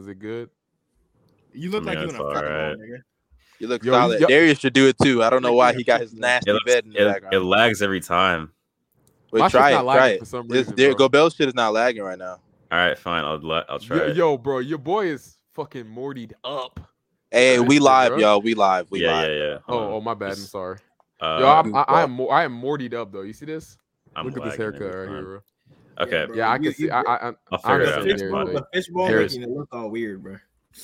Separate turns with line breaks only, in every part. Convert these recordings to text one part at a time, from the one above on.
Is it good?
You look
Yeah,
like you in
it's
a
all
fucking hole,
right.
nigga.
You look
Yo,
solid.
yo-
Darius should do it too. I don't know why he got his nasty
It, looks,
bed in the
it,
background.
it lags every time.
But
My shit's
try it,
not lagging
try it.
for some
This
reason,
Dar-
bro.
Gobel shit is not lagging right now.
All right, fine. I'll let. I'll try.
yo,
it.
yo, bro, your boy is fucking Morty'd up.
Hey,
Alright,
we
good,
live,
bro.
y'all. We live. We
yeah,
live.
yeah, yeah. Hold
Oh,
on.
oh, my bad. I'm
Just,
sorry.
Uh,
Yo, I'm, I, I
what?
am mo- I am Morty'd up though. You see this?
I'm
Look at this
lagging
haircut
every
right
time.
here, bro.
Okay,
bro.
Yeah, I
You-
can see.
you-
I, I, I
I'll
I
figure it
gotta
out.
say
It's
there,
fine.
like-
The fishbone
There's-
making it look all weird, bro.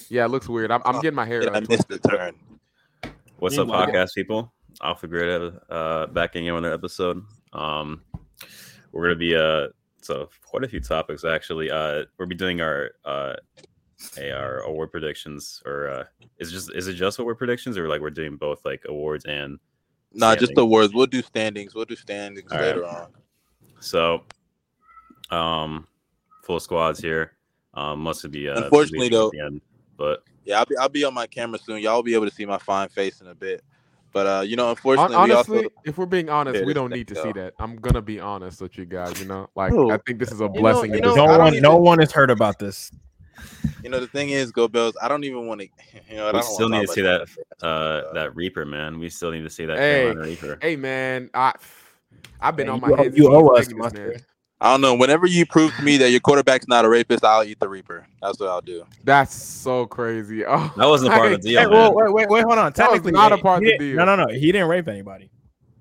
yeah, it looks weird. I'm, I'm
Oh,
getting my hair.
I
out.
missed the turn.
What's up,
Meanwhile-
podcast people? I'll figure it out. Uh, back in another episode. Um, we're gonna be uh, so quite a few topics actually. Uh, we'll be doing our uh, a- our award predictions, or uh, is it just is it just award predictions, or like we're doing both like awards and
Nah, just
Standings.
the words. We'll do standings. We'll do standings
All right.
later on.
so, um, full squads here. Um, must be uh,
Unfortunately,
leaving at
though-
the end, but
Yeah, I'll be I'll be on my camera soon. Y'all will be able to see my fine face in a bit. But uh, you know,
Hon-
unfortunately,
honestly,
we also
if we're being honest,
Yeah,
we
this
don't need to
thing,
see
though.
that. I'm gonna be honest with you guys. You know, like
Bro,
I think this is a
know-
blessing.
you
in
know,
disguise.
No
I don't
one,
even-
no one has heard about this.
you know the thing is, Go Bills. I don't even want to. You know, what,
We
I don't
still
wanna
need
talk
to
about
see uh, that Reaper man. We still need to see that
Hey.
Carolina Reaper.
hey man, I I've been
Yeah,
on
you
my
owe-
head.
you
since
owe
the
us,
beginning,
Mustard.
man.
I don't know. Whenever you prove to me that your quarterback's not a rapist, I'll eat the Reaper. That's what I'll do.
That's so crazy. Oh,
That wasn't a part of the
Hey,
deal,
well,
man.
wait, wait, wait, hold on.
was
Technically,
not a
he-
part of the
he didn't-
deal.
No, no, no. He didn't rape anybody.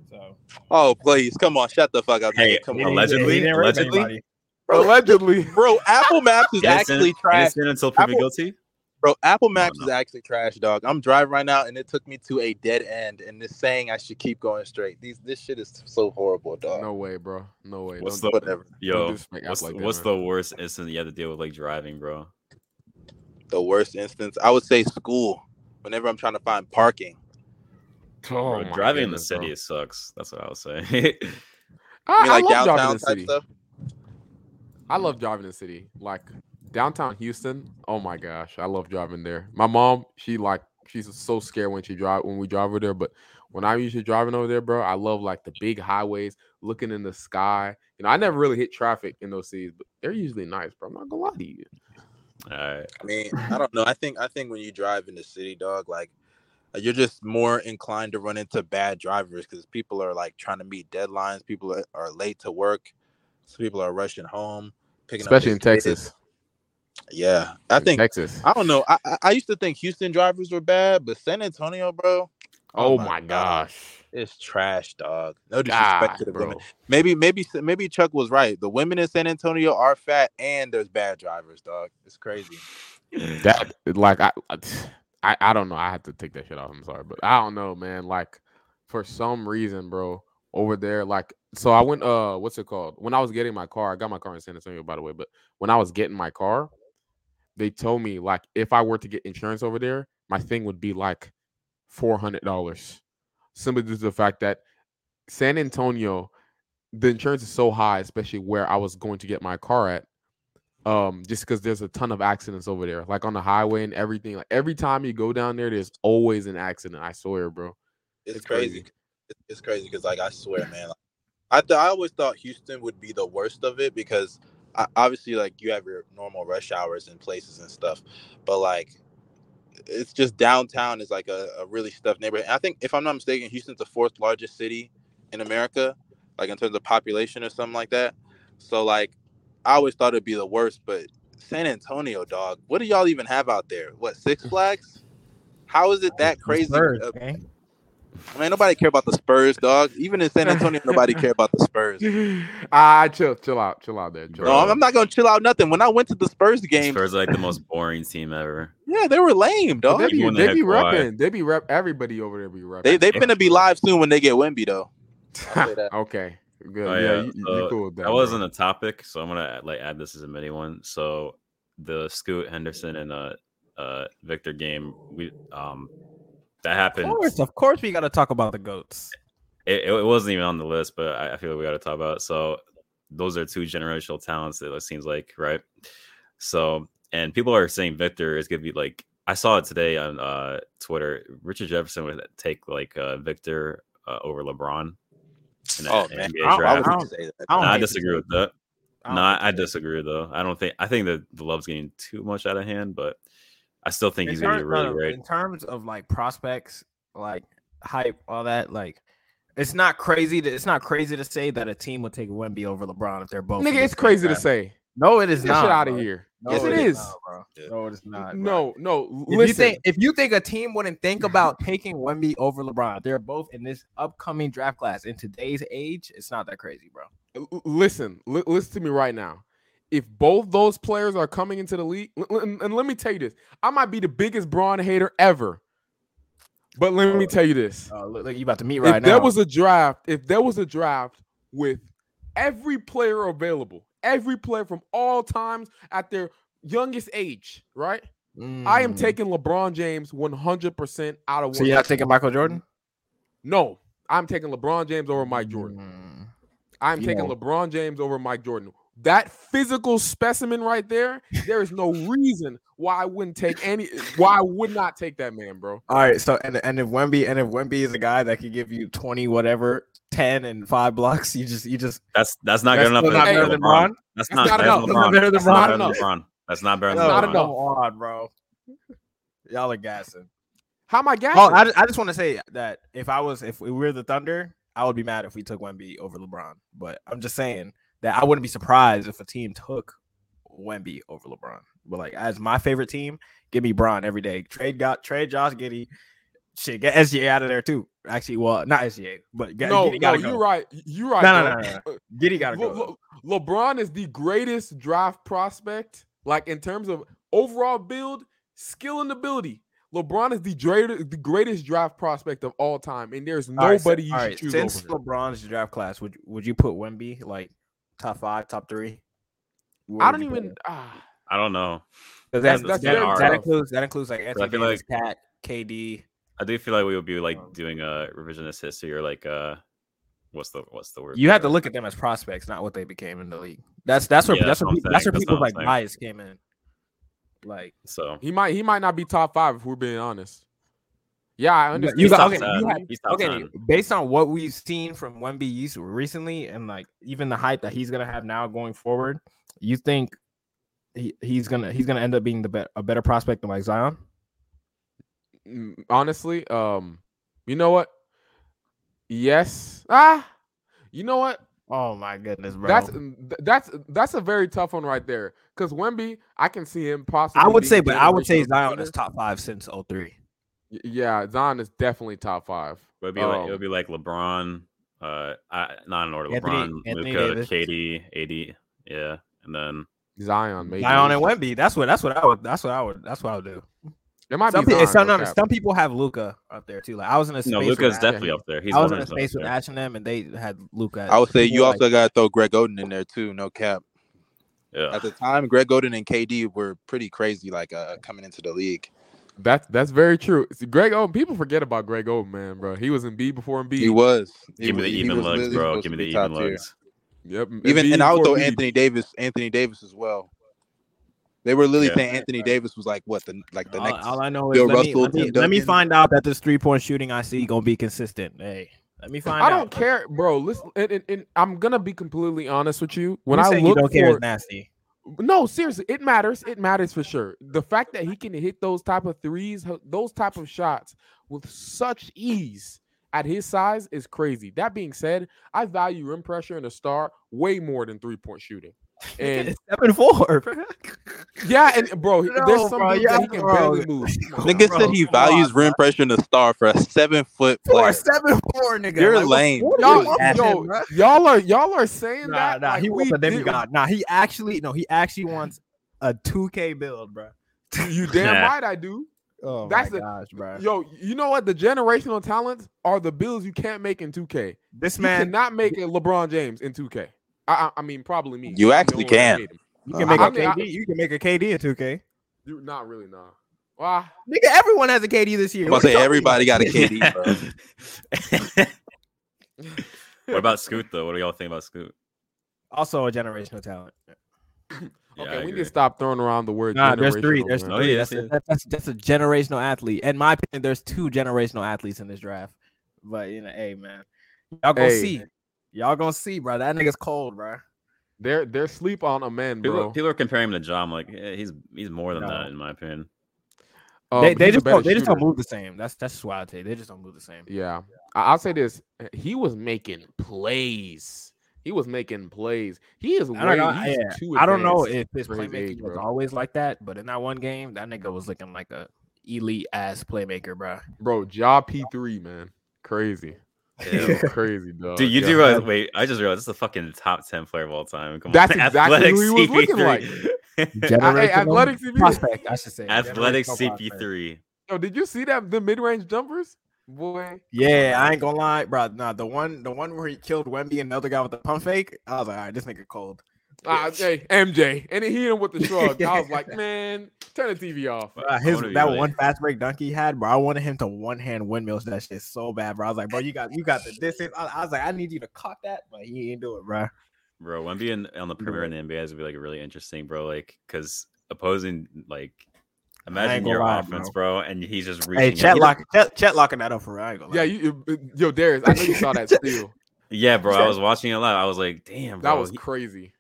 So
Oh, please, come on, shut the fuck up.
Hey,
nigga, come
he
on,
didn't-
Allegedly-
he didn't rape
allegedly?
anybody.
allegedly.
bro. Apple Maps is
Innocent-
actually trash.
innocent until proven
Apple-
guilty.
Bro, Apple Maps
no.
is actually trash, dog. I'm driving right now, and it took me to a dead end. And this saying I should keep going straight. These this shit is so horrible, dog.
No way, bro. No way.
What's
Don't-
the
Whatever.
don't
yo?
disrespect Apple
What's,
like that,
what's
man.
the worst instance you had to deal with like driving, bro?
The worst instance, I would say school. Whenever I'm trying to find parking,
Oh,
Bro,
my
driving in the
goodness, bro.
city sucks. That's what I was saying.
I,
I mean,
I
like
love driving in
downtown
the
type
city.
stuff.
I love driving in the city. Like downtown Houston. Oh my gosh, I love driving there. My mom, she like she's so scared when she drive when we drive over there. But when I'm usually driving over there, bro, I love like the big highways, looking in the sky. You know, I never really hit traffic in those cities, but they're usually nice, bro. I'm not gonna lie to you.
All right,
I mean, I don't know. I think I think when you drive in the city, dog, like uh, you're just more inclined to run into bad drivers because people are like trying to meet deadlines. People are, are late to work. So people are rushing home, picking
Especially in
up their kids.
Texas.
Yeah, I
In
think Oh
Texas.
I don't know. I, I I used to think Houston drivers were bad, but San Antonio, bro,
Oh,
oh
my
my
gosh.
it's trash, dog. No disrespect
God,
to the
bro.
women. Maybe, maybe, maybe Chuck was right. The women in San Antonio are fat, and there's bad drivers, dog. It's crazy.
That like I, I I don't know. I have to take that shit off. I'm sorry, but I don't know, man. Like for some reason, bro, over there, like so I went uh what's it called? When I was getting my car, I got my car in San Antonio, by the way, but when I was getting my car, they told me like if I were to get insurance over there, my thing would be like four hundred dollars. Simply due to the fact that San Antonio, the insurance is so high, especially where I was going to get my car at. Um, just because there's a ton of accidents over there, like on the highway and everything. Like every time you go down there, there's always an accident. I swear, bro.
It's, crazy. It's- It's crazy because, like, I swear, man, like, I th- I always thought Houston would be the worst of it because I, obviously, like, you have your normal rush hours and places and stuff, but like, it's just downtown is like a, a really stuffed neighborhood. And I think, if I'm not mistaken, Houston's the fourth largest city in America, like in terms of population or something like that. So, like, I always thought it'd be the worst, but San Antonio, dog, what do y'all even have out there? What Six Flags? How is it that crazy?
Spurs,
uh,
man.
Man, nobody care about the Spurs, dog. Even in San Antonio, nobody care about the Spurs. No,
Ah, chill, chill out, chill out there. Chill
Bro.
out.
I'm, I'm not gonna chill out nothing. When I went to the Spurs game,
Spurs are like the most boring team ever.
yeah, they were lame,
But
dog.
they be,
Even
they
the
be
heck why?
repping. They be rep. Everybody over there be repping.
They they finna be live soon when they get Wimby though. I'll say that.
okay, good.
Oh,
yeah,
yeah,
You, you
so
cool with that?
That
bro.
wasn't a topic, so I'm gonna like add this as a mini one. So the Scoot Henderson and uh uh Victor game, we um that
Of
happened.
course, of course, we got to talk about the goats.
it, it wasn't even on the list, but I, I feel like we got to talk about. It. So those are two generational talents. That it seems like right. So and people are saying Victor is gonna be like I saw it today on uh, Twitter. Richard Jefferson would take like uh, Victor uh, over LeBron. in the
Oh man,
NBA
I, I
draft.
was gonna say that.
And I
hate to
disagree with that.
Um,
No, I, I disagree though. I don't think I think that the love's getting too much out of hand, but I still think he's gonna be really
of,
great.
in terms of like prospects, like hype, all that, like it's not crazy to it's not crazy to say that a team would take Wemby over LeBron if they're both. in
Nigga,
the
it's
same
crazy to
draft.
say.
No, it is
Get that shit
not.
out of
bro.
here.
No,
yes, it is.
not, bro.
Yeah.
No, it is not. bro.
No, no.
If
listen,
you think if you think a team wouldn't think about taking Wemby over LeBron, they're both in this upcoming draft class. In today's age, it's not that crazy, bro.
l- l- listen, li- listen to me right now. If both those players are coming into the league, l- l- and and let me tell you this, I might be the biggest Braun hater ever. But let me
Oh,
tell you this:
Uh, look, look, you about to meet
if
right now.
there was a draft, if there was a draft with every player available, every player from all times at their youngest age, right? I am
Mm.
taking LeBron James one hundred percent out of.
So you're not taking Michael Jordan?
No, I'm taking LeBron James over Mike Jordan.
Mm.
I'm
You
taking
know-
LeBron James over Mike Jordan. That physical specimen right there, there is no reason why I wouldn't take any why I would not take that man, bro.
All right. So and and if Wemby and if Wemby is a guy that could give you twenty whatever, ten and five blocks, you just you just
That's that's not good
That's still
enough. to
not
better
better
than
than
LeBron.
Bron?
That's
That's
not
not
better
enough.
than
That's not
LeBron.
better than
That's not better
Bron.
than LeBron. That's not better
No,
than
not
no,
LeBron.
no.
enough on, bro. Y'all are gassing.
How am I gassing?
Oh, I, ju- I just want to say that if I was if we were the Thunder, I would be mad if we took Wemby over LeBron. But I'm just saying that I wouldn't be surprised if a team took Wemby over LeBron. But like as my favorite team, give me Bron every day. Trade got trade Josh Giddy. Shit, get SGA out of there too. Actually, well, not SGA, but get,
no,
Giddy
no,
gotta go.
you're right. You're right.
No, no,
bro.
no, no, Giddy gotta go.
Le- Le- LeBron is the greatest draft prospect, like in terms of overall build, skill, and ability. LeBron is the greatest, the greatest draft prospect of all time, and there's
All right, so-
nobody
all
you
right,
should choose
since
over. him.
LeBron's draft class, would would you put Wemby like top five, top three? Where
I don't
would you put him?
even. Ah.
I don't know.
Because
That's-
that,
that's
that-
very
that
tough.
includes that includes like
I
Anthony
feel
Davis, Cat, KD.
I do feel like we would be like
Um,
doing a revisionist history or like uh what's the what's the word?
You have
for
to
it?
look at them as prospects, not what they became in the league. That's that's where
Yeah,
that's where
that's what
people,
I'm
that's
saying.
where
That's what
people's
I'm
like
saying.
bias came in. Like
so
He might he might not be top five if we're being honest. Yeah, I
You-
understand.
you
he's
got-
top
okay,
ten.
you had-
he's top
okay,
10.
based on what we've seen from Wemby East recently, and like even the hype that he's gonna have now going forward, you think he, he's gonna he's gonna end up being the bet a better prospect than like Zion?
Mm, honestly, um, you know what? Yes. Ah, you know what?
Oh my goodness, bro!
That's th- that's that's a very tough one right there. Cause Wemby, I can see him possibly.
I would
being
say,
a
but I would say
generational
Zion
player.
is top five since 03.
Y- Yeah, Zion is definitely top five.
It would be
oh.
like it
Um,
would be like LeBron, uh I, not in order,
Anthony-
LeBron,
Anthony
Luca,
Davis.
KD, AD, yeah. And then
Zion, maybe.
Zion and Wemby. That's what that's what I would that's what I would that's what I would do.
It might
some,
be
pe-
Zion,
some,
no
no,
cap.
some people have Luca up there too. Like I was in a space.
no,
with
Luca's
Ash-
definitely up there. He's
I was in a
one of those
space with
up
Ash and them, and they had Luca.
I would say you also got to throw Greg Oden in there too, no
there.
cap.
Yeah.
At the time, Greg Oden and KD were pretty crazy, like uh, coming into the league.
That's that's very true. See, Greg Oden, people forget about Greg Oden, man, bro. He was in B before Embiid.
He was. He
Give me the
was- he
even
was
lugs,
literally
bro.
supposed
Give me
to
the
be
even
top tier.
lugs.
Yep. m-
Even
Embiid
and I would throw
before Embiid.
Anthony Davis, Anthony Davis as well. They were literally
Yeah.
saying Anthony Davis was like what the like the
all,
next.
all I know is
Bill
let, me,
Russell,
let, me,
Tim
let me
Duncan.
find out that this three point shooting I see gonna be consistent. Hey, let me find
I
out.
don't care, bro. Listen, and, and, and I'm gonna be completely honest with you.
You
When I
saying
look
you don't
for
care is nasty.
no, seriously, it matters. It matters for sure. The fact that he can hit those type of threes, h- those type of shots with such ease at his size is crazy. That being said, I value rim pressure and a star way more than three point shooting. And
It's seven four. bro.
yeah, and bro, he-
No,
there's some
bro,
dudes
yeah,
that he can
bro.
barely move. Come on,
Nigga
bro.
said he
come on,
values rim pressure in the star for a seven foot player.
Four seven four nigga.
You're
what-
lame.
what are
Y'all,
you asking,
yo,
bro?
y'all are y'all are saying
Nah,
that.
nah,
like
he wants
we
a
did-
demigod. Nah, he actually no, he actually wants a two K build, bro.
You damn
Nah.
right I do.
Oh
That's
my
the-
gosh, bro.
Yo, you know what? The generational talents are the bills you can't make in 2K.
this
You
man
cannot make a LeBron James in 2K. I, I, I mean, probably me.
You
I
actually
know I
can.
hate him.
You can
Uh,
make
I
a
mean, I-
KD. you can make a KD in 2K.
You not really, nah. Why?
Nigga, everyone has a KD this year.
I'm gonna say everybody got a KD, bro.
Yeah. what about Scoot though? What do y'all think about Scoot?
Also a generational talent.
Yeah, I
okay, we need
agree.
to stop throwing around the word.
Nah, there's three.
generational,
There's
man.
Oh,
three.
yeah,
That's,
yeah.
that's, that's, that's a generational athlete. In my opinion, there's two generational athletes in this draft. But you know, hey man, y'all gonna
Hey.
see. Y'all gonna see, bro. That nigga's cold, bro.
They're they're sleep on a man,
People,
bro.
people are comparing him to John. Like yeah, he's he's more than
No.
that in my opinion.
Um,
they they
he's a
just
better
don't, they just don't
shooter.
move the same. That's that's why I tell you they just don't move the same.
Yeah, I- I'll say this: he was making plays. He was making plays. He is. Way,
I don't know.
he's
yeah,
too
I don't know
advanced.
if his
for his
playmaking
age,
was
bro.
always like that, but in that one game, that nigga was looking like a elite ass playmaker, bro.
bro. Jaw P three, man, crazy,
Ew.
crazy, dog.
Dude, you
Yeah.
do realize? Wait, I just realized this is the fucking top ten player of all time. Come
That's
on,
exactly
Athletic
who he was looking
CP3.
I, hey, athletic CP.
prospect, I should say.
Athletic
Generational prospect.
CP3.
Yo, did you see that the mid range jumpers, boy?
Yeah, I ain't gonna lie, bro. Nah, the one, the one where he killed Wemby and the other guy with the pump fake. I was like, all right, this nigga cold.
Ah, hey, MJ, and then he hit him with the shrug. I was like, man, turn the TV off.
Bruh,
I
his
wanna be
that
really-
one fast break dunk he had, bro. I wanted him to one hand windmills that shit so bad, bro. I was like, bro, you got you got the distance. I, I was like, I need you to cock that, but he ain't do it, bro.
Bro, Wemby in, on the Premier in the NBA is gonna be like really interesting, bro. Like, cause opposing, like, imagine
gonna
your
lie,
offense, bro. and he's just reaching.
Hey,
out.
Chet,
He-
lock, Chet, Chet locking that up for real. I ain't gonna lie.
Yeah, you, you- yo, Darius, I know you saw that steal.
Yeah, bro. I was watching it live. I was like, damn, bro.
That was
he,
crazy.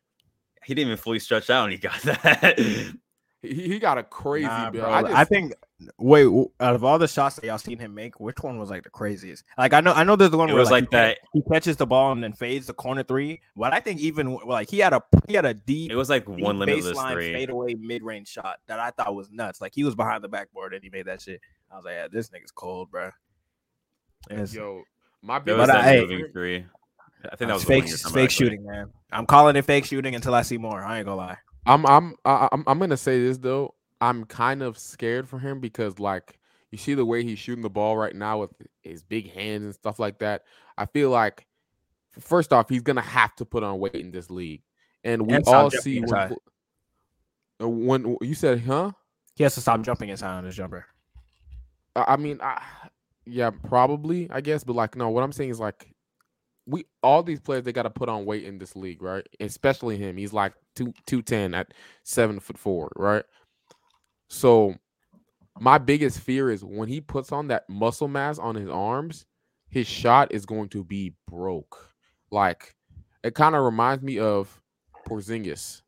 he didn't even fully stretch out, and he got that.
He, he got a crazy
Nah,
bill.
bro.
I
I,
just,
think. Wait, w- out of all the shots that y'all seen him make, which one was like the craziest? Like I know, I know there's the one
it
where
was
he
like
ca-
that.
He catches the ball and then fades the corner three. But I think even w- like he had a he had a deep,
It was like
deep
one limitless
baseline
three.
fadeaway mid range shot that I thought was nuts. Like he was behind the backboard and he made that shit. I was like, yeah, this nigga's cold, bro. It's-
yo, my
It
bill
was
But
that
I-
moving three. I think that was
it's
the
fake,
one you're talking
it's
about,
fake
actually.
shooting, man. I'm calling it fake shooting until I see more. I ain't gonna lie.
I'm I'm I- I'm I'm gonna say this though. I'm kind of scared for him because like you see the way he's shooting the ball right now with his big hands and stuff like that. I feel like f- first off, he's gonna have to put on weight in this league, and we
And stop
all
jumping
see when,
inside.
pl- uh, when you said, huh?
He has to stop jumping inside on his jumper.
I I mean, I, yeah, probably, I guess. But like, no, what I'm saying is like, we all these players they got to put on weight in this league, right? Especially him. He's like two two ten at seven foot four, right? So my biggest fear is when he puts on that muscle mass on his arms, his shot is going to be broke. Like it kind of reminds me of Porzingis.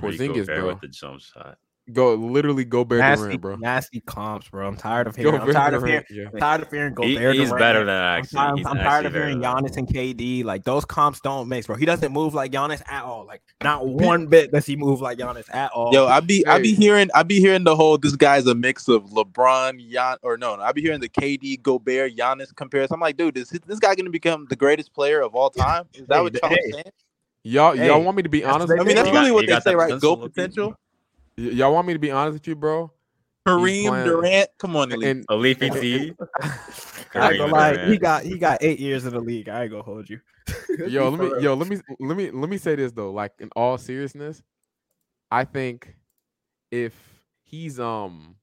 Rudy
Porzingis,
Gobert
bro.
with the jump shot.
Go literally go Bear
Nasty,
Durant, bro.
nasty comps, bro. I'm tired of
Go
hearing. I'm
Bear
tired of hearing.
Durant, yeah.
I'm tired of hearing Gobert.
He- he's
Durant.
better than that,
I'm
actually.
tired- I'm,
He's
tired
actually
of
better
hearing
than that.
Giannis and KD. Like those comps don't mix, bro. He doesn't move like Giannis at all. Like not one bit does he move like Giannis at all.
Yo, I be I
Hey.
be hearing I be hearing the whole this guy's a mix of LeBron, Yan or no, no I be hearing the KD, Gobert, Giannis comparison. I'm like, dude, is this, this guy gonna become the greatest player of all time? Is that
Hey,
what
the-
y'all
hey.
saying?
Y'all, y'all
Hey,
want me to be
that's
honest?
what
I
with
mean,
you,
that's
bro?
really
You
what they
got
say,
that
right?
potential
Go
looking-
potential.
Y- y'all want me to be honest with you, bro?
Kareem
playing-
Durant, come on, Elite.
And
A leafy D.
I ain't
Kareem
gonna lie.
Durant.
He got he got eight years in the league. I ain't gonna hold you.
yo, let me yo, let me let me let me say this though. Like in all seriousness, I think if he's um,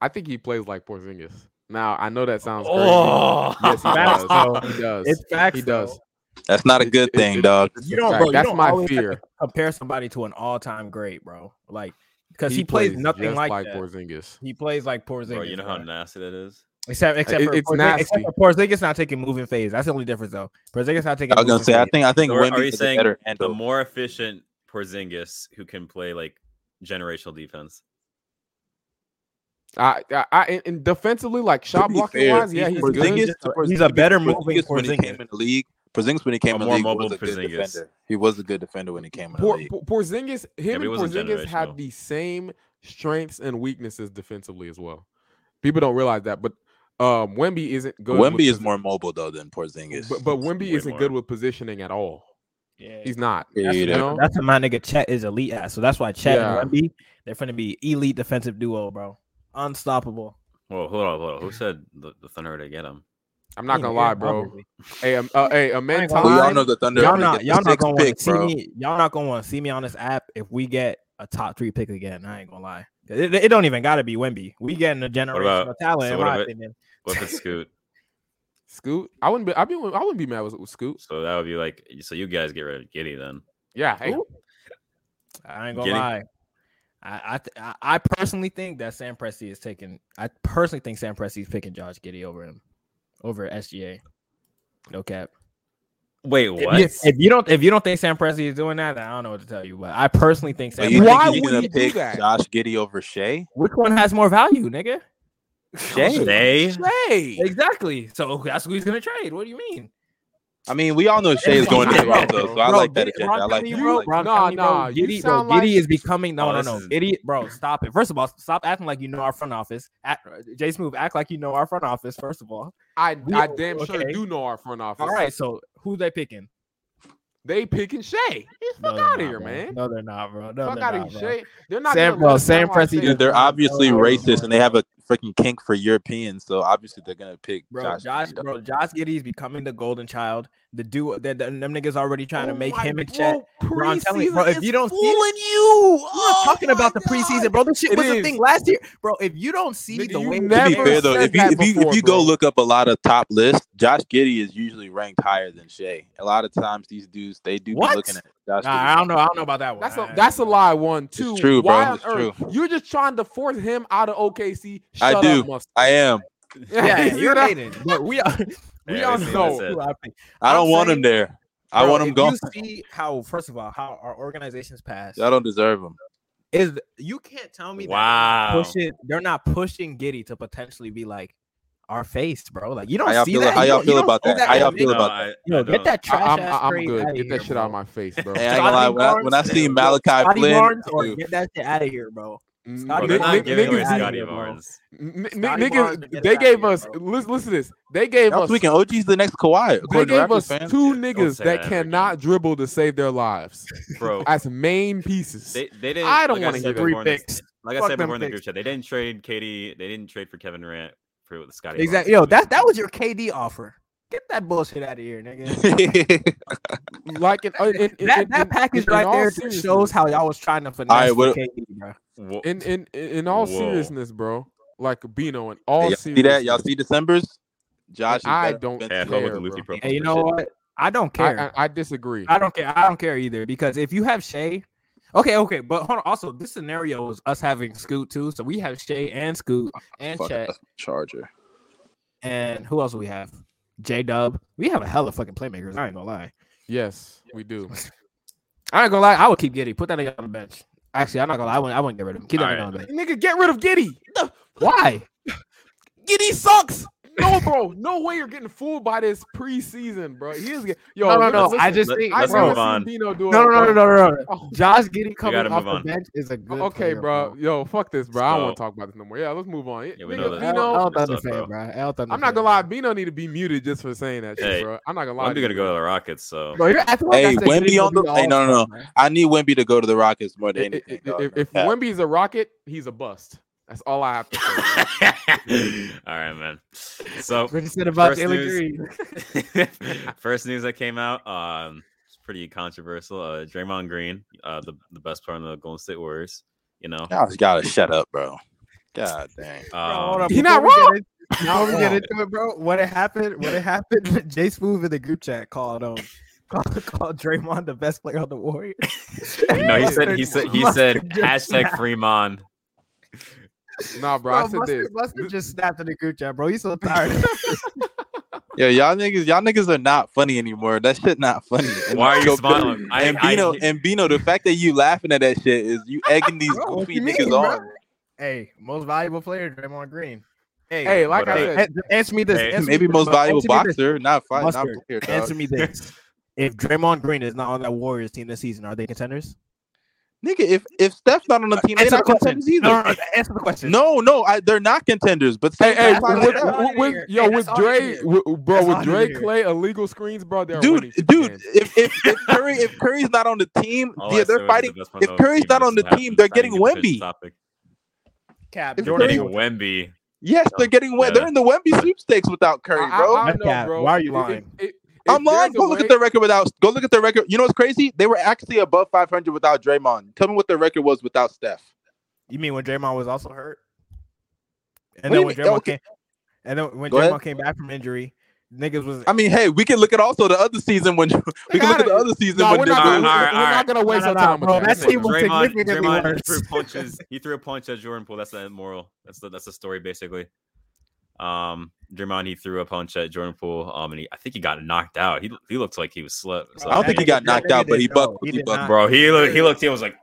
I think he plays like Porzingis. Now I know that sounds crazy.
Oh,
Yes, he
Facts,
does. He does.
It's facts.
he does.
That's not a good
it-
thing,
it-
dog.
It's
You
a
don't,
fact.
bro, you
That's
don't
my
always have to
fear.
compare somebody to an all-time great, bro. Like because he,
He
plays, nothing
just
like,
like
that.
Porzingis.
he plays like Porzingis.
Bro, you know how
bro.
nasty that is.
Except except
It-
for
it's
Porzingis,
nasty.
except for Porzingis not taking moving phase. That's the only difference though. Porzingis not taking.
I was gonna
moving
say, I
phase.
think I think
Or are you
Wemby is a
saying
better
the
handle.
more efficient Porzingis who can play like generational defense?
I, I, I and- and defensively, like shot
be
blocking
fair,
wise, yeah, he's
Porzingis,
good.
He's a better moving
Porzingis when he came
Porzingis.
in the league. Porzingis when he came
A
in the
more
league
mobile
was a good
Porzingis.
defender. He was a good defender when he came in the
Por,
league.
Por- Porzingis, him
but he
and
wasn't
Porzingis
generational.
have the same strengths and weaknesses defensively as well. People don't realize that, but um, Wemby isn't good. with
Wemby is
posi-
more mobile though than Porzingis.
but, but Wemby
Way
isn't
more.
good with positioning at all.
Yeah.
He's not.
Yeah,
That's,
you
that's-
know?
that's what my nigga Chet is elite at. So that's why Chet
Yeah.
and Wemby, they're gonna be elite defensive duo, bro. Unstoppable.
Whoa, hold on, hold on. Who said the, the Thunder to get him?
I'm not
You
gonna
know,
lie, bro.
obviously.
Hey, um, uh, hey, a man,
ain't gonna
we
lie.
time.
all know the Thunder.
Y'all
are
not
gonna get
y'all
the
not
sixth
gonna want
pick,
to see
bro.
me. Y'all not gonna want to see me on this app if we get a top three pick again. I ain't gonna lie. It, it don't even gotta be Wemby. We getting a generational
about-
talent
so
in
what
my
about-
opinion.
What if it's Scoot?
Scoot, I wouldn't be. I'd be. I wouldn't be mad with, with Scoot.
So that would be like, so you guys get rid of Giddy then.
Yeah. Hey,
Ooh. I ain't gonna
Giddy?
lie. I I, th- I I personally think that Sam Presti is taking. I personally think Sam Presti is picking Josh Giddy over him, over SGA. No cap.
Wait, what?
If, if you don't, if you don't think Sam Presti is doing that, then I don't know what to tell you. But I personally think
But
Sam.
Oh, you
Presti-
Why
think he's
would
gonna
you do
pick
that?
Josh Giddy over Shea?
Which one has more value, nigga?
Shea.
Jay?
Hey,
Exactly. So that's who he's gonna trade. What do you mean?
I mean, we all know Shea is going to the
Bro,
Broncos, so I
bro,
like that
Giddy-
agenda. I
Ron
like
Kennedy,
that.
bro,
Like,
Ron
Nah,
Kennedy, bro,
nah, you
Giddy, bro,
sound
Giddy
like-
is becoming no,
Oh,
no,
this
no,
is-
Giddy, bro, stop it. First of all, stop acting like you know our front office. At, Jay Smooth, act like you know our front office. First of all,
I,
We-
I damn sure
okay.
do know our front office.
all right. So who they picking?
they picking Shay. Get the
No,
fuck
they're
out
not,
of here,
bro.
man.
No, they're not, bro. No,
fuck
they're
out of
not,
here,
bro.
Shea. They're not.
Sam-
gonna
bro,
let
Sam
Samar
Presti
Shea-
Dude, they're
I don't
obviously
know.
racist and they have a freaking kink for Europeans, so obviously they're gonna pick
Bro,
Josh.
Josh,
Giddy.
bro, Josh Giddy is becoming the golden child. The dude, that that- them niggas already trying
Oh
to make
my-
him and Chet.
bro,
Bro, I'm telling you,
preseason
bro, if
is
you don't see it-
fooling you, Oh
We're talking about the preseason, bro. This shit
It
was
is.
a thing last year, bro. If you don't see
Nigga,
the
you
way
never-
to be
Never
fair though,
said
if you
that
if you
before,
if you go
bro.
look up a lot of top lists, Josh Giddy is usually ranked higher than Shea. A lot of times these dudes they do
What?
be looking at Josh.
nah,
Giddey.
I don't know, I don't know about that one.
That's
I-
a that's a lie. One, two.
true, bro.
Why on
It's
earth? You're just trying to force him out of OKC.
I
Shut
do.
Up, Musk.
I am.
Yeah,
You
you're
know?
hating, but we are. We
Yeah,
all
they say
know.
that's it.
who I think.
I
I'm
don't want
saying-
him there. I
Bro,
want him
if
gone.
You see how, first of all, how our organizations pass
I don't deserve him.
is you can't tell me. that they're not
Wow.
pushing, they're not pushing Giddy to potentially be like our face, bro. Like you don't
How y'all
see
feel?
that.
How
You
y'all
don't- you
feel
don't
about
see
that? How y'all
in
feel
Nick-
about
Yo,
I- I
get
don't-
that
I,
trash
I'm,
ass
I'm
trade
good.
outta
Get
here,
that shit
bro.
out of my face, bro.
Hey, I ain't gonna lie.
Scotty
When I, when I
Barnes,
seen
yo,
Malachi
Scotty
Flynn,
Barnes, or
dude,
get that shit out of here, bro.
Mm,
Scotty
Bro,
Nick-
they're
Barnes-
not
Nick-
giving away
Niggas,
outta
Scotty
here, bro.
Barnes.
n- n-
Scotty Barnes to
niggas,
get
they
us outta
gave
here,
us.
bro.
Listen, listen to this. They gave
next
us.
weekend OG's the next Kawhi.
They
according to
gave
Raptors
us
fans.
two
don't
niggas that
say that ever again.
cannot dribble to save their lives
Bro,
as main pieces.
they, they didn't.
I don't
like
wanna
said
hear
before
three
in this-
picks.
Like I
Fuck
said
them
before in the
picks.
group chat, they didn't trade KD. They didn't trade for Kevin Durant for with Scotty. Barnes.
Exactly. Yo, that that was your KD offer. Get that bullshit out of here, nigga.
like in, uh, in, in,
that,
in-
that
in-
package
in
right
all
there just
seriousness-
shows how y'all was trying to
Alright,
finesse the
what-
KD, bro.
Wha-
In in in in all
Whoa.
seriousness, bro. Like Bino, in all
y'all see
seriousness,
that? Y'all see December's? Josh. is
I
better
don't
Yeah, I
offensively.
fuck with
care,
the
bro.
Luffy profile
Hey, you
for
know
shit.
what? I don't care.
I, I, I disagree.
I don't care. I don't care either because if you have Shay, okay, okay, but hold on. Also, this scenario is us having Scoot too, so we have Shay and Scoot and
Fuck
Chet
that Charger.
and who else do we have? J Dub. We have a hell of fucking playmakers. I ain't gonna lie.
yes, we do.
I ain't gonna lie. I would keep Giddy. Put that nigga on the bench. Actually, I'm not gonna lie. I wouldn't, I wouldn't get rid of him. Keep that
All
nigga
right.
on the bench.
Nigga, get rid of Giddy. The-
Why?
Giddy sucks. No, bro. No way you're getting fooled by this preseason, bro. He is get- yo.
no, no,
let-
no.
listen,
I just
let-
think.
I
let's
bro,
never
move
seen
on.
Bino do it.
no, no, no, no,
bro.
no, no, no.
Oh,
Josh Giddy coming
gotta
off
move on.
the bench is a good.
okay,
player,
bro. Yo, fuck this, bro. I don't want to
So-
talk about this no more. Yeah, let's move on.
Yeah, we
Nigga,
know that.
L,
Bino-
L
That's
Thunder
up,
fan,
bro.
bro. L Thunder
I'm not
fan.
gonna lie, Bino need to be muted just for saying that shit,
Hey,
bro. I'm not gonna lie.
Well, I'm
to
gonna
you,
go to
bro.
the Rockets. So
Bro, you're acting like
Hey,
I said
Wemby
Giddy
on
gonna be
the- hey, no, no,
all-star, man.
I need Wimby to go to the Rockets more than
I- I-
anything.
I-
dog.
If, if
Yeah.
Wemby's a rocket, he's a bust. That's all I have to
all
say.
right, man. So
What you said about
Oh, First
Jalen
news-
Green.
First news that came out, um, it's pretty controversial. Uh, Draymond Green, uh, the, the best player on the Golden State Warriors, you know.
Y'all just gotta shut up, bro. God dang.
Um,
He not
Before we
wrong.
get in- Now we get into it, bro. When it happened, when it happened, Jay Smooth in the group chat called um called, called Draymond the best player on the Warriors.
no, he said he said he said hashtag Fremon.
Nah, bro. I
Bro,
said this.
Mustard, Mustard just snapped in the group chat, bro. He's so tired.
Yo, y'all niggas, y'all niggas are not funny anymore. That shit not funny. And
Why are you
yo,
smiling? I,
and
I,
Bino, and Bino, the fact that you laughing at that shit is you egging these
Bro, what
goofy
you mean,
niggas
bro?
on.
hey, most valuable player, Draymond Green. Hey,
Hey, like
But,
I
uh,
said,
Hey, answer me this.
Hey,
answer me
Maybe
this,
most
bro.
valuable
Answer me this.
boxer, uh, not fight, not
Mustard,
player. Dog.
Answer me this. If Draymond Green is not on that Warriors team this season, are they contenders?
Nigga, if if Steph's not on the team, they're
Uh, Answer the
not
question.
contenders either.
No, no, no, answer the question.
No, no, I, they're not contenders. But
Hey, hey,
Steph-
what-
with,
that's all
with-
I
with-
hear.
yo,
Hey,
with
that's all I
Dre,
hear.
wi- bro,
That's all
with
I
Dre
hear.
Clay illegal screens, bro. They're
dude,
winning
dude,
games.
if, if if Curry if Curry's not on the team,
Oh,
all I
yeah,
said was
they're
the
fighting.
best player
if Curry's
team
not on
is
the
happening.
team, they're
Trying to
getting
get to the
Wemby.
topic.
Cap.
If
Jordan
Curry-
Getting
Poole.
Wemby.
Yes, they're getting wet. They're
Yeah.
in the Wemby sweepstakes without Curry,
I- I-
bro.
I
That's
know,
cap.
bro.
Why are you
If- if-
lying?
if- if
I'm lying.
there's a
Go look
way-
at their record without. Go look at their record. You know what's crazy? They were actually above 500 without Draymond. Tell me what their record was without Steph.
You mean when Draymond was also hurt? And
What do
then
you
when
mean?
Draymond
Okay.
came, and then when
Go
Draymond
ahead.
came back from injury, niggas was.
I mean, hey, we can look at also the other season when we can look at the other season
Nah,
when
we're
they
not,
All
gonna,
right,
lose.
all right,
we're
all
not
right.
gonna waste
No,
our
no,
time
no, bro,
with
that
that.
team was
Draymond,
significantly
Draymond
worse.
threw punches. He threw a punch at Jordan Poole. That's the moral. That's the that's the story basically. Um, Jermon, he threw a punch at Jordan Poole. Um, and he, I think he got knocked out. He he looked like he was slept.
I don't think he got knocked out, but he bucked.
he
He,
did
bucked.
not.
Bro, he looked. He looked. He was like,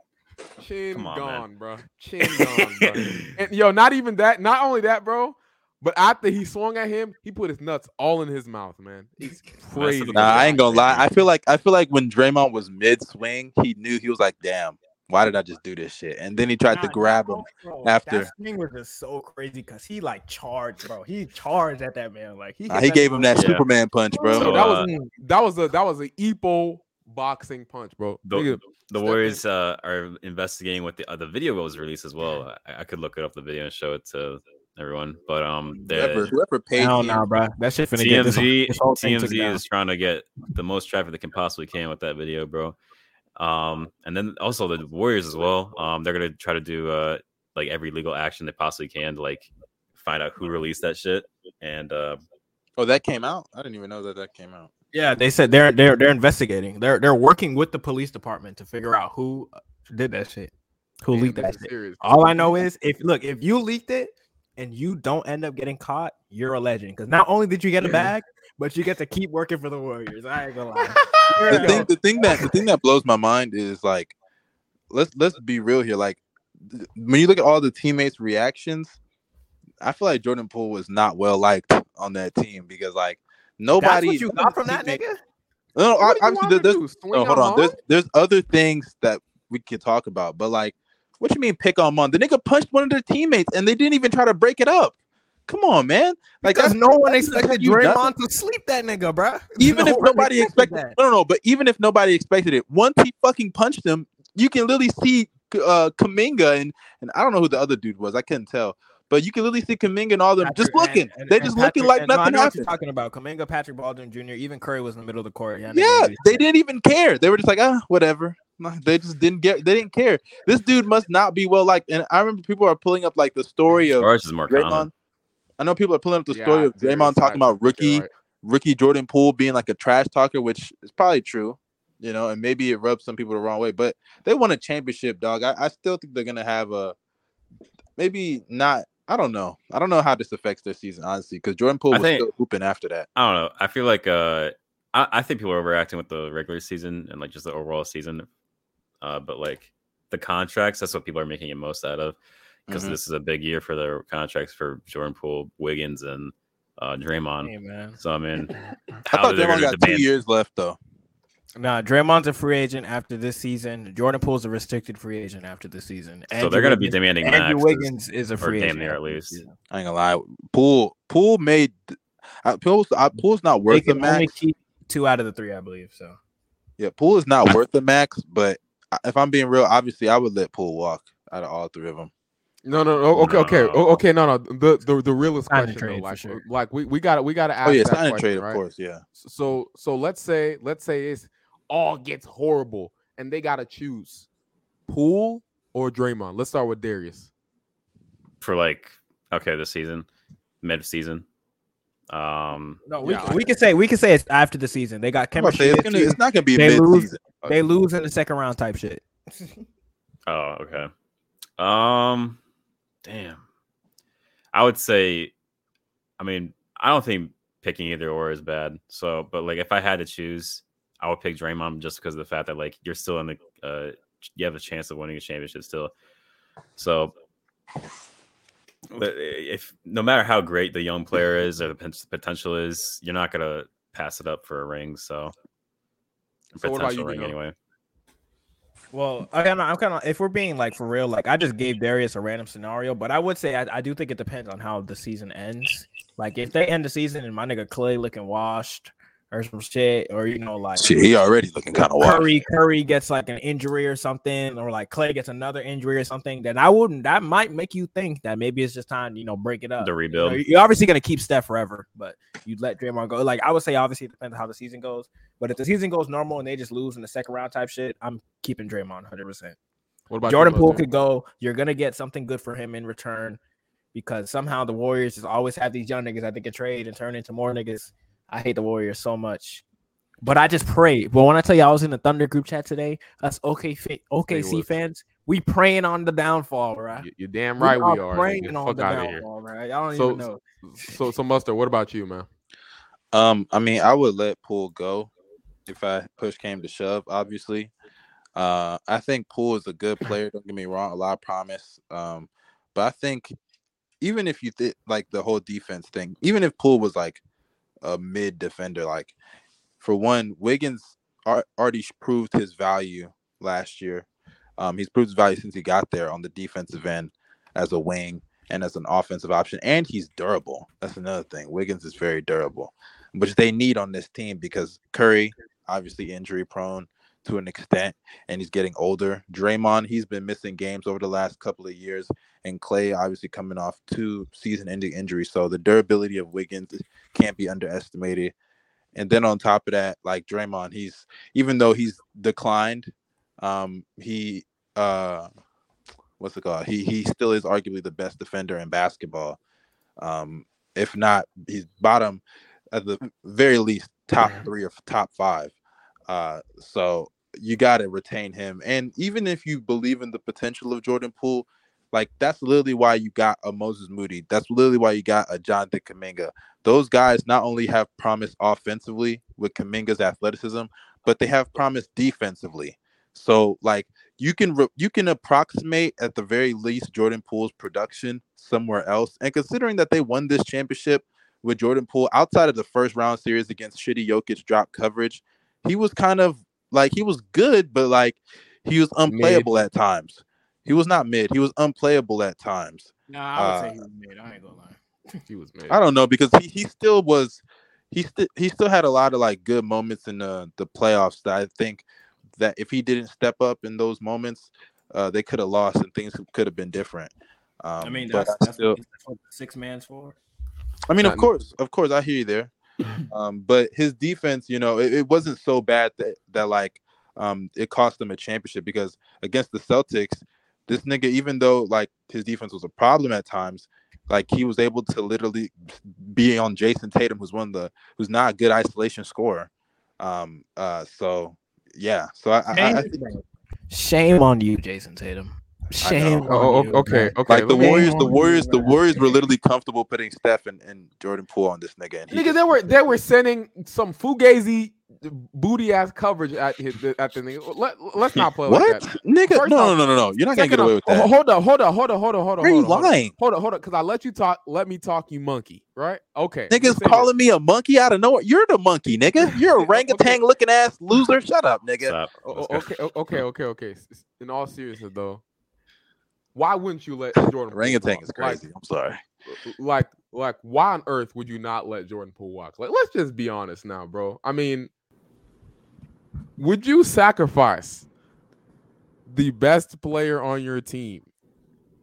Chin
Come on, man.
gone, bro. Chin gone, bro. And yo, not even that. Not only that, bro. But after he swung at him, he put his nuts all in his mouth, man. He's crazy.
the-
Nah, I ain't gonna lie. I feel like I feel like when Draymond was mid swing, he knew he was like, "Damn, why did I just do this shit?" And then he tried to
Nah,
grab
bro,
him.
bro,
after.
That swing was just so crazy because he like charged, bro. He charged at that man. Like he,
Nah,
hit
he
that
gave him that
Yeah.
Superman punch, bro.
So
So,
that
uh,
was that was a that was a Epo boxing punch, bro.
the,
Nigga,
the
Step
Warriors uh, are investigating what the uh, the video was released as well. I, I could look it up the video and show it to everyone, but um,
whoever,
the
whoever paid
Hell
him-
no, bro. That shit finna get this whole-
TMZ
this whole thing took
TMZ
down.
is trying to get the most traffic they can possibly can with that video, bro. Um, and then also the Warriors as well. Um, they're gonna try to do uh like every legal action they possibly can to like find out who released that shit and uh
Oh, that came out. I didn't even know that that came out.
Yeah, they said they're they're they're investigating. They're they're working with the police department to figure out who did that shit, who
damn,
leaked
this
that
is
shit.
serious,
Oh,
bro.
All I know is if look if you leaked it and you don't end up getting caught, you're a legend. Because not only did you get a bag, but you get to keep working for the Warriors. I ain't gonna lie. There
the
you
thing
go.
the thing that the thing that blows my mind is like let's let's be real here like th- when you look at all the teammates reactions i feel like jordan poole was not well liked on that team because like
That's
nobody
what you
none
got
of the
from that
teammates-
nigga.
no, no
What do you want
obviously
him
there-
to
there's
do? Swing
no, Oh, hold on there's there's other things that we could talk about but like what you mean pick on Mon? the nigga punched one of their teammates and they didn't even try to break it up come on man like
Because
that's
no one
that's- that's
expected
what you got.
Draymond to sleep that nigga, bruh.
even if
one
nobody expected,
that.
no, no, no, but even if nobody expected it, once he fucking punched him, you can literally see uh Kaminga and and I don't know who the other dude was, I couldn't tell, but you can literally see Kaminga and all them just
Patrick-
looking.
and- and-
They're
and
just
Patrick-
looking like
and- no, I
nothing
know what you're
happened.
Talking about Kaminga, Patrick Baldwin Jr., even Curry was in the middle of the court. Yeah,
Yeah,
nigga.
they didn't even care. They were just like, ah, whatever. Like, They just didn't get. They didn't care. This dude must not be well liked. And I remember people are pulling up like the story of
ours is more
Draymond.
common.
I know people are pulling up the
Yeah,
story of
there is
Draymond
that
talking about
shit,
rookie
right?
rookie Jordan Poole being like a trash talker, which is probably true, you know, and maybe it rubs some people the wrong way, but they won a championship, dog. I, I still think they're gonna have a maybe not. I don't know. I don't know how this affects their season, honestly, because Jordan Poole
I
was
think-
still hooping after that.
I don't know. I feel like uh I, I think people are overreacting with the regular season and like just the overall season. Uh but like the contracts, that's what people are making it most out of. Because
Mhm.
Mm-hmm.
this is a big year for their contracts for Jordan Poole, Wiggins, and uh Draymond.
Hey, man.
So I mean,
I
how
thought
they're going
Draymond
to
got two
demand?
years left though.
Nah, Draymond's a free agent after this season. Jordan Poole's a restricted free agent after this season.
So they're going to be demanding
Andrew
max.
Wiggins is a
or
free agent.
damn near at
after this
least.
season.
I ain't gonna lie. Poole Poole made I, Poole's, I, Poole's not
They
worth the
can only
max.
keep two out of the three, I believe. So
Yeah, Poole is not worth the max. But I- if I'm being real, obviously I would let Poole walk out of all three of Oh, them.
No, no, no. Okay, okay,
No.
o- okay. No, no. The the, the realest
Sign and
question, though,
trade, for
like,
sure.
like we we got to we got to ask.
Oh yeah,
that
sign and
question,
trade, of
right?
course. Yeah.
So so let's say let's say it's all gets horrible and they gotta choose Poole or Draymond. Let's start with Darius.
for like okay this season mid season um
no, we,
Yeah,
can,
I-
we can say we can say it's after the season. They got
I'm about to say,
chemistry.
it's, gonna, it's not gonna be
They
mid
lose.
season.
They lose in the second round type shit.
oh okay um damn i would say i mean i don't think picking either or is bad so but like if i had to choose i would pick draymond just because of the fact that like you're still in the uh you have a chance of winning a championship still so but eh, if no matter how great the young player is or the pot- potential is you're not gonna pass it up for a ring so
So what about you,
potential ring
Dino?
anyway
Well, I kinda, I'm kind of if we're being like for real, like I just gave Darius a random scenario, but I would say I, I do think it depends on how the season ends. Like if they end the season and my nigga Clay looking washed or some shit, or you know like
Shit, he already looking kind of wild.
Curry Curry gets like an injury or something, or like Clay gets another injury or something, then I wouldn't. That might make you think that maybe it's just time, you know, break it up.
the
You
rebuild.
are obviously gonna keep Steph forever, but you let Draymond go. Like I would say, obviously it depends on how the season goes. But if the season goes normal and they just lose in the second round type shit, I'm keeping Draymond 100. percent
What about you,
Jordan Poole
Buster?
could go. You're gonna get something good for him in return because somehow the Warriors just always have these young niggas that they can trade and turn into more niggas. I hate the Warriors so much. But I just pray. But when I tell you I was in the Thunder group chat today, us OK fa- OKC
what.
fans, we praying on the downfall, right?
You, are damn right we are.
praying
nigga.
on
Fuck
the
out of here.
downfall, right? I don't
So-
even know.
So, so Mustard, what about you, man?
Um, I mean, I would let Poole go if I push came to shove, obviously. Uh, I think Poole is a good player. Don't get me wrong, a lot of promise. Um, but I think even if you think like the whole defense thing, even if Poole was like a mid defender, like for one, Wiggins ar- already proved his value last year. Um, he's proved his value since he got there on the defensive end as a wing and as an offensive option, and he's durable. That's another thing. Wiggins is very durable, which they need on this team because Curry, obviously injury prone to an extent, and he's getting older. Draymond, he's been missing games over the last couple of years, and Clay, obviously coming off two season-ending injuries. So the durability of Wiggins can't be underestimated. And then on top of that, like Draymond, he's even though he's declined, um, he uh what's it called? He he still is arguably the best defender in basketball. Um, if not, he's bottom at the very least top three or top five. Uh, so you got to retain him. And even if you believe in the potential of Jordan Poole, like that's literally why you got a Moses Moody. That's literally why you got a Jonathan Kaminga. Those guys not only have promise offensively with Kaminga's athleticism, but they have promise defensively. So like you can re- you can approximate at the very least Jordan Poole's production somewhere else. And considering that they won this championship with Jordan Poole outside of the first round series against shitty Jokic drop coverage, he was kind of like he was good, but like he was unplayable at times. He was not mid. He was unplayable at times.
Nah, I would say he was mid. I ain't gonna lie.
He was made.
I don't know because he, he still was he still he still had a lot of like good moments in the the playoffs that I think that if he didn't step up in those moments, uh, they could have lost and things could have been different. Um,
I mean,
but
that's,
I
that's,
still,
what- that's what six man's for.
I mean, of
Not-
course, of course, I hear you there. Um, but his defense, you know, it, it wasn't so bad that that like um, it cost them a championship because against the Celtics, this nigga, even though like his defense was a problem at times, like he was able to literally be on Jason Tatum, who's one of the who's not a good isolation scorer. Um, uh, so yeah, so I, I, I think
Shame on you, Jason Tatum. Shame. On
know.
Oh,
you,
o- okay,
man.
okay.
Like the
let me-
Warriors, the
Damn,
Warriors, the
bruh.
Warriors were literally comfortable putting Steph and, and Jordan Poole on this nigga. And he
Nigga,
just-
they were they were sending some fugazi booty ass coverage at his, at the nigga. Let, let's not play like
what?
that.
Nigga,
First
no, no,
off-
no, no, no. You're not
Second
gonna get
off-
away with
oh,
that.
Hold up, hold up, hold up, hold up, hold up.
Are
hold
you
up, hold up.
lying?
Hold up, hold up, because I let you talk. Let me talk, you monkey, right? Okay. you
Niggas
said that.
calling me a monkey out of nowhere. You're the monkey, nigga. You're a
Okay.
orangutan looking ass loser. Shut up, nigga.
Stop.
O-
Let's
o-
go.
okay, o- okay, okay, okay. S- s- In all seriousness, though, why wouldn't you let Jordan Poole
Orangutan
walk?
is crazy. I'm sorry.
Like, like, like, why on earth would you not let Jordan Poole walk? Like, let's just be honest now, bro. I mean, would you sacrifice the best player on your team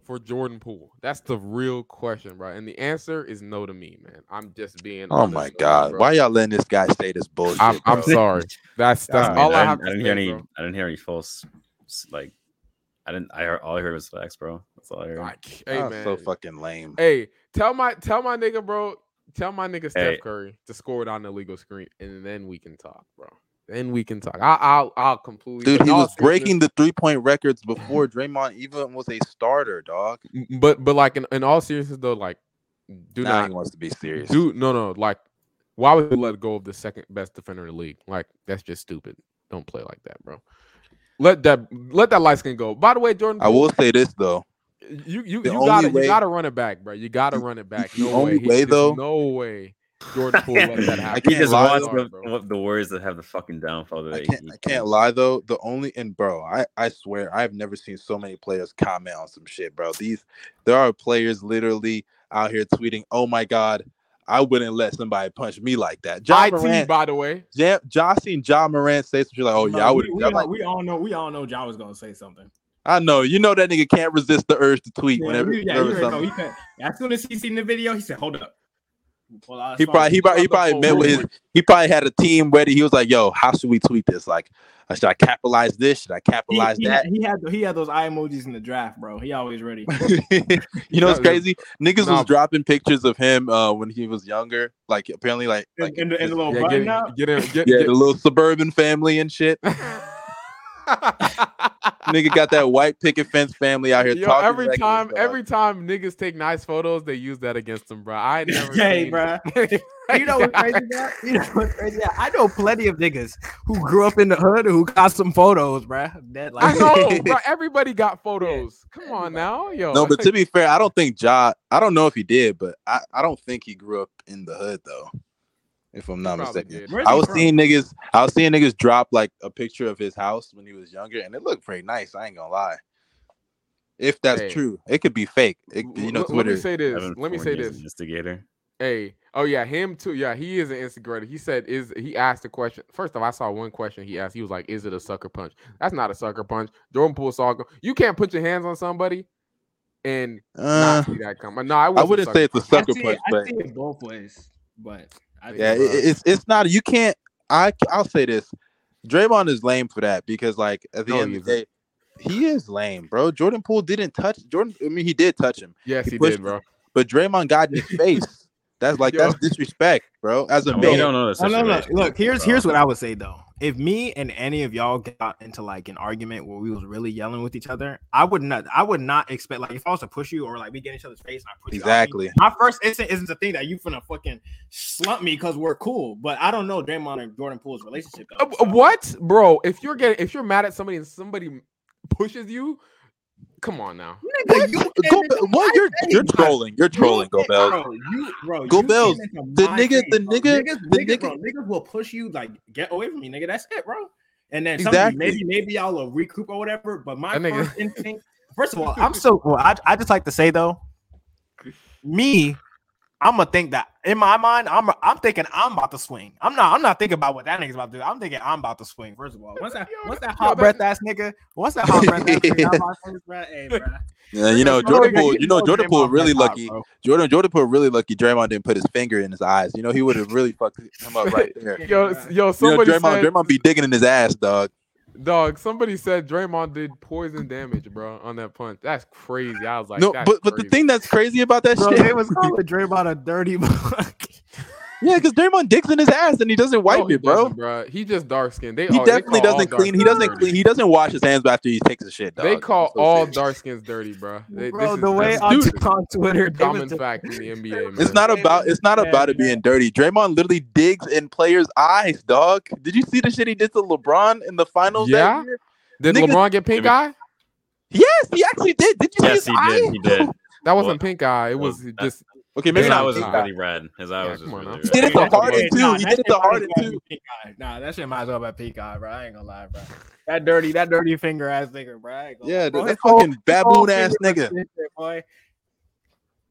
for Jordan Poole? That's the real question, bro. And the answer is no to me, man. I'm just being.
Oh
honest
my
with you,
god,
bro.
why y'all letting this guy say this bullshit?
I'm, I'm
bro?
sorry. That's that's
I mean,
all I,
Oh, I,
have
didn't,
to
I didn't
say,
hear any.
bro.
I didn't hear any false. s- Like, I didn't. I heard all I heard was facts, bro. That's all I heard.
Like, hey,
That was
man.
so fucking lame.
Hey, tell my tell my nigga, bro. Tell my nigga Steph
Hey.
Curry to score it on the legal screen, and then we can talk, bro. Then we can talk. I, I'll I'll completely.
Dude,
in
he
all
was breaking
seriousness-
the three point records before Draymond even was a starter, dog.
m- But but like in, in all seriousness though, like do
now
not
he wants to be serious.
do no no like why would you let go of the second best defender in the league? Like that's just stupid. Don't play like that, bro. Let that let that light skin go. By the way, Jordan,
I
Poole,
will say this though.
You you, you
The only
gotta
way-
you gotta run it back, bro. You gotta run it back.
the
No
only
way, He-
way,
there's
though-
No way. Jordan Poole let that happen.
he
can't
just
lie,
wants
Sorry,
the,
bro.
what the Warriors that have the fucking downfall. That
I
they-
can't,
he
I can't lie though. The only and bro, I I swear I've never seen so many players comment on some shit, bro. These there are players literally out here tweeting, "Oh my god, I wouldn't let somebody punch me like that." John
IT,
Morant,
by the way.
ja, Ja seen John Morant say some shit like, "Oh yeah, I would."
We, we, all- we all know. We all know Ja was gonna say something.
I know you know that nigga can't resist the urge to tweet
Yeah,
whenever,
we- yeah, you
whenever
already
something.
know. He said- as soon as he seen the video, he said, "Hold up." Well, I
He
saw
probably
it.
he probably, he
Shut the
probably
fuck
met
up.
with his he probably had a team ready. He was like, "Yo, how should we tweet this? Like, uh, should I capitalize this? Should I
He-
capitalize
he,
that?"
had- he had he had those eye emojis in the draft, bro. He always ready.
you know
No,
what's crazy? Niggas
nah.
was dropping pictures of him uh, when he was younger. Like apparently, like,
In,
like
Oh,
in the, in the little
Yeah,
button
get,
up.
get in. Get,
yeah,
get-
the little suburban family and shit. Nigga got that white picket fence family out here
Yo,
talking.
every
reckless,
time,
dog.
every time niggas take nice photos, they use that against them, bro. I ain't never.
Hey,
seen-
bro. You know what's crazy? Bro? You know what's crazy? bro? I know plenty of niggas who grew up in the hood who got some photos, bro. That
I
like,
know, bro. Everybody got photos. Come on
everybody.
now, yo.
No, but to be fair, I don't think Ja. I don't know if he did, but I, I don't think he grew up in the hood though. If I'm not
Probably
mistaken,
did.
Where's
I
he
was
from?
seeing niggas. I was seeing niggas drop like a picture of his house when he was younger, and it looked pretty nice. I ain't gonna lie. If that's
Hey.
true, it could be fake. It, you know,
Let- let me
Twitter.
say this.
Evan
Let me
Fournier
say
is an
this.
Investigator.
Hey, oh yeah, him too. Yeah, he is an instigator. He said, "Is he asked a question?" First off, I saw one question he asked. He was like, "Is it a sucker punch?" That's not a sucker punch. Jordan Poole saw. You can't put your hands on somebody and
Uh,
not see that come. No, I,
I wouldn't say it's a
I
sucker
see,
punch,
it, I
but
see it both ways, but I
yeah, it,
bruh.
it- it's it's not. You can't. I I'll say this. Draymond is lame for that because like at the
No,
end
he
of the day, he is lame, bro. Jordan Poole didn't touch Jordan. I mean, he did touch him.
Yes,
He
he
pushed
did, bro.
but Draymond got in his face. That's like
Yo.
that's disrespect, bro. As a
I mean, you
man,
don't know the
No, no, no.
situation,
Look, here's
bro.
here's what I would say though. If me and any of y'all got into like an argument where we was really yelling with each other, I would not. I would not expect like if I was to push you or like we get in each other's face and I push you. I mean,
exactly.
my first instinct isn't the thing that you finna fucking slump me because we're cool. But I don't know Draymond and Jordan Poole's relationship.
Uh,
Though,
uh, what, bro? If you're getting, if you're mad at somebody and somebody pushes you, come on now.
Nigga, you
Go,
came into
Go-
my
you're
face,
you're
bro.
trolling. You're trolling,
You-
Go Bells.
Bro, you, bro,
Go
you came
Bells.
into
The
my
nigga- the
bro.
nigga-
niggas,
the
niggas,
nigga-
bro, niggas will push you like get away from me, nigga. That's it, bro. And then
Exactly.
something, maybe maybe y'all will recoup or whatever. But my
That nigga-
first instinct, first of all, I'm so well. I, I just like to say though, me, I'm gonna think that in my mind, I'm I'm thinking I'm about to swing. I'm not I'm not thinking about what that nigga's about to do. I'm thinking I'm about to swing. First of all, once that
Yo,
once that
yo,
hot
that-
breath ass nigga, once that hot breath ass nigga, got my face, bro, hey, bro.
Yeah, you know
Nigga,
Jordan
nigga,
Poole.
you
You know Jordan
Draymond
Poole really
played hot,
lucky.
bro.
Jordan Jordan Poole really lucky. Draymond didn't put his finger in his eyes. You know he would have really fucked him up right there.
Yo, s- yo,
You know
somebody
Draymond
said,
Draymond be digging in his ass, dog.
dog. Somebody said Draymond did poison damage, bro, on that punch. That's crazy. I was like,
no,
that's
but but the
crazy.
thing that's crazy about that
Bro,
shit,
they was calling Draymond a dirty buck.
yeah, because Draymond dicks in his ass and he doesn't wipe
No, Oh, he
it, bro.
doesn't, bro. He just dark skinned. They
He
all- they
definitely
call all
doesn't
dark
clean. He
skins
doesn't
dirty.
clean. He doesn't wash his hands after he takes a shit. Dog.
They call
I'm so
all
serious.
dark skins dirty, bro. They,
Bro,
this
the
is,
way
this
on,
is
on Twitter,
a
they was
common
just-
fact in the NBA, man.
It's not about it's not about it being dirty. Draymond literally digs in players' eyes, dog. Did you see the shit he did to LeBron in the finals? that
Yeah?
year?
Did
niggas-
LeBron get pink
Jimmy-
eye?
Yes, he actually did. Did you
Yes,
see
he
his eye?
did. He did.
That
Well,
wasn't pink eye. It
well,
was
that-
just
Okay,
His
maybe
eye
not.
was
Pink
just
eye.
pretty red. His eye
Yeah,
was just
come on
really
now.
red.
He did it to
That shit-
Harden
nah,
too. He
that
did it
shit might
to
as
Harden
well be
too.
pink eye. Nah, that shit might as well be pink eye, bro. I ain't gonna lie, bro. That dirty, that dirty finger ass nigga, bro. I ain't gonna lie.
Yeah,
Bro,
dude,
his
that
whole-
fucking
his whole
baboon ass
finger
nigga.
was shit, boy.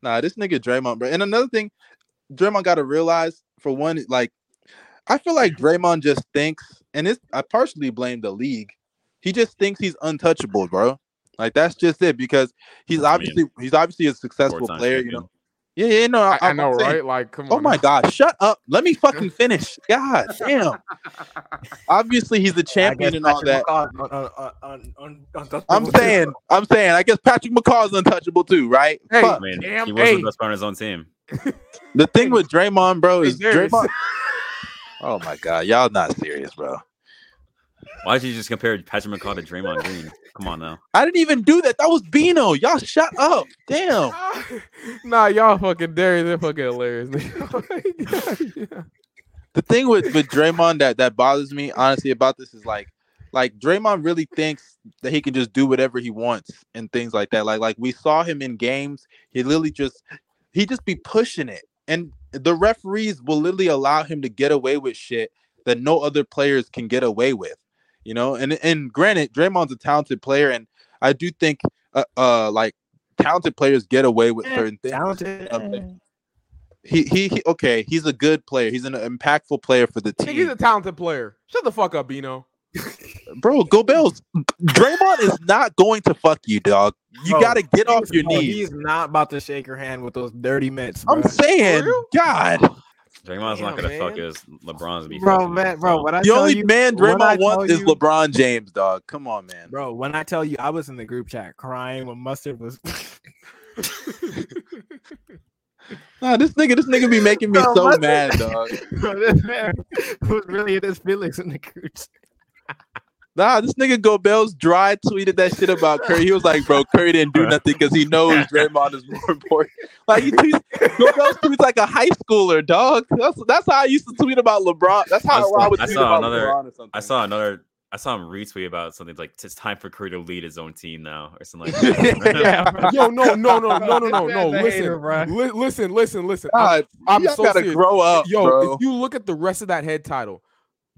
Nah, this nigga Draymond, bro. And another thing, Draymond got to realize for one, like, I feel like Draymond just thinks, and it's I partially blame the league. He just thinks he's untouchable, bro. Like that's just it because
I
he's
mean,
obviously he's obviously a successful
Four-time
player, you
champion.
know. Yeah, yeah, no, I,
I, I
I'm
know,
saying-
right? Like, come
Oh
on.
my
now.
god, shut up. Let me fucking finish. God damn. Obviously he's the champion and all that. I'm saying, I'm saying, I guess Patrick McCaw is untouchable too, right?
Hey,
Fuck.
I mean,
Damn,
he was
hey.
the best player on his own team.
The thing with Draymond, bro, is
Hey, Darius.
Draymond. Oh my god, y'all not serious, bro.
Why did you just compare Patrick McCall to Draymond Green? Come on now.
I didn't even do that. That was Bino. Y'all shut up. Damn.
nah, y'all fucking dirty. They're fucking hilarious. nigga. Yeah.
The thing with with Draymond that that bothers me honestly about this is like like Draymond really thinks that he can just do whatever he wants and things like that. Like like we saw him in games, he literally just he just be pushing it. And the referees will literally allow him to get away with shit that no other players can get away with. You know, and and granted, Draymond's a talented player and I do think uh, uh like talented players get away with certain things.
Talented.
Um, He, he he okay, he's a good player. He's an impactful player for the
Nigga, he's
team.
a talented player. Shut the fuck up, Bino.
Bro, go Bells. Draymond is not going to fuck you, dog. You
Bro,
got to get off your
Oh,
knees.
He's not about to shake your hand with those dirty mitts, bro.
I'm saying,
For real?
God,
Draymond's not
Damn,
gonna fuck
man.
his LeBron's gonna be
bro,
fucking
man,
him,
bro.
so.
What I
the
tell
only
you,
man
when I
Draymond wants
tell
is
you-
LeBron James, dog. Come on, man.
bro. When I tell you, I was in the group chat crying when mustard was.
Nah, this nigga, this nigga be making me
Bro,
so
what's
mad, dog.
Bro, this man was really in his feelings in the group. chat.
Nah, this nigga Gobel's dry tweeted that shit about Curry. He was like, bro, Curry didn't do nothing because he knows Draymond is more important. Like he tweets, Gobel tweets like a high schooler, dog. That's that's how I used to tweet about LeBron. That's how
I saw-
I, would
I
tweet
saw
about
another-
LeBron or something.
I saw another. I saw him retweet about something like it's time for Curry to lead his own team now or something like that.
Yo, no, no,
Oh,
no, no, no, no, no. Listen,
bro.
li- listen, listen, listen. I'm-
God,
I'm
y'all
so
gotta
serious.
grow up,
Yo,
bro.
if you look at the rest of that head title,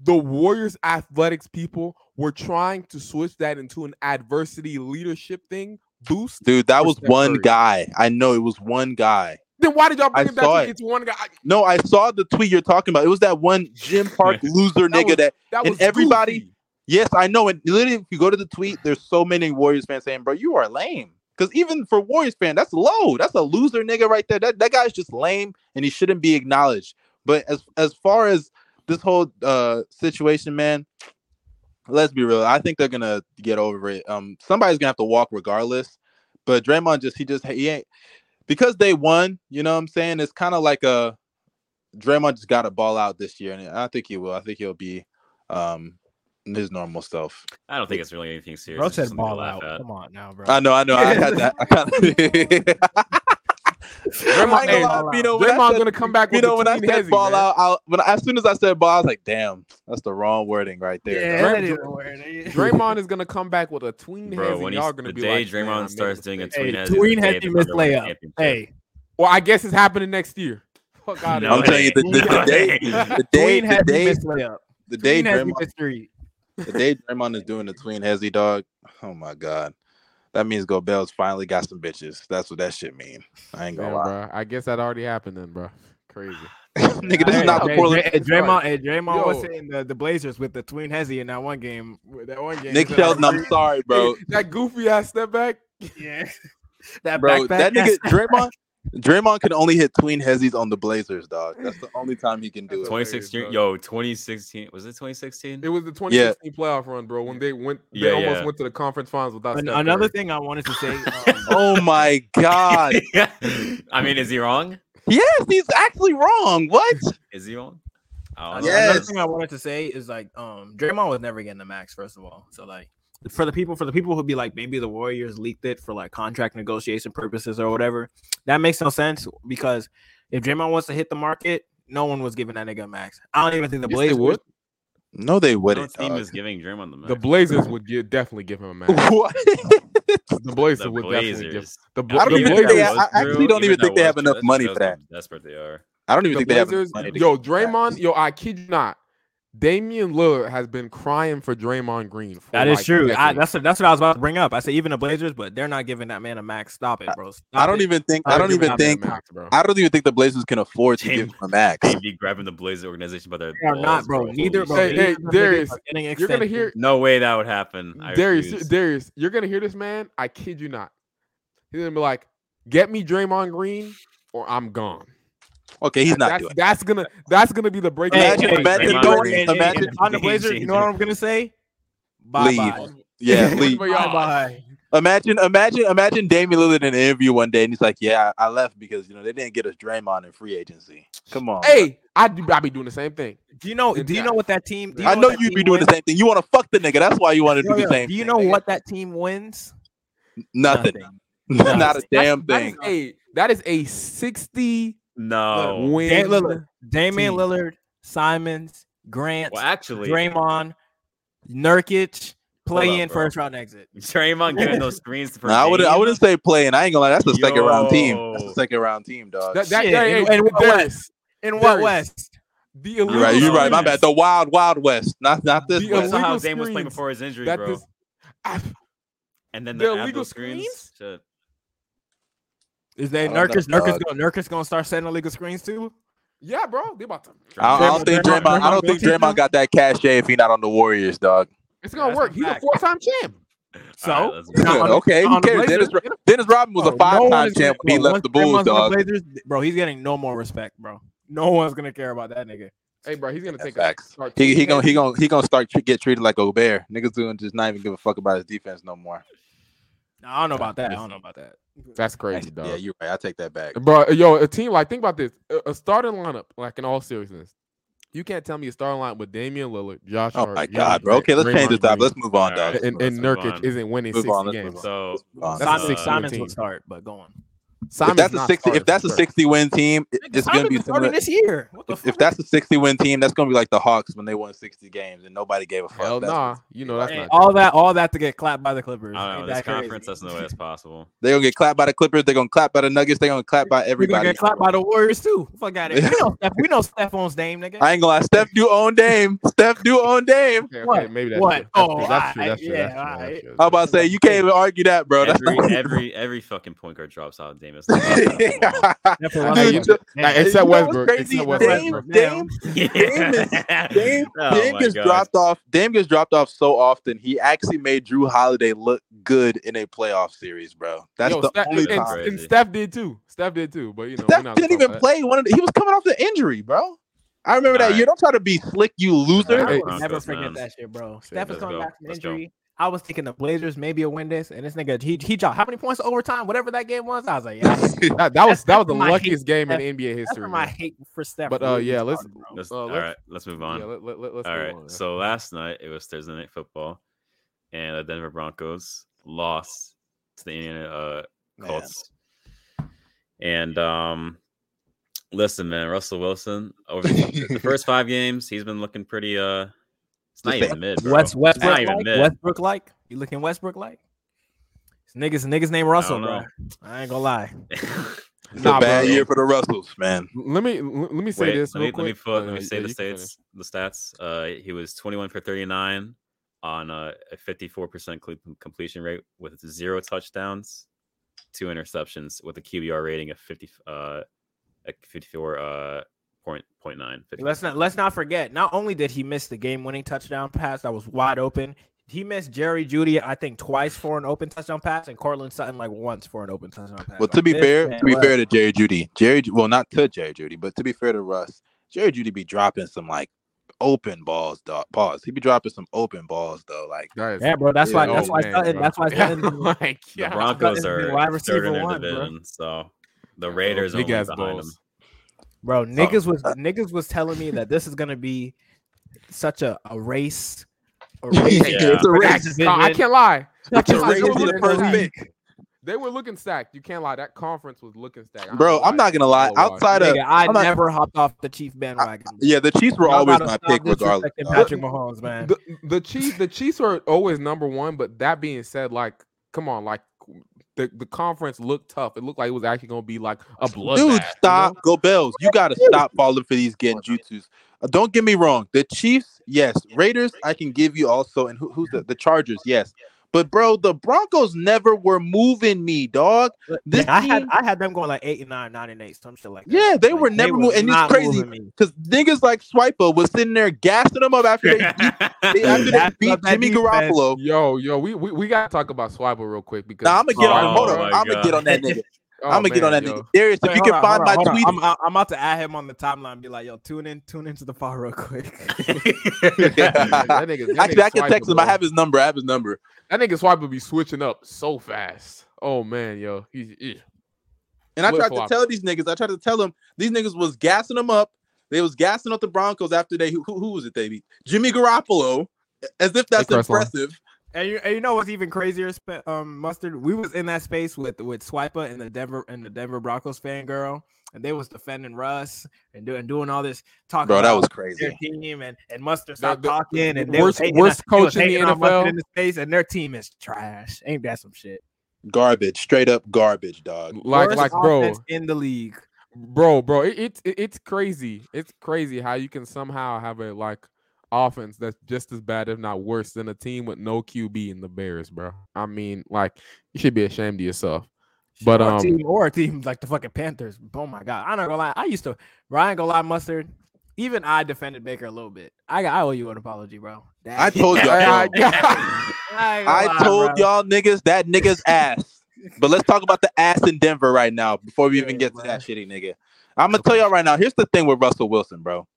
the Warriors athletics people were trying to switch that into an adversity leadership thing boost.
Dude, that was
Steph
one
Curry.
guy. I know it was one guy.
Then why did y'all bring
I
it
saw
back?
it.
to It's one guy. I-
No, I saw the tweet you're talking about. It was that one Jim Park loser
That
nigga
was-
that.
That
And
was
everybody-
goofy.
Yes, I know. And literally, if you go to the tweet, there's so many Warriors fans saying, "Bro, you are lame." Because even for Warriors fan, that's low. That's a loser nigga right there. That that guy's just lame, and he shouldn't be acknowledged. But as as far as this whole uh situation, man, let's be real. I think they're gonna get over it. Um, somebody's gonna have to walk regardless. But Draymond just he just he ain't because they won. You know what I'm saying? It's kind of like a Draymond just got to ball out this year, and I think he will. I think he'll be um his normal self.
I don't think it's really anything serious.
Bro
it's
said
just something to
ball
laugh
out.
at.
Come on now, bro.
I know, I know. I had that. I kinda...
Draymond,
I ain't gonna
hey,
lie, Vito, when I
Draymond
said-
gonna come back with
Vito, when I
between
said
hezzy,
ball
man.
out, I, when I, as soon as I said ball, I was like, "Damn, that's the wrong wording right there."
Yeah,
Dray-
that didn't work.
Draymond is gonna come back with a tween
Bro,
hezzy.
when
and
he-
Y'all are gonna
the
be
day
like, man, I
Draymond
made
starts doing a
mistake.
Hey,
tween hezzy,
tween
the day
hezzy
they
missed
won the
layup.
championship.
Hey,
Well, I guess it's happening next year. Fuck out
No,
I'm
of
it
here.
telling you, the,
ain't.
the, the
No, it
day,
ain't.
the day,
Dwayne
the
had
day,
missed layup.
the day,
Dwayne had
Draymond,
missed three.
the day Draymond is doing the tween hezzy dog. Oh my god, that means Gobel's finally got some bitches. That's what that shit mean. I ain't gonna
Damn,
lie,
bro. I guess that already happened then, bro. Crazy.
nigga. This
Hey,
is not the
hey,
Portland.
Dray- hey, Draymond, hey, Draymond
Yo.
was in the, the Blazers with the tween hezzy in that one game. with That one game.
Nick
he said,
Shelton, I'm sorry, bro.
that goofy ass step back.
Yeah. that
bro.
backpack-
That nigga Draymond, Draymond can only hit tween hezzies on the Blazers, dog. That's the only time he can do it.
2016, yo, 2016 was it 2016?
It was the 2016 playoff run, bro. When they went, they
Yeah,
almost
yeah.
went to the conference finals without
An-
Steph Curry.
another thing I wanted to say. um,
Oh my god!
I mean, is he wrong?
Yes, he's actually wrong. What?
Is he wrong? I
Another
don't know.
Yes.
thing I wanted to say is like, um, Draymond was never getting the max, first of all. So like, for the people, for the people who be like, maybe the Warriors leaked it for like contract negotiation purposes or whatever. That makes no sense because if Draymond wants to hit the market, no one was giving that nigga a max. I don't even think the
Yes, they
Blazers
would.
No, they
No
wouldn't.
team
dog.
is giving Draymond the max.
The Blazers would get, definitely give him a match.
What?
The Blazers
The
would definitely give
Blazers.
the, Bla-
I don't
the
even
Blazers.
think they
that
have- I
was
actually don't even
that
think they
was
have
true,
enough
that
money
shows
for that.
how Desperate they are.
I don't even
the
think they have enough
Blazers.
money. to
Yo,
get that.
Draymond. Yo, I kid you not. Damian Lillard has been crying for Draymond Green. For
That is
like
true. I,
decades.
that's what, that's what I was about to bring up. I said even the Blazers, but they're not giving that man a max. Stop it, bro. Stop
I don't
it.
even think.
I
I don't
agree
even
with that,
think.
Max, bro.
I don't even think the Blazers can afford to give him a max.
They'd be grabbing the Blazer organization by their
They are not,
balls,
bro. Neither,
Holy
bro.
Hey,
shit.
hey,
Neither of them
Darius,
are getting
You're gonna
extended.
hear
No way that would happen. I
Darius.
refuse.
Darius, you're gonna hear this man. I kid you not. He's gonna be like, "Get me Draymond Green, or I'm gone."
Okay, he's not
that's,
doing.
that's gonna that's gonna be the breaking
Hey,
point.
Imagine,
hey,
imagine
Draymond
going.
Green.
And- and-
Imagine.
and if I'm the Blazers, you know what I'm gonna say? Bye
Leave.
bye.
Yeah, leave.
But y'all-
bye.
Imagine, imagine, imagine Damian Lillard in an interview one day, and he's like, "Yeah, I left because you know they didn't get us Draymond in free agency. Come on,
Hey, I do. I be doing the same thing.
Do you know?
And
Do you
that-
know what that team? Do
I know
what that
you'd be
team
doing the
wins?
same thing. You want to fuck the nigga. That's why you want to do
Yo,
the
yo,
same.
Do you
thing,
know
nigga.
what that team wins?
Nothing.
Nothing.
Not a
That's-
damn
That is
thing.
a that is a sixty
No.
win.
Damian Lillard, Damian
team.
Lillard, Simons, Grant,
Well, actually,
Draymond, Nurkic,
Hold
play
up,
in
bro.
first round exit.
Draymond getting those screens for.
Nah, I wouldn't. I
Dame?
wouldn't say playing. I ain't gonna lie. That's the second round team. That's
Yo.
the second round team, dog.
That, that,
Shit,
hey,
and-
hey,
and what-
Darius,
In what
Darius.
West?
the
you're
illegal
right. You're right. My
screens
bad. The wild, wild west. Not, not this.
The
That's
West.
illegal
how Dame was playing
screens
before his injury,
that
bro.
this- I-
and then
the
the
illegal
illegal screens.
screens?
Shit.
Is that
I don't
Nurkic?
know,
Nurkic
dog.
gonna Nurkic gonna start setting illegal screens too?
yeah, bro. They about to.
I, I don't think
Draymond-
Draymond. I don't
Draymond
think
Green.
Draymond got that cachet if he not on the Warriors, dog.
It's gonna
That's a
work. He's a
fact.
four time champ.
All
So
right, let's go.
Not on the-
okay,
not
who
on the
cares? Dennis,
Blazers.
Ro- Dennis Rodman was a
Bro,
five-time
no one is gonna-
champ when he
bro,
left the
once Draymond's
Bulls,
on the
dog.
Blazers, bro, he's getting no more respect, bro. No one's gonna care about that nigga.
Hey, bro, he's gonna take a
Facts.
start
He he
taking
gonna
hits.
he gonna he gonna start tr- get treated like Gobert. Niggas doing just not even give a fuck about his defense no more.
Nah, I don't know about that. I don't know about that.
That's crazy,
Actually, Yeah,
dog.
you're right. I take that back.
Bro, yo, a team like think about this: a, a starting lineup, like in all seriousness, You can't tell me a starting line with Damian Lillard, Josh.
Oh
Hart,
my
Giannis
god, bro. Okay, let's
Draymond
change the
Green,
topic. Let's move on,
All
dog.
right.
and,
Let's
and
move
Nurkic
on.
isn't winning
Move
sixty
on, let's
games.
move
So
Let's move on.
That's a
Simon,
60
Simons
team.
will start, but go on.
Simon's
if that's a
not
sixty,
starting
if that's
for
a
sure.
sixty win team, it- it's gonna be similar.
this year. What the
If, if that's a sixty win team, that's gonna be like the Hawks when they won sixty games and nobody gave a fuck.
Hell
That's-
nah, you know that's
Hey,
not.
all that, all that to get clapped by the Clippers.
I don't
Ain't
know this
that crazy?
conference. That's no way that's possible.
They're gonna get clapped by the Clippers. They're gonna clap by the Nuggets. They're gonna clap by
We're gonna
everybody.
get clapped by the Warriors too. Fuck out of here. We know Steph. We know Steph owns Dame, nigga.
I ain't gonna lie. Steph do own Dame. Steph do own Dame.
Okay, okay,
What?
maybe that's
What?
True. That's
Oh,
true. That's true.
I-
That's true.
yeah,
That's true. That's
alright.
true.
I'm about to say you can't even argue that, bro. That's
every
not.
every every fucking point guard drops out. Davis.
That's
I
what
know you
I'm saying.
took-
Damn.
Except
You know what's
Westbrook.
crazy?
Except Westbrook.
Dame,
Now-
Dame, Dame,
Oh
Dame gets dropped off. Dame gets dropped off so often. He actually made Drew Holiday look good in a playoff series, bro. That's
Yo,
the
Steph-
only
and,
time.
and Steph did too. Steph did too. But you know, we're
Steph
not
didn't
gonna
even
talk
play one of the, he was coming off the injury, bro. I remember that
Alright.
year. Don't try to be slick, you loser.
I
Hey,
will
Broncos,
never forget
man.
that shit, bro.
Shit,
Steph was
let's
coming
go.
back from
Let's go.
injury. I was thinking the Blazers maybe will win this, and this nigga he he dropped how many points overtime, whatever that game was. I was like, yeah, that's
about that. That, that was
That's
that was the
from my
luckiest game
Steph.
in NBA history.
where my
man.
hate for Steph.
But, uh,
really
yeah, let's-
started, bro.
Let's,
Uh,
all
let's-
right, let's move on.
Yeah, let, let, let, let's
all
move
right.
on, man.
so last night it was Thursday night football, and the Denver Broncos lost to the Indiana uh,
Man.
Colts. And um, listen, man, Russell Wilson over the the first five games, he's been looking pretty. Uh, it's not
Just
even mid, bro.
What's
It's not
Westbrook
even
like?
mid.
Westbrook like? You looking Westbrook like? Niggas, niggas named Russell,
don't
bro.
know.
I ain't gonna lie.
It's
Nah,
a bad
bro.
year for the Russells, man.
Let me let me say
Wait,
this
let me,
real quick.
let me, put,
Uh,
let me say
yeah,
the
you can
stats. The stats. Uh, he was 21 for 39 on uh, a 54% cle- completion rate with zero touchdowns, two interceptions, with a QBR rating of 50 uh, a 54 uh, point point nine. 50.
Let's not let's not forget. Not only did he miss the game-winning touchdown pass that was wide open, he missed Jerry Judy, I think, twice for an open touchdown pass, and Cortland Sutton like once for an open touchdown pass.
Well, to be
This
fair,
man
to be
was-
fair to Jerry Judy, Jerry, well, not to Jerry Judy, but to be fair to Russ, Jerry Judy be dropping some like open balls, dog. Pause. He be dropping some open balls though. Like
finish. Guys,
Yeah, bro. That's why.
Yeah,
That's
oh,
why.
man,
Sutton,
bro.
that's why.
Yeah,
Oh
Sutton,
like,
the
yeah.
Broncos
Sutton's been
are
wide
third in
receiver
their
one, bro.
division, so the Raiders are
Big
only
ass
behind them.
balls.
Oh.
bro, niggas was niggas was telling me that this is gonna be such a, a race. A race.
Yeah.
it's a
But
race.
that's- no, I can't lie.
Such
It's
a
a
race
race
in
to
the
the
first
league.
pick.
They were looking stacked. You can't lie. That conference was looking stacked. I don't
Bro,
know
I'm
why.
not gonna lie.
I don't know why.
Outside of
Nigga, I
I'm not-
never hopped off the Chief bandwagon.
yeah, the Chiefs were
Y'all
always
gotta
my
stop
pick regardless.
disrespecting
dog.
Patrick Mahomes, man.
the the Chiefs the Chiefs are always number one, but that being said, like come on, like the, the conference looked tough. It looked like it was actually gonna be like a bloodbath. you
Dude,
know?
stop. Go Bills. You got to stop falling for these getting jutsus. Uh, Don't get me wrong. The Chiefs, yes. Raiders, I can give you also. And who, who's the, the Chargers, yes. But, bro, the Broncos never were moving me, dog. This
I had
team-
I had them going like eight and nine, nine and eight, some shit like that.
Yeah, they were
Like,
never
was
moving. And
not
it's crazy
moving me.
because niggas like Swiper was sitting there gassing them up after they beat, they- after they
That's
beat
not that
Jimmy
defense.
Garoppolo.
Yo, yo, we, we, we gotta talk about Swiper real quick because
Now, I'm going to get
Oh
on. Hold
my
on. I'm going
God.
to get on that nigga.
oh,
I'm going to get on
man,
that
yo.
nigga. Darius, if
Wait,
you
hold
can
on, hold on,
find my
hold on.
tweet.
I'm, I'm about to add him on the timeline. and Be like, yo, tune in, tune into the pod real quick.
That nigga- that
Actually,
nigga
I can
Swiper,
text him.
bro.
I have his number. I have his number.
that nigga Swiper be switching up so fast. Oh man, yo, he's eh.
And I
Flip
tried
flop.
to tell these niggas, I tried to tell them these niggas was gassing them up. They was gassing up the Broncos after they who, who who was it they beat? Jimmy Garoppolo, as if that's
Hey, Chris Long.
impressive.
And you, and you know what's even crazier, Sp- um, mustard. We was in that space with with Swiper and the Denver and the Denver Broncos fan girl, and they was defending Russ and doing doing all this talking.
Bro, that
about
was
their
crazy.
team and and mustard stopped
the-
talking
worst-
and they was hating
worst
on- they was
coach in the
hating on Mustard
NFL.
in the space and their team is trash. Ain't that some shit?
Garbage, straight up garbage, dog.
like
Worst
like bro,
offense in the league.
bro, bro. It, it's it, it's crazy. It's crazy how you can somehow have a like offense that's just as bad, if not worse, than a team with no QB in the Bears, bro. I mean, like you should be ashamed of yourself. But,
or a
um,
team or a team like the fucking Panthers. Oh my god, I'm not gonna lie. I used to, bro. I ain't gonna lie, mustard. Even I defended Baker a little bit. I I owe you an apology, bro. That
I
shit-
told y'all,
I-
I, ain't gonna
I
lie,
told
bro.
y'all niggas that nigga's ass. But let's talk about the ass in Denver right now before we even
Yeah,
get
bro.
to that shitty nigga. I'm gonna tell y'all right now. Here's the thing with Russell Wilson, bro,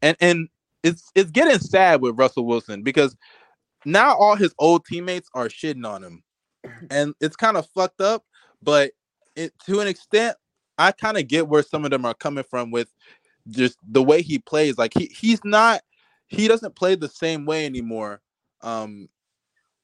and and it's it's getting sad with Russell Wilson because now all his old teammates are shitting on him, and it's kind of fucked up. But it, to an extent, I kind of get where some of them are coming from with just the way he plays, like he he's not he doesn't play the same way anymore. Um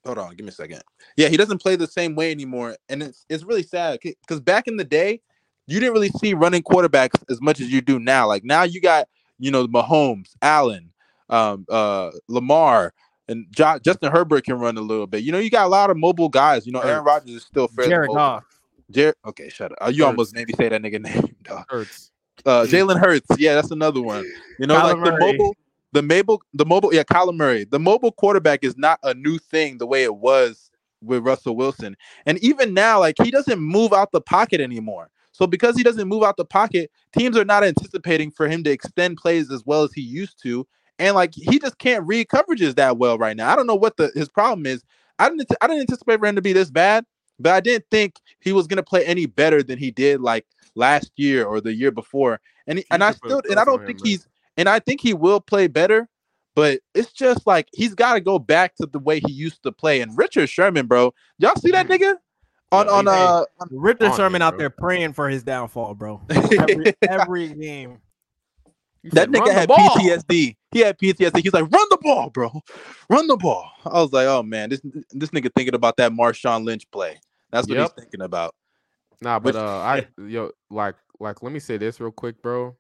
hold on, give me a second. Yeah, he doesn't play the same way anymore. And it's it's really sad because back in the day, you didn't really see running quarterbacks as much as you do now. Like now you got, you know, Mahomes, Allen, um, uh, Lamar, and jo- Justin Herbert can run a little bit. You know, you got a lot of mobile guys. You know, Aaron Rodgers is still fairly
Jared
mobile.
Goff.
Jer- okay, shut up. You almost made me say that nigga name, dog.
Hurts.
Uh, Jalen Hurts, yeah, that's another one. You know,
Kyler
like the
Murray.
mobile, the mobile, the mobile, yeah, Kyler Murray. The mobile quarterback is not a new thing the way it was with Russell Wilson, and even now, like he doesn't move out the pocket anymore. So because he doesn't move out the pocket, teams are not anticipating for him to extend plays as well as he used to, and like he just can't read coverages that well right now. I don't know what the his problem is. I didn't I didn't anticipate for him to be this bad, but I didn't think he was gonna play any better than he did like last year or the year before. And he, and I
Future put a
still and
curse
I
on
don't
him,
think
man.
he's and I think he will play better, but it's just like he's got to go back to the way he used to play. And Richard Sherman, bro, y'all see that nigga on
Mm. Yeah,
on
he-
uh
Richard
on
Sherman
him,
out
bro.
there praying for his downfall, bro. Every, every game.
He
that
said, "Run
nigga
the
had
ball."
PTSD. He had PTSD. He's like, run the ball, bro, run the ball. I was like, oh man, this this nigga thinking about that Marshawn Lynch play. That's what
Yep.
he's thinking about.
Nah, but
Which-
uh, I yo like like let me say this real quick, bro.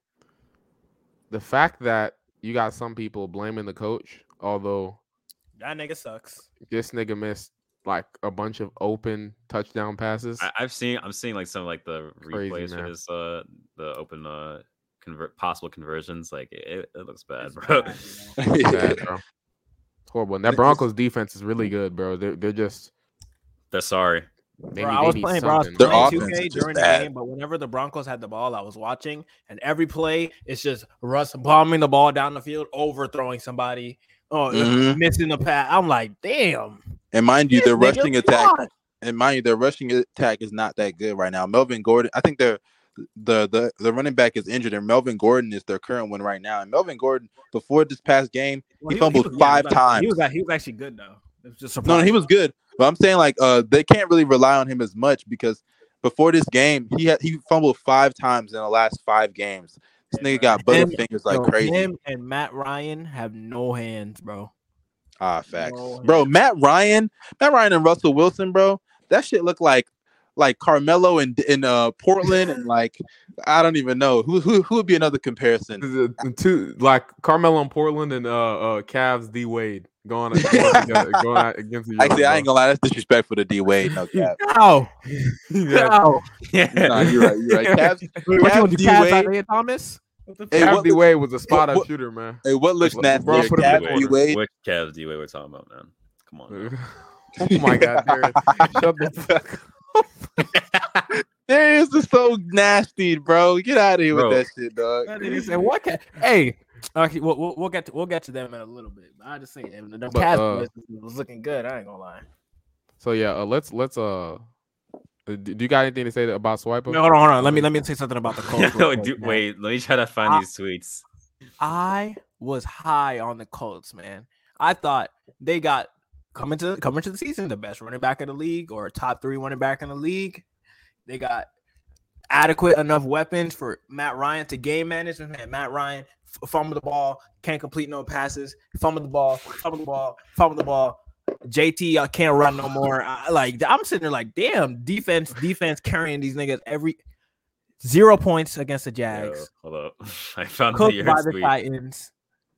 The fact that you got some people blaming the coach, although
That nigga sucks.
this nigga missed like a bunch of open touchdown passes.
I, I've seen I'm seeing like some like the
Crazy,
replays for
man.
his uh the open uh convert possible conversions. Like it, it looks bad, bro.
Bad, bro. It's horrible. And that
It's just-
Broncos defense is really good, bro. They're they're just
They're sorry.
they
Bro,
need,
I
they
was
need
playing, bro. I was
something.
Their
playing
offense is
2K
just
during the
bad.
game, but whenever the Broncos had the ball, I was watching, and every play, it's just Russ bombing the ball down the field, overthrowing somebody, oh,
Mhm.
missing the pass. I'm like, damn.
And mind you,
this
their
nigga
rushing attack
sucks.
and mind you, their rushing attack is not that good right now. Melvin Gordon, I think their the the the running back is injured, and Melvin Gordon is their current one right now. And Melvin Gordon, before this past game,
Well,
he
was-
fumbled
was- yeah,
five
he was actually-
times.
He was act- he was actually good though. It was just
no, no, he
surprising.
was good, but I'm saying like uh they can't really rely on him as much because before this game, he had he fumbled five times in the last five games. This
Yeah,
nigga got
bro.
butterfingers
Him-
fingers like
Yo,
crazy.
Him and Matt Ryan have no hands, bro.
Ah, facts,
No
bro.
hands.
Matt Ryan, Matt Ryan and Russell Wilson, bro. That shit looked like like Carmelo and in, uh Portland and like I don't even know who who who would be another comparison.
The- the two like Carmelo and Portland and uh uh Cavs D Wade going at- going together, going at- against each other.
Actually, I ain't gonna lie, that's disrespectful to D Wade. No cap.
Ow.
gonna.
Ow.
Nah, you're right. You're right. Cavs,
Wait, what you want to do?
Cavs,
Cavs,
D-Wade?
Isaiah Thomas? What the
Hey,
fuck?
Cavs
what
D Wade was a spot
what-
up shooter, man.
hey, what looks
Bro,
nasty?
bro, put him in the
Cavs, D
corner.
Wade.
Which Cavs D Wade we're talking about, man? Come on. now.
oh my god, Derek. Shut the fuck up.
Darius is so nasty, bro. Get out of here
Bro.
with that shit, dog.
That nigga said, what? Ca- hey, okay, we'll, we'll, we'll get to we'll get to them in a little bit. But I just think the the
But,
Cavs
uh,
was, was looking good. I ain't gonna lie.
So yeah, uh, let's let's uh, uh, d- do you got anything to say about Swipe?
No, hold on, hold on. Let me let me say something about the Colts. real
Yo,
quick,
dude,
man.
wait, let me try to find
Ah.
these tweets.
I was high on the Colts, man. I thought they got coming to coming to the season the best running back in the league or top three running back in the league. They got adequate enough weapons for Matt Ryan to game management. Man, Matt Ryan f- fumble the ball, can't complete no passes, fumble the ball, fumble the ball, fumble the ball. JT uh, can't run no more. I, like I'm sitting there like, damn, defense, defense carrying these niggas every zero points against the
Yo,
Jags
hold up. I found the
cooked by
Yurts
the
tweet.
Titans.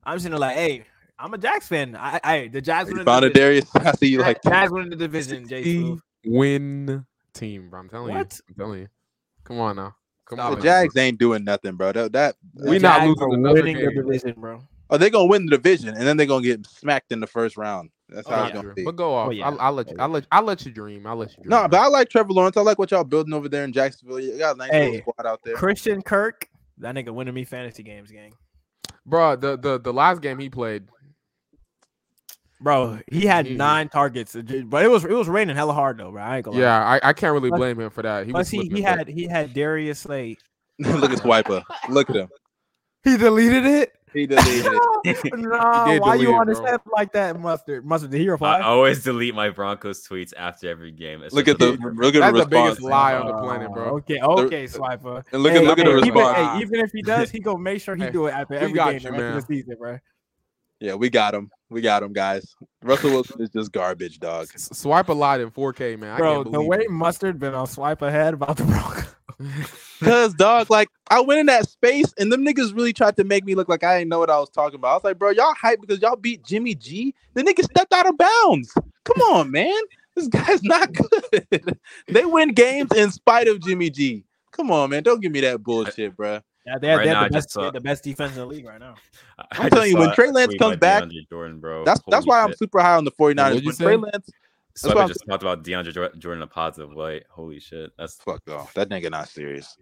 I'm sitting there like, hey, I'm a Jags fan. I, I the Jags
You
winning
found
the
it, Darius. I see you
division.
like
Jags winning the division. Jay Smooth.
win team, bro. I'm telling
What?
you. I'm telling you. Come on now. Come
the
on.
Jags ain't doing nothing, bro. That, that
We
The
not
Jags
losing
are
another
winning
game.
the division, bro.
Oh, they're gonna win the division, and then they're gonna get smacked in the first round. That's
Oh,
how
yeah.
it's gonna be.
But go off.
yeah.
I'll, I'll let you. I'll let. I'll let you dream. I'll let you. Dream,
No, but
bro.
I like Trevor Lawrence. I like what y'all building over there in Jacksonville. You got a nice
Hey,
little squad out there.
Christian Kirk, that nigga winning me fantasy games, gang.
bro. The the the last game he played,
Bro, he had
Mhm.
nine targets, uh, but it was it was raining hella hard though, bro. I ain't gonna lie.
yeah, I, I can't really
Plus-
blame him for that. He
Plus
was
he,
slipping
he
and
had he had Darius Slay.
Look at Swiper. Look at him.
He deleted it.
He deleted it.
nah,
did
why you
delete it,
on his
bro.
head like that, mustard? Mustard, did he reply?
I always delete my Broncos tweets after every game. It's
Look at
just
the
a-
look at
That's
the
the biggest
response.
lie on the planet, bro.
Uh, Okay, okay, Swiper.
And look at look at the
hey, even,
response.
hey, even if he does, he gonna make sure he
Hey,
do it after
we
every
got you,
game the rest
man.
of the season, bro.
Yeah, we got him. We got him, guys. Russell Wilson is just garbage, dog.
S- Swipe a lot in 4K, man. I
Bro,
can't
the
believe
way
it.
mustard been on swipe ahead about the Broncos.
Cause dog, like I went in that space and them niggas really tried to make me look like I didn't know what I was talking about. I was like, bro, y'all hype because y'all beat Jimmy G. The nigga stepped out of bounds. Come on, man. This guy's not good. they win games in spite of Jimmy G. Come on, man. Don't give me that bullshit, bro.
Yeah, they have,
Right
they have
now, I
the, best,
just
they
saw-
have the best defense in the league right now.
I
I'm
just
telling you, when
saw
Trey
a
Lance
tweet
comes
by
back-
DeAndre Jordan, bro.
That's that's
Holy
why I'm
shit.
super high on the 49ers.
What'd you
When Trey
say?
Lance
So
that's
I
why
just talked about DeAndre Jor- Jordan in a positive light. Holy shit! That's
fuck off. That nigga not serious.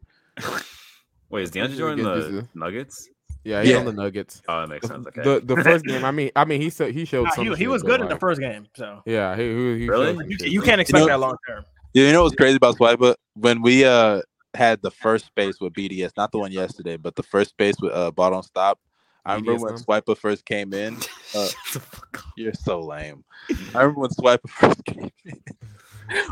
wait. Is
This
DeAndre
nigga
Jordan
gets
the
this, uh,
Nuggets?
yeah, he's
Yeah.
on the Nuggets.
Oh, that makes
The,
sense. Okay.
the the first game, I mean, I mean, he said he showed
Nah,
some.
he, he
shit,
was
but,
good in the
like,
first game, so
Yeah, he, he, he showed
Really?
some
you,
shit,
you
bro.
can't expect
know-
that long term.
Yeah, you know what's crazy about Swiper? When we uh had the first space with BDS, not the one yesterday, but the first space with uh bought on stop. I remember when
BDSM?
Swiper first came in. uh,
Shut the fuck up.
You're so lame. I remember when Swiper first came in.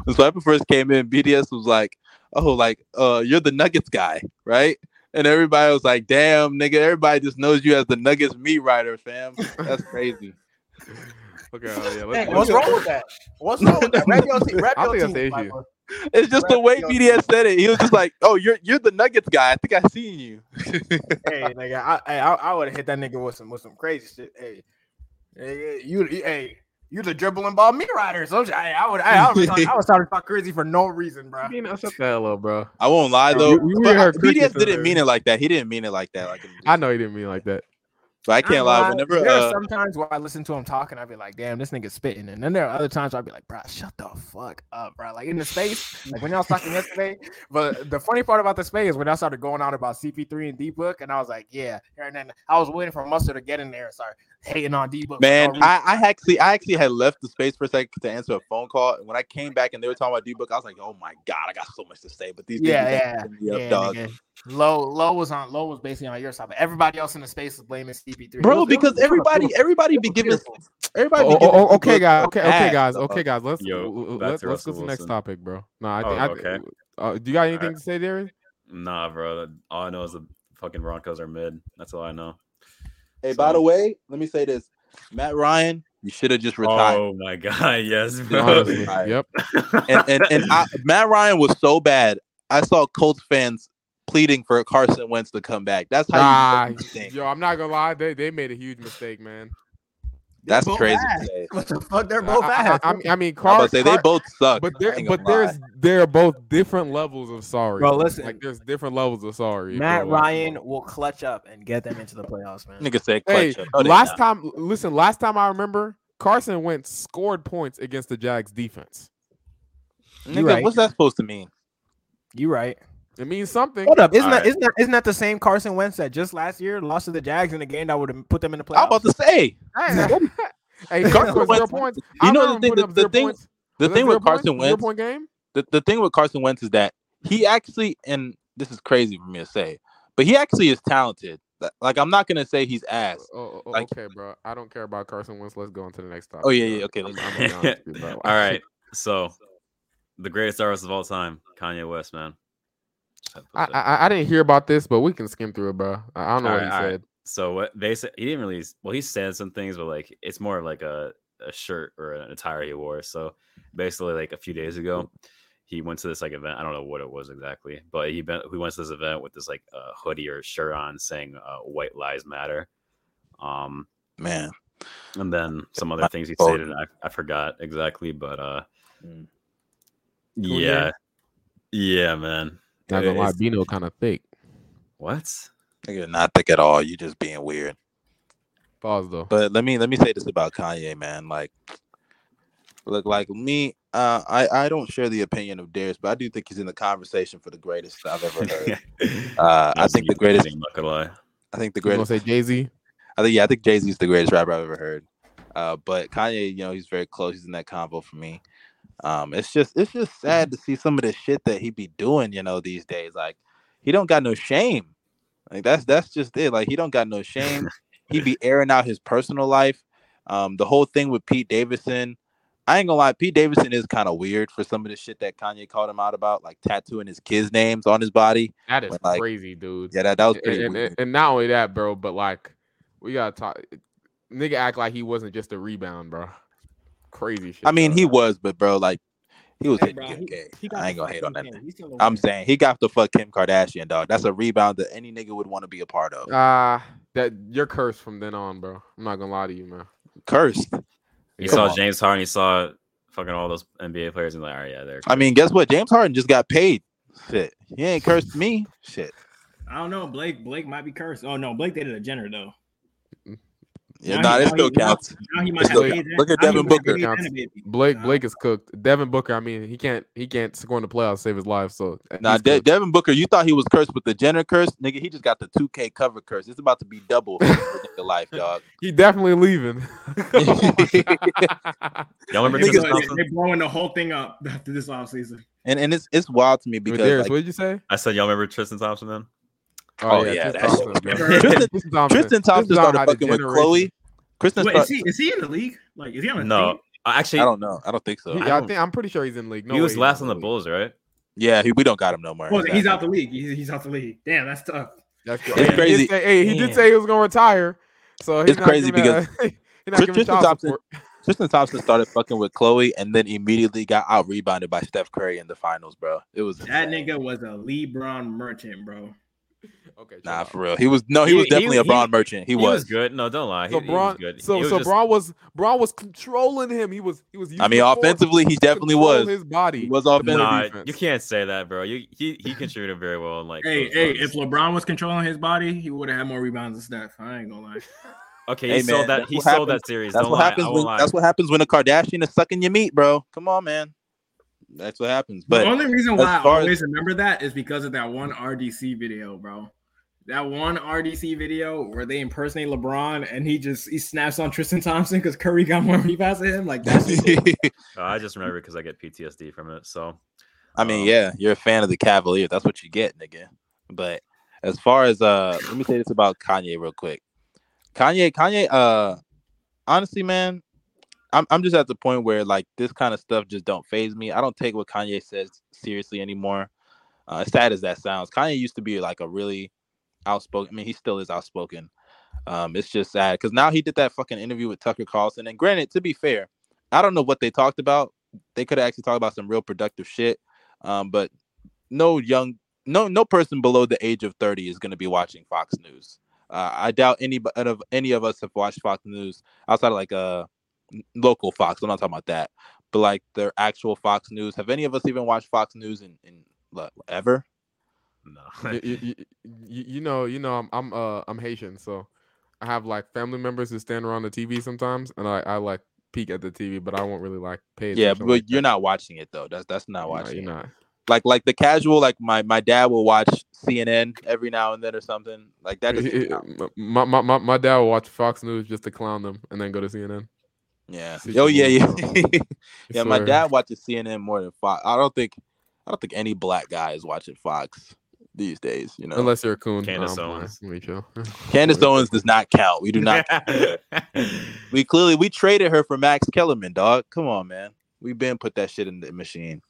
when Swiper first came in, BDS was like, Oh, like uh you're the nuggets guy, right? And everybody was like, damn, nigga, everybody just knows you as the Nuggets meat rider, fam. That's crazy.
Okay, oh, yeah,
Dang,
let's,
what's wrong with that? What's wrong with that? Rap your team. Rap
I
your
think
team.
that's the issue.
Swiper.
It's just the way BDS said it. He was just like, Oh, you're you're the Nuggets guy. I think I seen you.
hey, nigga, I, hey, I, I would have hit that nigga with some with some crazy shit. Hey, hey, you, hey, you the dribbling ball me rider. So I, I would, I, I was, I was starting to talk crazy for no reason, bro.
You know, shut the hell up, bro.
I won't lie
Yeah,
though.
we- we
but
heard
I- BDS
crickets
didn't
earlier.
mean it like that. He didn't mean it like that. Like,
I know he didn't mean like that.
but I can't lie. Whenever
there are
uh,
sometimes where I listen to him talking, I'd be like, "Damn, this nigga's spitting," and then there are other times where I'd be like, "Bro, shut the fuck up, bro!" Like in the space, like when y'all was talking yesterday. But the funny part about the space is when I started going on about CP3 and D Book, and I was like, "Yeah," and then I was waiting for Mustard to get in there and start hating on D Book.
man, I, I actually, I actually had left the space for a second to answer a phone call. And when I came back and they were talking about D book, I was like, oh my god, I got so much to say. But these
Yeah,
niggas
yeah,
fucking me up,
yeah,
dog.
nigga. Low, low was on low was basically on your side, but everybody else in the space is blaming CP3, It
Bro,
was- it was-
because everybody, everybody be
it was
giving,
beautiful.
everybody. Be
Oh,
giving
oh,
D-Book
okay, guys.
a
Okay,
pass,
okay, guys.
dog.
Okay, guys. Let's
Yo,
l-
back
let's,
to
let's go
Russell
to the next
Wilson.
topic, bro. No, I
Oh,
think. I,
okay.
Uh, do you got anything
right.
to say, Derry?
Nah, bro. All I know is the fucking Broncos are mid. That's all I know.
Hey, by the way, let me say this, Matt Ryan, you should have just retired.
Oh my god, yes, bro.
Honestly,
Right.
yep.
and and, and I, Matt Ryan was so bad. I saw Colts fans pleading for Carson Wentz to come back. That's how
Nah,
you know these things.
yo, I'm not gonna lie. They they made a huge mistake, man.
That's
both
crazy.
ass.
to say.
What the fuck? They're
I-
both
I, I,
ass.
I mean, I mean,
I'm about
Car,
to say
Car-
they both suck.
but
I
there,
ain't
but
gonna lie.
there's they're both different levels of sorry.
Bro, listen.
like there's different levels of sorry.
Matt
bro, like-
Ryan will clutch up and get them into the playoffs, man.
nigga said
Hey,
clutch. No, they
last
not.
time, listen, last time I remember, Carson Wentz scored points against the Jags defense.
You
nigga,
right.
what's that supposed to mean?
You right.
It means something.
Hold up, isn't
All
that
right.
not that isn't that the same Carson Wentz that just last year lost to the Jags in a game that would have put them in the
I'm
playoffs?
about to say.
hey,
Carson
Carson scored zero
Wentz-
points.
You
I
know the
remember
thing-
putting
the-
up
the
zero
thing-
points.
The
Was that
thing
zero
with
points?
Carson
zero
Wentz,
point game.
the, the thing with Carson Wentz is that he actually, and this is crazy for me to say, but he actually is talented. Like I'm not gonna say he's ass.
Oh, oh,
Like-
okay, bro. I don't care about Carson Wentz. Let's go on to the next topic.
Oh, yeah,
bro.
yeah, okay,
I'm,
let's-
I'm gonna be honest with you, bro.
all right. So, the greatest artist of all time, Kanye West, man.
I, I I didn't hear about this, but we can skim through it, bro. I I don't know
All
what
right,
he
all right.
said.
so what they said, he didn't really. Well, he said some things, but like it's more of like a a shirt or an attire he wore. So basically, like a few days ago, he went to this like event. I don't know what it was exactly, but he been, he went to this event with this like uh, hoodie or shirt on, saying uh, "White Lives Matter." Um,
Man,
and then some other
my
things he
fault.
stated and I, I forgot exactly but uh
Mm.
we
yeah
hear?
yeah man
Not
It
gonna lie,
is-
Bino kind of thick.
what
nigga, not thick at all. You just being weird.
Pause though.
But let me let me say this about Kanye, man. Like, look, like me, uh, I I don't share the opinion of Darius, but I do think he's in the conversation for the greatest I've ever heard. Uh, I think the greatest.
I'm not gonna lie
I think the
You gonna
greatest.
say Jay Z?
I think yeah, I think Jay Z's the greatest rapper I've ever heard. Uh, but Kanye, you know, he's very close. He's in that combo for me. Um, it's just it's just sad to see some of the shit that he be doing, you know, these days. Like, he don't got no shame. Like that's that's just it. Like he don't got no shame. He be airing out his personal life. Um, the whole thing with Pete Davidson, I ain't gonna lie, Pete Davidson is kind of weird for some of the shit that Kanye called him out about, like tattooing his kids' names on his body.
That is
Like-
crazy, dude.
Yeah, that, that was
And-
pretty
and,
weird.
and not only that, bro, but like we gotta talk. Nigga act like he wasn't just a rebound, bro. Crazy shit.
I mean,
bro.
he was, but bro, like he was
Hey,
hitting
bro,
Kim
he-
K.
He got
I ain't
the
gonna hate on that.
fucking
nigga.
king. He's still a
I'm
winner.
saying he got the fuck Kim Kardashian, dog. That's a rebound that any nigga would want to be a part of.
Ah, that you're cursed from then on, bro. I'm not gonna lie to you, man.
Cursed.
You
Come
saw
on.
James Harden. You saw fucking all those NBA players, and like, all right, yeah, they're.
I mean, guess what? James Harden just got paid. Shit, he ain't cursed me. Shit.
I don't know. Blake Blake might be cursed. Oh no, Blake dated a Jenner though.
Yeah,
Now
nah,
he-
this
now
still
he- now-
counts.
Now he might
It's
have
like-
AIDS and-
look at
now he
Devin
might have
Booker.
AIDS and a baby.
Blake
Nah.
Blake is cooked. Devin Booker, I mean, he can't he can't score in the playoffs, to save his life. So
Nah,
he's
De-
cooked.
Devin Booker, you thought he was cursed with the Jenner curse, nigga. He just got the 2K cover curse. It's about to be double for nigga life, dog.
he definitely leaving.
y'all remember
Niggas
Tristan
are-
Thompson?
They're blowing the whole thing up after this offseason.
And and it's it's wild to me
Darius,
because
what
like,
did you say?
I said, y'all remember Tristan Thompson, man?
Oh, yeah,
Tristan
that shit
Thompson,
was
bro.
crazy.
Tristan-
Thompson.
Tristan Thompson
Thompson
started
had a
fucking with
generation.
Chloe. Kristen,
Wait, is
start-
he is he in the league? Like is he on a
No.
team?
Uh, Actually,
I don't know. I don't think so.
He-
I
I,
don't-
think I'm pretty sure he's in the league. No
he was
way
last
he's in
on the
league.
Bulls, right?
Yeah, he, we don't got him no more.
Well,
Exactly.
Oh, he's out the league. He's, he's out the league. Damn, that's tough.
That's
It's
crazy. He
crazy.
did say, hey, he
Damn.
did say he was gonna retire. So he's
It's
not
crazy
giving that-
because
he's not
Tris-
giving
Tristan
child
Thompson-
support.
Tristan Thompson started fucking with Chloe and then immediately got out rebounded by Steph Curry in the finals, bro. It was
That
insane.
nigga was a LeBron merchant, bro.
Okay, chill
Nah,
out.
for real. He was no, he,
He-
was definitely
he-
a Braun
he-
merchant. He,
He, was.
was.
good. No, don't lie. He,
so
he
Braun,
was good.
so
he was
so
just-
Braun was Braun was controlling him. He was he was.
I
using
mean,
force
offensively, he
to
definitely
control
was.
His body.
He was
Nah.
offensively.
Nah,
defense.
you can't say that, bro. You he he contributed very well. In, like,
Hey,
those
hey,
runs.
if LeBron was controlling his body, he would have had more rebounds than Steph. I ain't gonna lie.
okay,
Hey,
he sold
man,
that.
that's
He
what
sold
happens-
that series.
That's
don't
what
lie.
happens
I won't
when
lie.
that's what happens when a Kardashian is sucking your meat, bro. Come on, man. That's what happens.
the
But
only reason
as
why I
far as-
always remember that is because of that one RDC video, bro. That one RDC video where they impersonate LeBron and he just he snaps on Tristan Thompson because Curry got more rebounds than him. Like that's
Uh, I just remember because I get PTSD from it. So
I mean, yeah, you're a fan of the Cavaliers. That's what you get, nigga. But as far as uh let me say this about Kanye real quick. Kanye, Kanye, uh honestly, man, I'm I'm just at the point where like this kind of stuff just don't phase me. I don't take what Kanye says seriously anymore. Uh, as sad as that sounds, Kanye used to be like a really outspoken. I mean, he still is outspoken. Um, it's just sad because now he did that fucking interview with Tucker Carlson. And granted, to be fair, I don't know what they talked about. They could have actually talked about some real productive shit. Um, but no young, no no person below the age of thirty is going to be watching Fox News. Uh, I doubt any bu- out of any of us have watched Fox News outside of like uh n- local Fox. I'm not talking about that, but like their actual Fox News. Have any of us even watched Fox News in, in like, ever?
no.
you, you, you- you know, you know, I'm I'm uh I'm Haitian, so I have like family members who stand around the TV sometimes, and I, I like peek at the TV, but I won't really like pay.
Yeah,
attention
but
like
you're
that.
not watching it though. That's that's not
No,
watching.
You're
it.
not.
Like like the casual. Like my my dad will watch CNN every now and then or something. Like that.
He- he-
Doesn't count.
my, my my my dad will watch Fox News just to clown them, and then go to CNN.
Yeah.
Super
Oh yeah
Bowl.
yeah. Yeah, my
Swear.
dad watches CNN more than Fox. I don't think, I don't think any black guy is watching Fox these days. You know,
Unless you're a coon.
Candace
I'm
Owens.
playing. Let me chill.
Candace Owens does not count. We do not. we clearly we traded her for Max Kellerman, dog. Come on, man. We been put that shit in the machine.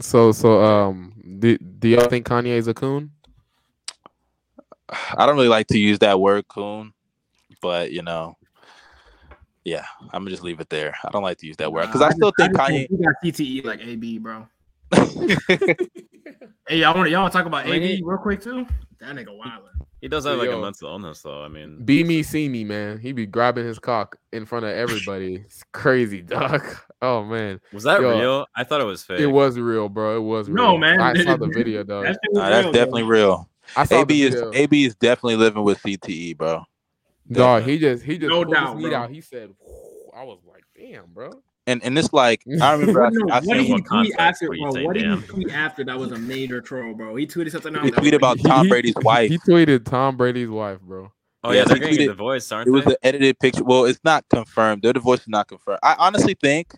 So so um, do, do y'all think Kanye is a coon?
I don't really like to use that word, coon, but you know, yeah, I'm gonna just leave it there. I don't like to use that word because I still think
just
Kanye.
He got CTE like AB, bro. Hey, y'all want to y'all want to talk about
I mean,
AB
he-
real quick too? That nigga wildin'.
he does have like a
Yo.
mental illness, though. I mean,
Be me, see me, man. He be grabbing his cock in front of everybody. it's crazy, dog. Oh man,
was that
Yo.
real? I thought it was fake.
it was real, bro. It was real.
No, man.
I saw the video, dog.
shit was
Nah, that's
real, though.
definitely real.
I saw
AB
the
is
video.
AB is definitely living with CTE, bro.
dog. He just he just
No
pulled
doubt,
his meat
bro.
out. He said, "Whew." I was like, damn, bro.
And and it's like I remember I,
What, no,
I
what
said
did
one
he tweet
context
after,
where you
bro?
say
What did
damn.
he tweet after that was a major troll, bro? He tweeted something out.
He
that was
tweeted
like-
about
He-
Tom
he-
Brady's
he-
wife.
He tweeted Tom Brady's wife, bro.
Oh
Yeah,
yeah, they're
he
getting
tweeted-
divorced, aren't
It was
they?
an edited picture. Well, it's not confirmed. Their divorce is not confirmed. I honestly think,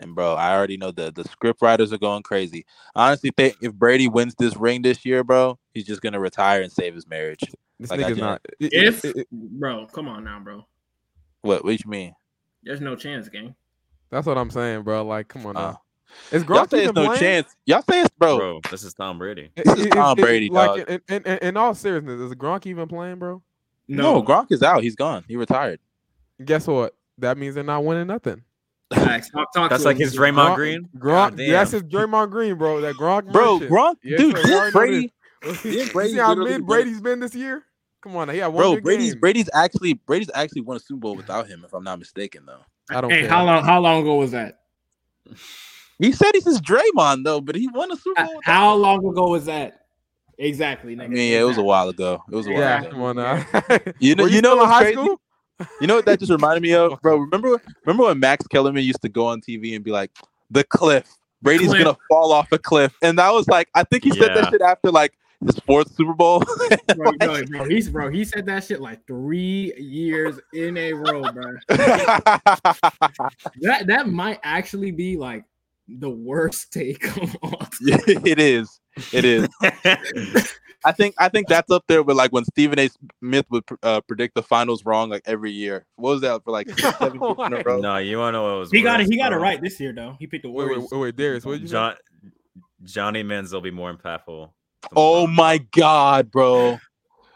and bro, I already know the the script writers are going crazy. I honestly think if Brady wins this ring this year, bro, he's just gonna retire and save his marriage.
This
Like, I
nigga's
can't-
not. it- it-
If
it- it-
bro, come on now, bro.
What? What you mean?
There's no chance, gang.
that's what I'm saying, bro. Like, come on
Uh,
now. It's
Y'all
Gronk
say it's
even
no
playing?
chance. Y'all say it's bro.
Bro, this is Tom Brady.
It-
This
it-
is
it-
Tom
it-
Brady,
Like, in, in, in, in all seriousness, is Gronk even playing, bro?
No. Gronk is out. He's gone. He retired.
Guess what? That means they're not winning nothing.
Facts. Talk- talk
That's
to
like
him.
his Draymond
Gronk-
Green.
Gronk,
damn.
that's his Draymond Green, bro. That Gronk,
Bro,
shit.
Gronk,
Yeah,
dude,
so
didn't
you already know
Brady,
You
didn't Brady
see how
literally
mid
win-
Brady's been this year? Come on, now. he had one
bro,
big
Brady's
game.
Brady's actually Brady's actually won a Super Bowl without him, if I'm not mistaken, though.
I don't
Hey,
care.
how long? How long ago was that?
He said he's his Draymond though, but he won a Super Bowl. without
How
him.
long ago was that? Exactly. Nigga.
I mean, yeah, it was a while ago. It was a while
yeah,
ago.
come on now.
You know,
Were
you, know
still in
what's
high
crazy?
school?
You know what that just reminded me of,
Fuck
bro.
off.
Remember, remember when Max Kellerman used to go on TV and be like, "The cliff, Brady's
Cliff.
gonna fall off a cliff," and that was like, I think he said
Yeah.
that shit after like his fourth Super Bowl.
bro, no, bro, he's bro. He said that shit like three years in a row, bro. That that might actually be like the worst take of all. time.
Yeah, it is. It is. I think I think that's up there with like when Stephen A. Smith would pr- uh, predict the finals wrong like every year. What was that for like six, seven years in a row?
no, you want to know what was
He got it.
worse,
He got it
bro?
right this year, though. He picked the
Wait,
Warriors.
wait, wait, wait, Darius, what did you say?
John, Johnny Manziel be more impactful.
Oh my god, bro!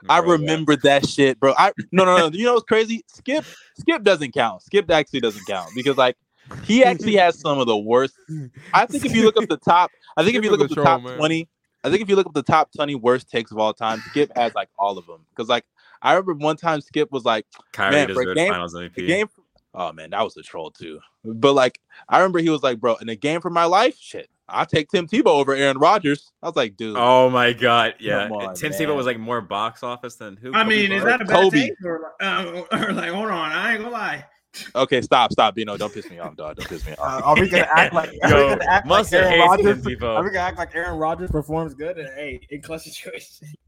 I
Bro,
remember that shit, bro. I no no no. You know what's crazy? Skip Skip doesn't count. Skip actually doesn't count because like he actually has some of the worst. I think if you look up the top, I think if you
Skip
look
is
up
a
the
troll,
top
man.
twenty, I think if you look up the top twenty worst takes of all time, Skip has like all of them. Because like I remember one time Skip was like.
Kyrie
man, for a
deserved
game-
Finals MVP.
the game. Oh man, that was a troll too. But like, I remember he was like, "Bro, in a game for my life, shit, I take Tim Tebow over Aaron Rodgers." I was like, "Dude,
Oh my god, yeah.
Come on,
Tim
man.
Tebow was like more box office than who?
I
Kobe
mean, is
Bryant?
that a bad
Kobe.
take? Or, uh, or like, hold on, I ain't gonna lie.
okay, stop, stop, you know, don't piss me off, dog, don't piss me off."
Uh, are we gonna act like? Are we
Yo,
gonna act like
Munster
Aaron
hates Tim
Rodgers? Are we
Tebow.
gonna act like Aaron Rodgers performs good? And,
Hey, in clutch situations.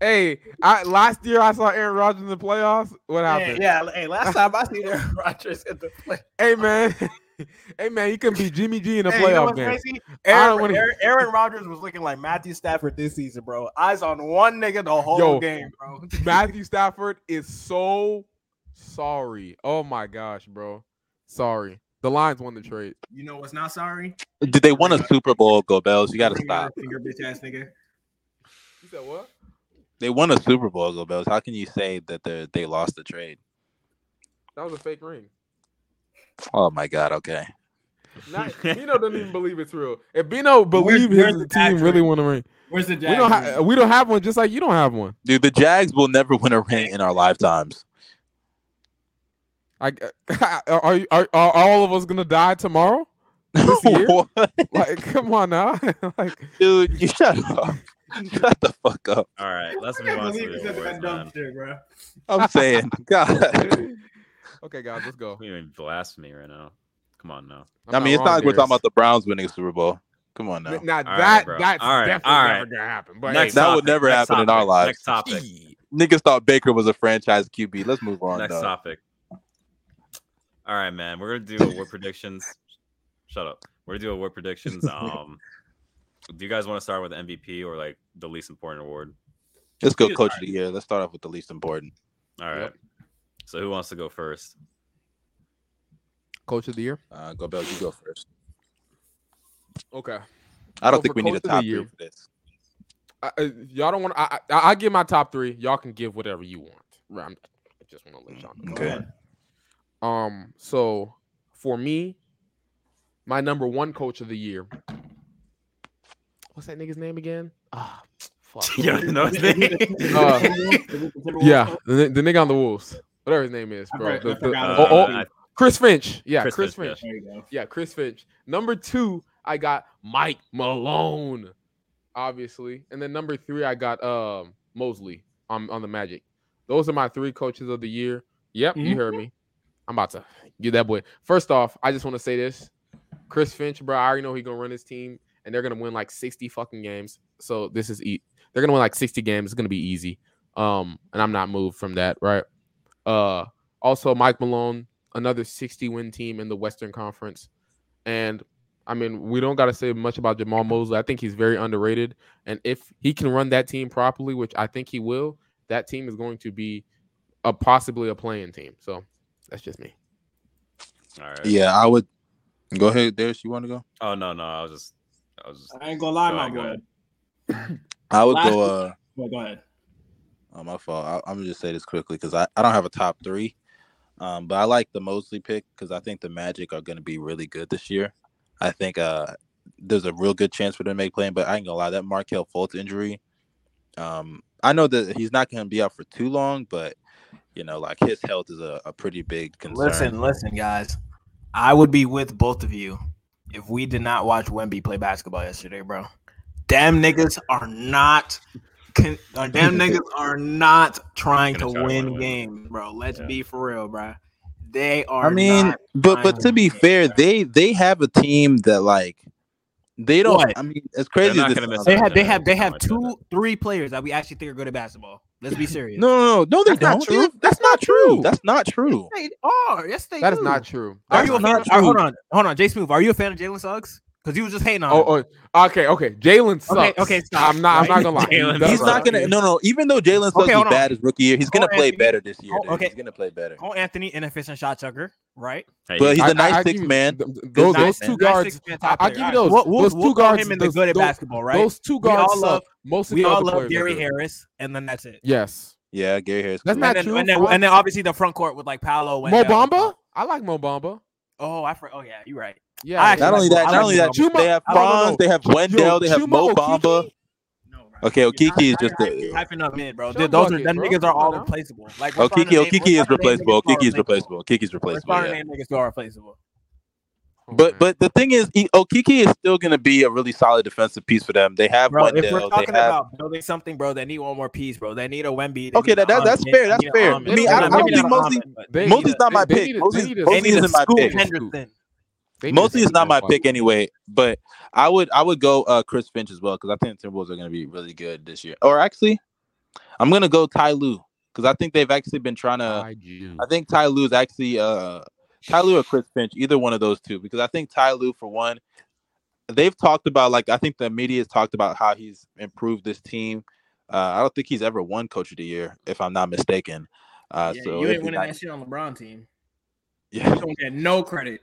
Hey, I, last year I saw Aaron Rodgers in the playoffs. What
yeah,
happened?
yeah, hey, last time I seen Aaron Rodgers in the play.
Hey man, hey man, you can be Jimmy G in a
Hey, you know
playoff
what's
game.
crazy?
I don't
Aaron,
wanna-
Aaron, Aaron Rodgers was looking like Matthew Stafford this season, bro. Eyes on one nigga the whole
Yo.
game, bro.
Matthew Stafford is so sorry. Oh my gosh, bro, sorry. The Lions won the trade.
You know what's not sorry?
Did they win a Super Bowl, Gobels? You got to
Finger-
stop.
Finger bitch ass nigga.
You said what?
They won a Super Bowl, Gobels. How can you say that they they lost the trade?
That was a fake ring.
Oh my god, okay.
Not, Bino doesn't even believe it's real. If Bino believed
where's
his
the
team
tax
really
rate?
won a ring,
Where's the Jags?
we don't have we don't have one. Just like you don't have one.
Dude, the Jags will never win a ring in our lifetimes.
I, are, you- are are all of us gonna die tomorrow? This year?
What?
Like, come on now. like,
Dude, you shut up. Shut the fuck up.
All right, let's
I
move
can't
on
believe
to
you
the
said
awards,
that
man.
dumb shit, bro.
I'm saying, God.
okay, guys, let's go.
We even blasphemy right now. Come on now.
I'm
I mean, it's
wrong,
not like we're talking
Darius.
about the Browns winning a Super Bowl. Come on now.
N- Now
right,
that
bro.
that's
All right,
definitely
all
never
right.
gonna happen. But
Next
hey,
that
topic,
would never
next
happen in our
topic, Next
gee,
topic.
Niggas thought Baker was a franchise QB. Let's move on.
Next
though.
topic. All right, man. We're gonna do award predictions. Shut up. We're gonna do award predictions. Um, do you guys want to start with MVP or like the least important award?
Let's go
Dude,
coach of the year. Let's start off with the least important.
All right.
Yep.
So who wants to go first?
coach of the year.
Uh, go Bill, you go first.
Okay,
I don't
So
think
for
we need
Oh, coach
a
of the
top
year-
three for this.
I, I, y'all don't want. I, I I give my top three. Y'all can give whatever you want. Right, I'm, I just want to let y'all know.
Okay.
Um, so for me, my number one coach of the year. What's that nigga's name again? Ah, fuck.
you don't know his name.
Uh, yeah, the, ni- the nigga on the Wolves, whatever his name is,
I
bro.
forgot-
The-
I forgot
the-
his
oh, oh,
name.
Uh, I-
Chris Finch. Yeah,
Chris
Chris,
Finch, yeah.
Finch.
There you go.
Yeah, Chris Finch. Number two, I got Mike Malone, obviously, and then number three, I got um Mosley on on the Magic. Those are my three coaches of the year. Yep, you heard me. I'm about to get that boy. First off, I just want to say this: Chris Finch, bro. I already know he's gonna run his team, and they're gonna win like 60 fucking games. So this is e- they're gonna win like 60 games. It's gonna be easy. Um, and I'm not moved from that, right? Uh, also Mike Malone, another 60 win team in the Western Conference. And I mean, we don't got to say much about Jamal Mosley. I think he's very underrated. And if he can run that team properly, which I think he will, that team is going to be a possibly a playing team. So that's just me.
All right.
Yeah, I would go ahead, Darius. You want to go?
Oh no, no, I was just, I was just.
I ain't gonna lie,
Go
my
ahead, go
boy.
ahead.
I would
Last-
go. Uh,
Well, go ahead.
oh, my fault. I, I'm gonna just say this quickly because I, I don't have a top three, um, but I like the Mosley pick because I think the Magic are gonna be really good this year. I think uh, there's a real good chance for them to make playing, but I ain't gonna lie, that Markel Fultz injury. Um, I know that he's not gonna be out for too long, but you know, like his health is a, a pretty big concern.
Listen, listen, guys. I would be with both of you if we did not watch Wemby play basketball yesterday, bro. Damn niggas are not. Con- uh, damn niggas are not trying to
Gonna try to
win
win.
games, bro. Let's
Yeah.
be for real, bro. They are.
I mean,
not-
but but to be
fine.
fair, they they have a team that like they don't.
What?
I mean, as crazy
not
as this
gonna miss
sounds-
they have. They
Yeah,
have. They
something
have
like
two, three players that we actually think are good at basketball. Let's be serious.
No, no, no, no, they
That's not
don't.
true.
They- That's, not true. That's not
Yes,
true.
they are. Yes, they.
That is
do.
not true.
Are
That's
you a
not-
fan?
not
Are,
true.
hold on, hold on, Jay Smooth. Are you a fan of Jalen Suggs? Because you was just hating on. him.
Oh, oh, okay, okay. Jalen sucks.
Okay, okay, stop.
I'm not. I'm not gonna lie.
Jalen
He does
He's
sucks.
not
suck.
gonna. No, no. Even though Jalen Suggs
Okay, hold
was
on.
bad his rookie year, he's gonna
Hold on,
play
Anthony.
better this year.
Hold-
dude.
okay.
He's gonna play
oh.
better.
Cole Anthony, inefficient shot chucker, right?
Hey,
But he's
I-
a nice
I- I
six
give you-
man.
th- th- Those, those
nice-
two
nice
guards.
six-man
I-
top
I'll
player.
give you
All right,
those-
We'll, we'll,
those two
we'll throw
guards,
him in the
those-
good at
those-
basketball, right?
Those two
We all
guards suck.
love-
Most of
we
the
all
other
love
players are
Gary
good.
Harris, and then that's it.
Yes.
Yeah, Gary Harris.
That's
cool.
not
and,
true,
then, and, then,
Fox.
and then obviously the front court with like Paolo and
Mobamba. I like Mobamba.
Oh, I for, oh yeah, you're right.
Yeah.
I
yeah.
actually
Not only that,
I
not only that,
like Chuma-
they have
I don't know.
Franz, they have
Yo,
Wendell, they have Mo
Chuma
Bamba.
Okeke?
No, bro.
Okay, Okiki is just
You're
a.
hyping up mid, bro.
Sean
Dude, those are
Bucket,
them
bro.
niggas are
Come on
all
now.
replaceable. Like we're trying to
Okiki,
name- we're
Okiki
trying
Oh, is
to name niggas
replaceable.
who are
Okiki is replaceable. Okiki's
We're
replaceable.
trying
yeah.
to name niggas who are replaceable.
Oh,
But
man.
but the thing is, E- Okiki is still going to be a really solid defensive piece for them. They have
Bro,
Wendell.
if we're
they have.
talking about building something, bro, they need one more piece, bro. They need a Wemby. they
Okay,
need
that-
a
that- that's
Ahmed,
fair,
they
that's
need a Ahmed.
fair.
I mean, I-
Maybe
I don't
not
think
an
Mosley-
Ahmed, but-
They
Mosley's
need a-
not my
they-
pick.
They need a-
Mosley's-
they need a
They
Mosley's
need
scoop.
a
isn't my
Scoot
pick.
Henderson.
They need a
Mosley is
scoop
not my
man.
pick anyway, but I would I would go uh, Chris Finch as well because I think the Timberwolves are going to be really good this year. Or actually, I'm going to go Ty Lue because I think they've actually been trying to.
By June.
uh, I think Ty Lue's actually uh, Ty Lue or Chris Finch, either one of those two, because I think Ty Lue for one, they've talked about like I think the media has talked about how he's improved this team. Uh, I don't think he's ever won Coach of the Year, if I'm not mistaken. Uh,
yeah,
so
you
it'd
ain't
be
winning
nice-
that shit on LeBron team.
yeah,
You don't get no credit.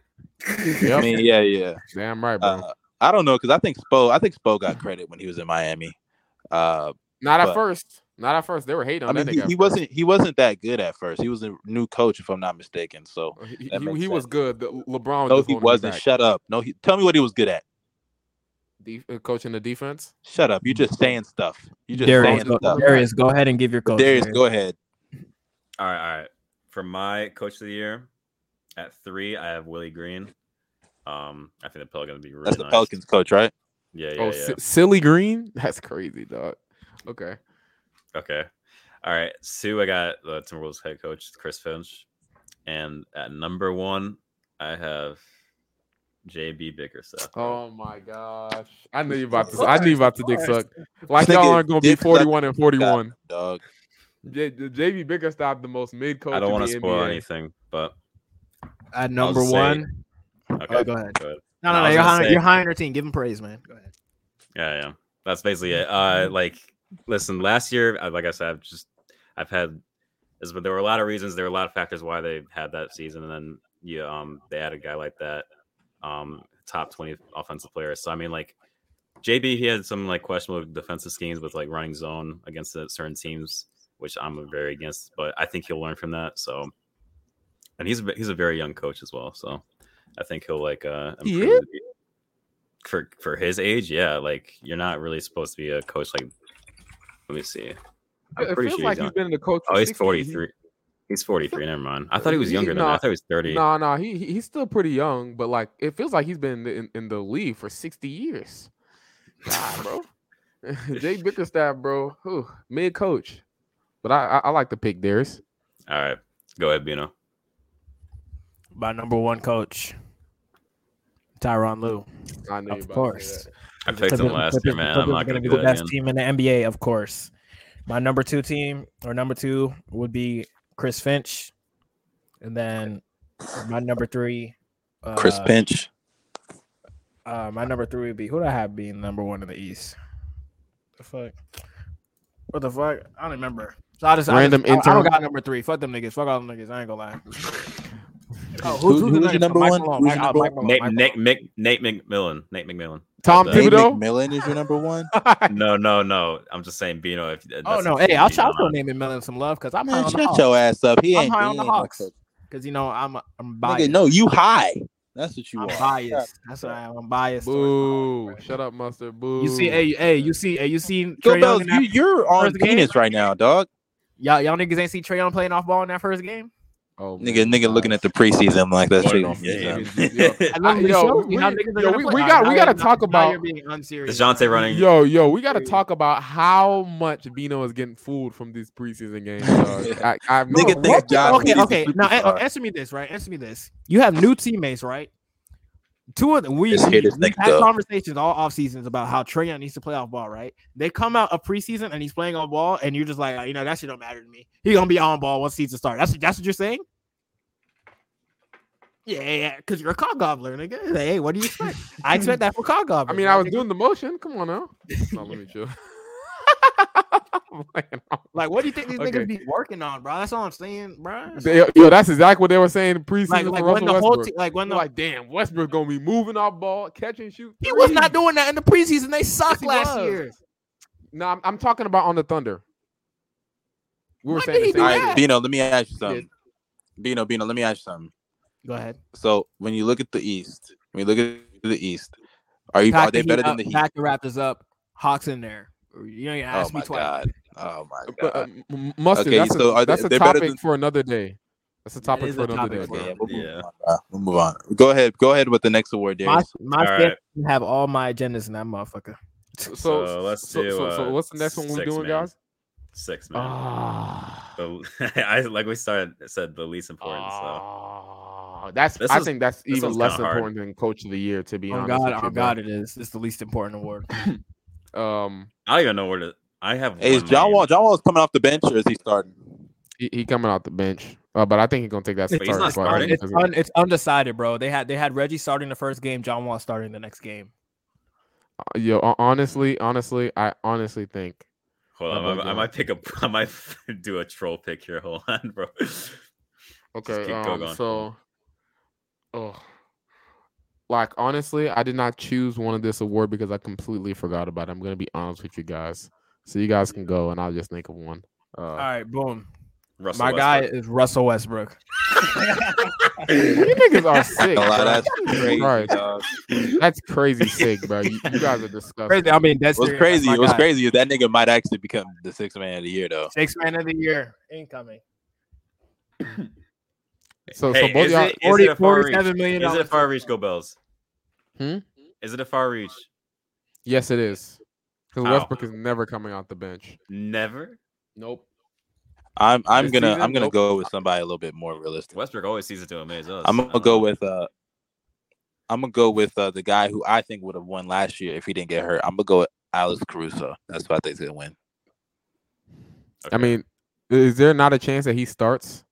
I
Yep.
mean, yeah, yeah.
Damn right, bro.
Uh, I don't know because I think Spo, I think Spo got credit when he was in Miami. Uh,
not
but-
at first. Not at first. They were hating
I
on
mean,
that
he,
nigga.
he
at first.
wasn't he wasn't that good at first. He was a new coach, if I'm not mistaken. So
He, he,
that makes
he was
sense.
good. The- LeBron was
no,
just
he
holding him
wasn't.
back.
Shut up. No, he, tell me what he was good at.
Def- uh, coaching the defense.
Shut up. You just saying stuff. You just
Darius,
saying
go,
stuff.
Darius, go ahead and give your coach.
Darius, go ahead.
All right, all right. For my coach of the year, at three, I have Willie Green. Um, I think the Pelicans be really
That's the
nice.
Pelicans coach, right?
Yeah, yeah,
oh,
yeah.
si- silly green. That's crazy, dog. Okay.
Okay. All right. Sue, I got the Timberwolves head coach, Chris Finch. And at number one, I have JB Bickerstaff.
Oh my gosh. I knew you about to. I knew you about to dick suck. Like
This
y'all
nigga
aren't gonna be
dick suck.
forty-one and forty-one.
Dog.
J- J- JV Bickerstaff, the most mid coach.
I don't
want to
spoil
NBA.
anything, but
At
number
number
say-
one.
one. okay.
Oh, go ahead.
go ahead.
No, no,
No, I
no.
was
You're
gonna
high,
say-
you're high on your team. Give him praise, man. Go ahead.
Yeah, yeah. That's basically it. Uh, like, listen, last year, I- like I said, I've just, I've had, is but there were a lot of reasons. There were a lot of factors why they had that season, and then you, um, they had a guy like that, um, top twenty offensive player. So I mean, like, JB, he had some like questionable defensive schemes with like running zone against the certain teams, which I'm very against. But I think he'll learn from that. So, and he's a, ve- he's a very young coach as well. So, I think he'll like uh
He
improve the- for for his age. Yeah, like you're not really supposed to be a coach. Like, let me see. I'm
It
pretty
feels
sure
like
he's
he's
young.
been in the coach.
Oh,
for
he's
60.
43. He's 43. Never mind. I thought he was
He-
younger than that. I
nah.
thought he was 30.
No, no, he he- he's still pretty young, but like it feels like he's been in, in the league for sixty years. Nah, bro. Jay Bickerstaff, bro, mid coach, but I, I I like the pick, Darius.
All right, go ahead, Bino.
My number one coach, Tyron Lue.
I knew
Of
you about to say
course.
that.
I picked him
Clippers-
last year,
Clippers-
man. I'm
Clippers
not
gonna
gonna
be
do
the
that
best
again.
team in the NBA, of course. My number two team or number two would be Chris Finch, and then my number three, uh,
Chris Pinch.
Uh, my number three would be who do I have being number one in the East? The fuck? What the fuck? I don't remember. So I just
Random
I, just, I, I
intern.
don't got number three. Fuck them niggas. Fuck all them niggas. I ain't gonna lie. Oh,
Who- who
the
was
niggas?
your number
Mike
one?
Malone,
Who was
Mike-
your
uh,
number
Mike
one?
Malone,
Nate,
Mike
Nick, Mick, Nate McMillan. Nate McMillan.
Tom
That's
Nate
it.
Thibodeau?
McMillan is your number one.
No, no, no. I'm just saying, Bino. If that's
Oh no!
if
Hey, I'll,
you
I'll still
want.
name him Mellon some love because I'm high
Man,
on the
shut your
Hawks.
ass up. He
I'm
ain't.
high
he
on the
ain't no
Hawks.
coach.
Because you know I'm I'm
Nigga,
biased.
no, you high. That's what you
I'm
are.
biased. That's what I am. I'm biased. towards
Boo!
my Hawks, bro.
Shut up, mustard. Boo!
You see, hey, hey, you see, hey, you see
Go
Trae Young
Bells,
in
you,
that,
you're on
first game?
penis right now, dog.
y'all, y'all niggas ain't see Trae Young playing off ball in that first game.
oh,
Nigga, nigga, looking at the preseason like that's
What
shit.
an
gonna be
idiot.
done.
Yo,
That literally
yo,
shows you how
we-
niggas are
yo,
gonna
we-
play.
we
Now-
got- we
now
gotta
you're-
talk
now
about-
you're being unserious.
DeJounte running.
yo, yo, we got to talk about how much Bino is getting fooled from these preseason games. dog. I, I have no
Nigga
idea.
thinks Josh
okay,
Reed is a
okay. Now a-
superstar.
answer me this, right? Answer me this. You have new teammates, right? Two of them. We,
Let's
we
hear this
we've
nigga
had
go.
conversations all off seasons about how Trae Young needs to play off ball, right? They come out of preseason and he's playing on ball, and you're just like, "Oh, you know, that shit don't matter to me. He gonna be on ball once season starts. That's that's what you're saying. Yeah, yeah, yeah, because you're a cock gobbler, nigga. Like, hey, what do you expect? I expect that for cock
I
gobbler.
mean, I was doing the motion. Come on now. No, let me chill. I'm playing off.
like, what do you think these
Okay.
niggas be working on, bro? That's all I'm saying, bro.
They- yo, that's exactly what they were saying in preseason
Like,
for
like when
Russell
the whole
Westbrook.
team, like when
They're
the
like, damn, Westbrook gonna be moving off ball, catch and shoot.
He was
threes."
not doing that in the preseason. They sucked
he
last
was.
year.
No, I'm, I'm talking about on the Thunder. We were
Why
saying
did
the
he do
same
All
thing.
Yeah.
right, Bino, let me ask you
Yeah.
something. Bino, Bino, let me ask you something.
Go ahead.
So when you look at the East, when you look at the East, are you are they better than the Heat?
Pack the Raptors up. Hawks in there. You ain't
Oh
ask
my
me twice.
god. Oh my
But, uh,
god.
M- Mustard,
Okay,
that's,
so
a,
are they-
that's a
they're better
topic
than-
for another day. That's a topic
is
for
a
another
topic
day.
for
bro.
Okay,
Yeah.
we'll
Yeah.
move, on, bro. we'll move on. Go ahead. Go ahead with the next award,
My,
Darius.
my
All
fan
right.
have all my agendas in that motherfucker.
So,
So let's
so,
do,
so, so
uh,
what's the next one we're
six,
doing,
man.
guys?
Six man.
Ah,
The- I like we started said the least important. So
Ah, that's.
This
I
is-
think that's
this
even
one's
less
kinda hard.
important than Coach of the Year, to be
Oh
honest.
God,
with you,
oh God, it is. It's the least important award.
bro. Um,
I don't even know where to. I have.
Hey, is
one
John
name.
Wall John Wall's coming off the bench or is he starting?
he, he coming out the bench, uh, but I think he's gonna take that
Wait, he's
starting
not
spot
starting?
it's,
because-
un, it's undecided, bro. They had they had Reggie starting the first game, John Wall starting the next game.
uh, Yo, hon- honestly, honestly, I honestly think
Hold on,
Oh,
I might- I,
God.
might pick a. I might do a troll pick here. Hold on, bro.
Okay,
keep go-
um,
going.
so, oh, like honestly, I did not choose one of this award because I completely forgot about it. I'm gonna be honest with you guys, so you guys can go and I'll just think of one. Uh,
All right, boom.
Russell
My guy
Westbrook.
is Russell Westbrook.
you niggas are sick.
A lot
bro.
that's
Jesus
crazy.
Christ,
dog.
that's crazy sick, bro. You, you guys are disgusting.
Crazy. I mean, that's
What's
serious. That's
crazy?
my
What's
guy.
crazy is that nigga might actually become the sixth man of the year though.
Six man of the year incoming.
So, so
Hey,
both
is,
y'all,
it, is it a far reach?
$47 million
Is it a far reach? Go Bells.
Hmm?
Is it a far reach?
yes, it is because
How?
Westbrook is never coming off the bench.
Never.
Nope.
I'm I'm
This
gonna
season?
I'm gonna
Nope.
go with somebody a little bit more realistic.
Westbrook always sees it to amaze us.
I'm
I
gonna
don't
go
know.
with uh I'm gonna go with uh, the guy who I think would have won last year if he didn't get hurt. I'm gonna go with Alice Caruso. That's who I think's gonna win.
I mean, is there not a chance that he starts?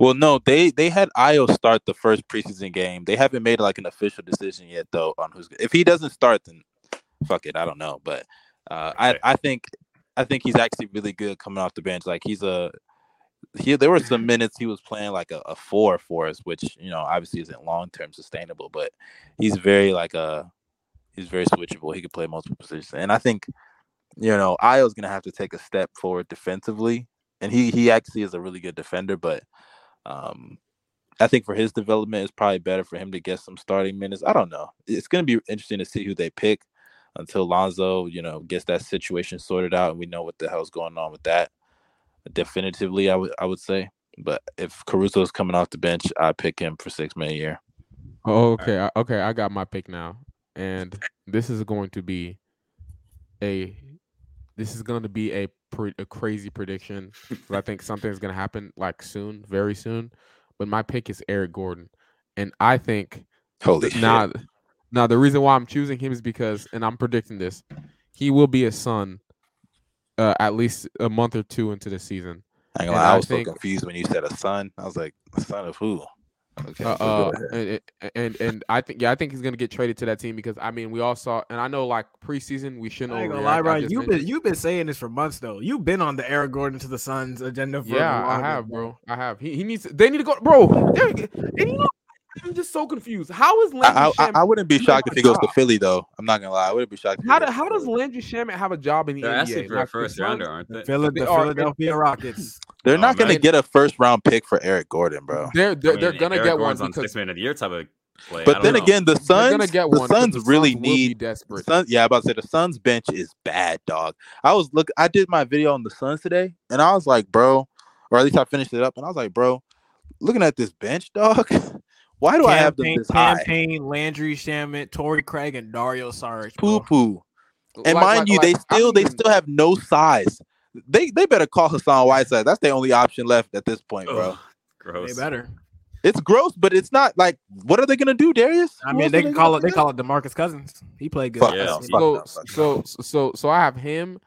Well, no, they they had Io start the first preseason game. They haven't made like an official decision yet though on who's if he doesn't start then fuck it, I don't know, but uh,
Okay.
I I think I think he's actually really good coming off the bench. Like he's a he there were some minutes he was playing like a, a four for us, which you know obviously isn't long term sustainable, but he's very like a he's very switchable. He could play multiple positions, and I think you know Io's gonna have to take a step forward defensively, and he he actually is a really good defender, but um. I think for his development, it's probably better for him to get some starting minutes. I don't know. It's going to be interesting to see who they pick until Lonzo, you know, gets that situation sorted out and we know what the hell's going on with that. Definitively, I would I would say. But if Caruso's coming off the bench, I pick him for six man a year.
Oh, okay, I, okay, I got my pick now, and this is going to be a this is going to be a pre- a crazy prediction. 'cause I think something's going to happen like soon, very soon. But my pick is Eric Gordon, and I think
Holy
now now the reason why I'm choosing him is because, and I'm predicting this, he will be a son uh, at least a month or two into the season.
I, ain't
and
gonna lie, I
I
was
think-
so confused when you said a son. I was like, a son of who?
Okay.
Uh,
so
uh,
go ahead.
and, and- and and I think yeah, I think he's gonna get traded to that team because I mean we all saw and I know like preseason we shouldn't
I ain't gonna
overreact,
lie,
I
Brian.
just
You've
mentioned-
been you've been saying this for months though. You've been on the Eric Gordon to the Suns agenda for
Yeah,
the
I have, bro. I have. He, he needs. They need to go, bro. There, and you know, I'm just so confused. How is Landry?
I, I,
Shamet-
I wouldn't be
He's
shocked if he goes to
top.
Philly, though. I'm not gonna lie. I wouldn't be shocked. if he
how,
goes
do,
to
how
Philly.
does Landry Shamet have a job in the
They're
NBA?
asking for a
Like, the
first
Suns-
rounder, aren't they?
Phila- the
They are-
Philadelphia Rockets.
They're
Oh,
not gonna
man.
get a first round pick for Eric Gordon, bro.
They're they're,
I
they're
mean,
gonna
Eric
get
Gordon's
one
on
because
six man of the year type of play. I
But
don't
then
know.
again, the
they're
Suns,
gonna get
the
one. 'cause
Suns
the
really
will
need
be desperate.
Sun, yeah, I'm about to say the Suns bench is bad, dog. I was look, I did my video on the Suns today, and I was like, bro, or at least I finished it up, and I was like, bro, looking at this bench, dog, why do I have them
Campaign,
this high?
Campaign, Landry Shamit, Torrey Craig, and Dario Saric.
Poo
bro.
poo.
Like-
And mind
like-
you,
like,
they
I
still
don't
they
even-
still have no size. They they better call Hassan Whiteside. That's the only option left at this point, bro.
Ugh, gross.
They better.
It's gross, but it's not like what are they gonna do, Darius?
I
Who
mean,
else
they
are
can
gonna
call it. They
do?
call it Demarcus Cousins. He played good.
Fuck
Yeah.
no, fuck
So
no, fuck no.
so so so I have him.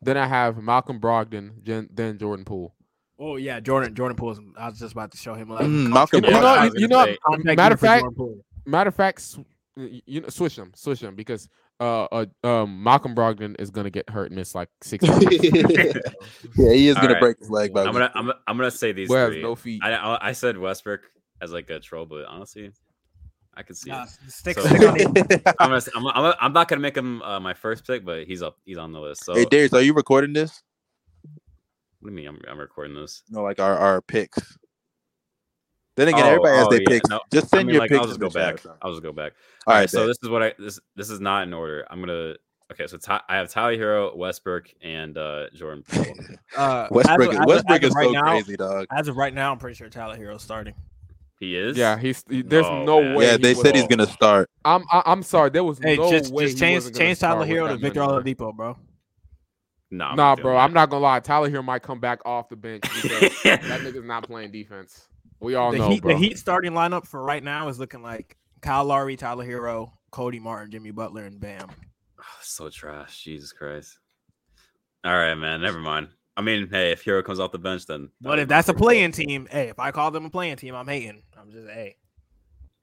Then I have Malcolm Brogdon. Jen, then Jordan Poole.
Oh yeah, Jordan. Jordan Poole. is- I was just about to show him. love.
Mm, Malcolm
You
Yeah,
know,
I
Brogdon.
you,
was
you
gonna
know,
say-
I'm begging
matter of
for
fact,
Jordan Poole.
matter of fact, sw- y- you know, switch them, switch them because uh, uh um, Malcolm Brogdon is gonna get hurt and miss like six.
yeah, he is
All
gonna
right.
break his leg. By
I'm gonna I'm, I'm gonna say these
Whereas
three.
no feet.
I- I I said Westbrook as like a troll, but honestly, I could see.
Nah,
it.
stick,
So-
stick on it.
I'm, gonna, I'm, I'm, I'm not gonna make him uh, my first pick, but he's up. He's on the list. So
Hey Darius, are you recording this?
what do you mean? I'm, I'm recording this.
No, like our, our picks. Then again,
Oh,
everybody has
oh,
their
yeah,
picks.
no,
Just
I
send
mean,
your
like,
picks.
I'll just
in the
go
chat or
back.
something.
I'll just go back.
All right,
So
then.
this is what I this this is not in order. I'm gonna okay. So Ty, I have Tyler Hero, Westbrook, and uh Jordan Poole.
Uh, as of-
Westbrook, is
as of-
Westbrook
as of
is
right
so
now,
crazy, dog.
As of right now, I'm pretty sure Tyler Hero's starting.
he is.
Yeah, he's he, there's
No,
no,
man.
way.
Yeah,
he
they
was-
said he's gonna start.
I'm I, I'm sorry. There was
Hey,
no
just,
way.
just
he
change
wasn't gonna
change
start
Tyler
with
Hero
that
to Victor
money.
Oladipo, bro.
Nah, I'm
Nah,
not
bro,
doing
I'm not gonna lie. Tyler Hero might come back off the bench because
that.
that nigga's not playing defense. We all
the,
know,
heat,
bro.
the Heat starting lineup for right now is looking like Kyle Lowry, Tyler Hero, Cody Martin, Jimmy Butler, and Bam.
Oh, so trash. Jesus Christ. All right, man. Never mind. I mean, hey, if Hero comes off the bench, then.
But if that's a playing team, hey, if I call them a playing team, I'm hating. I'm just hey.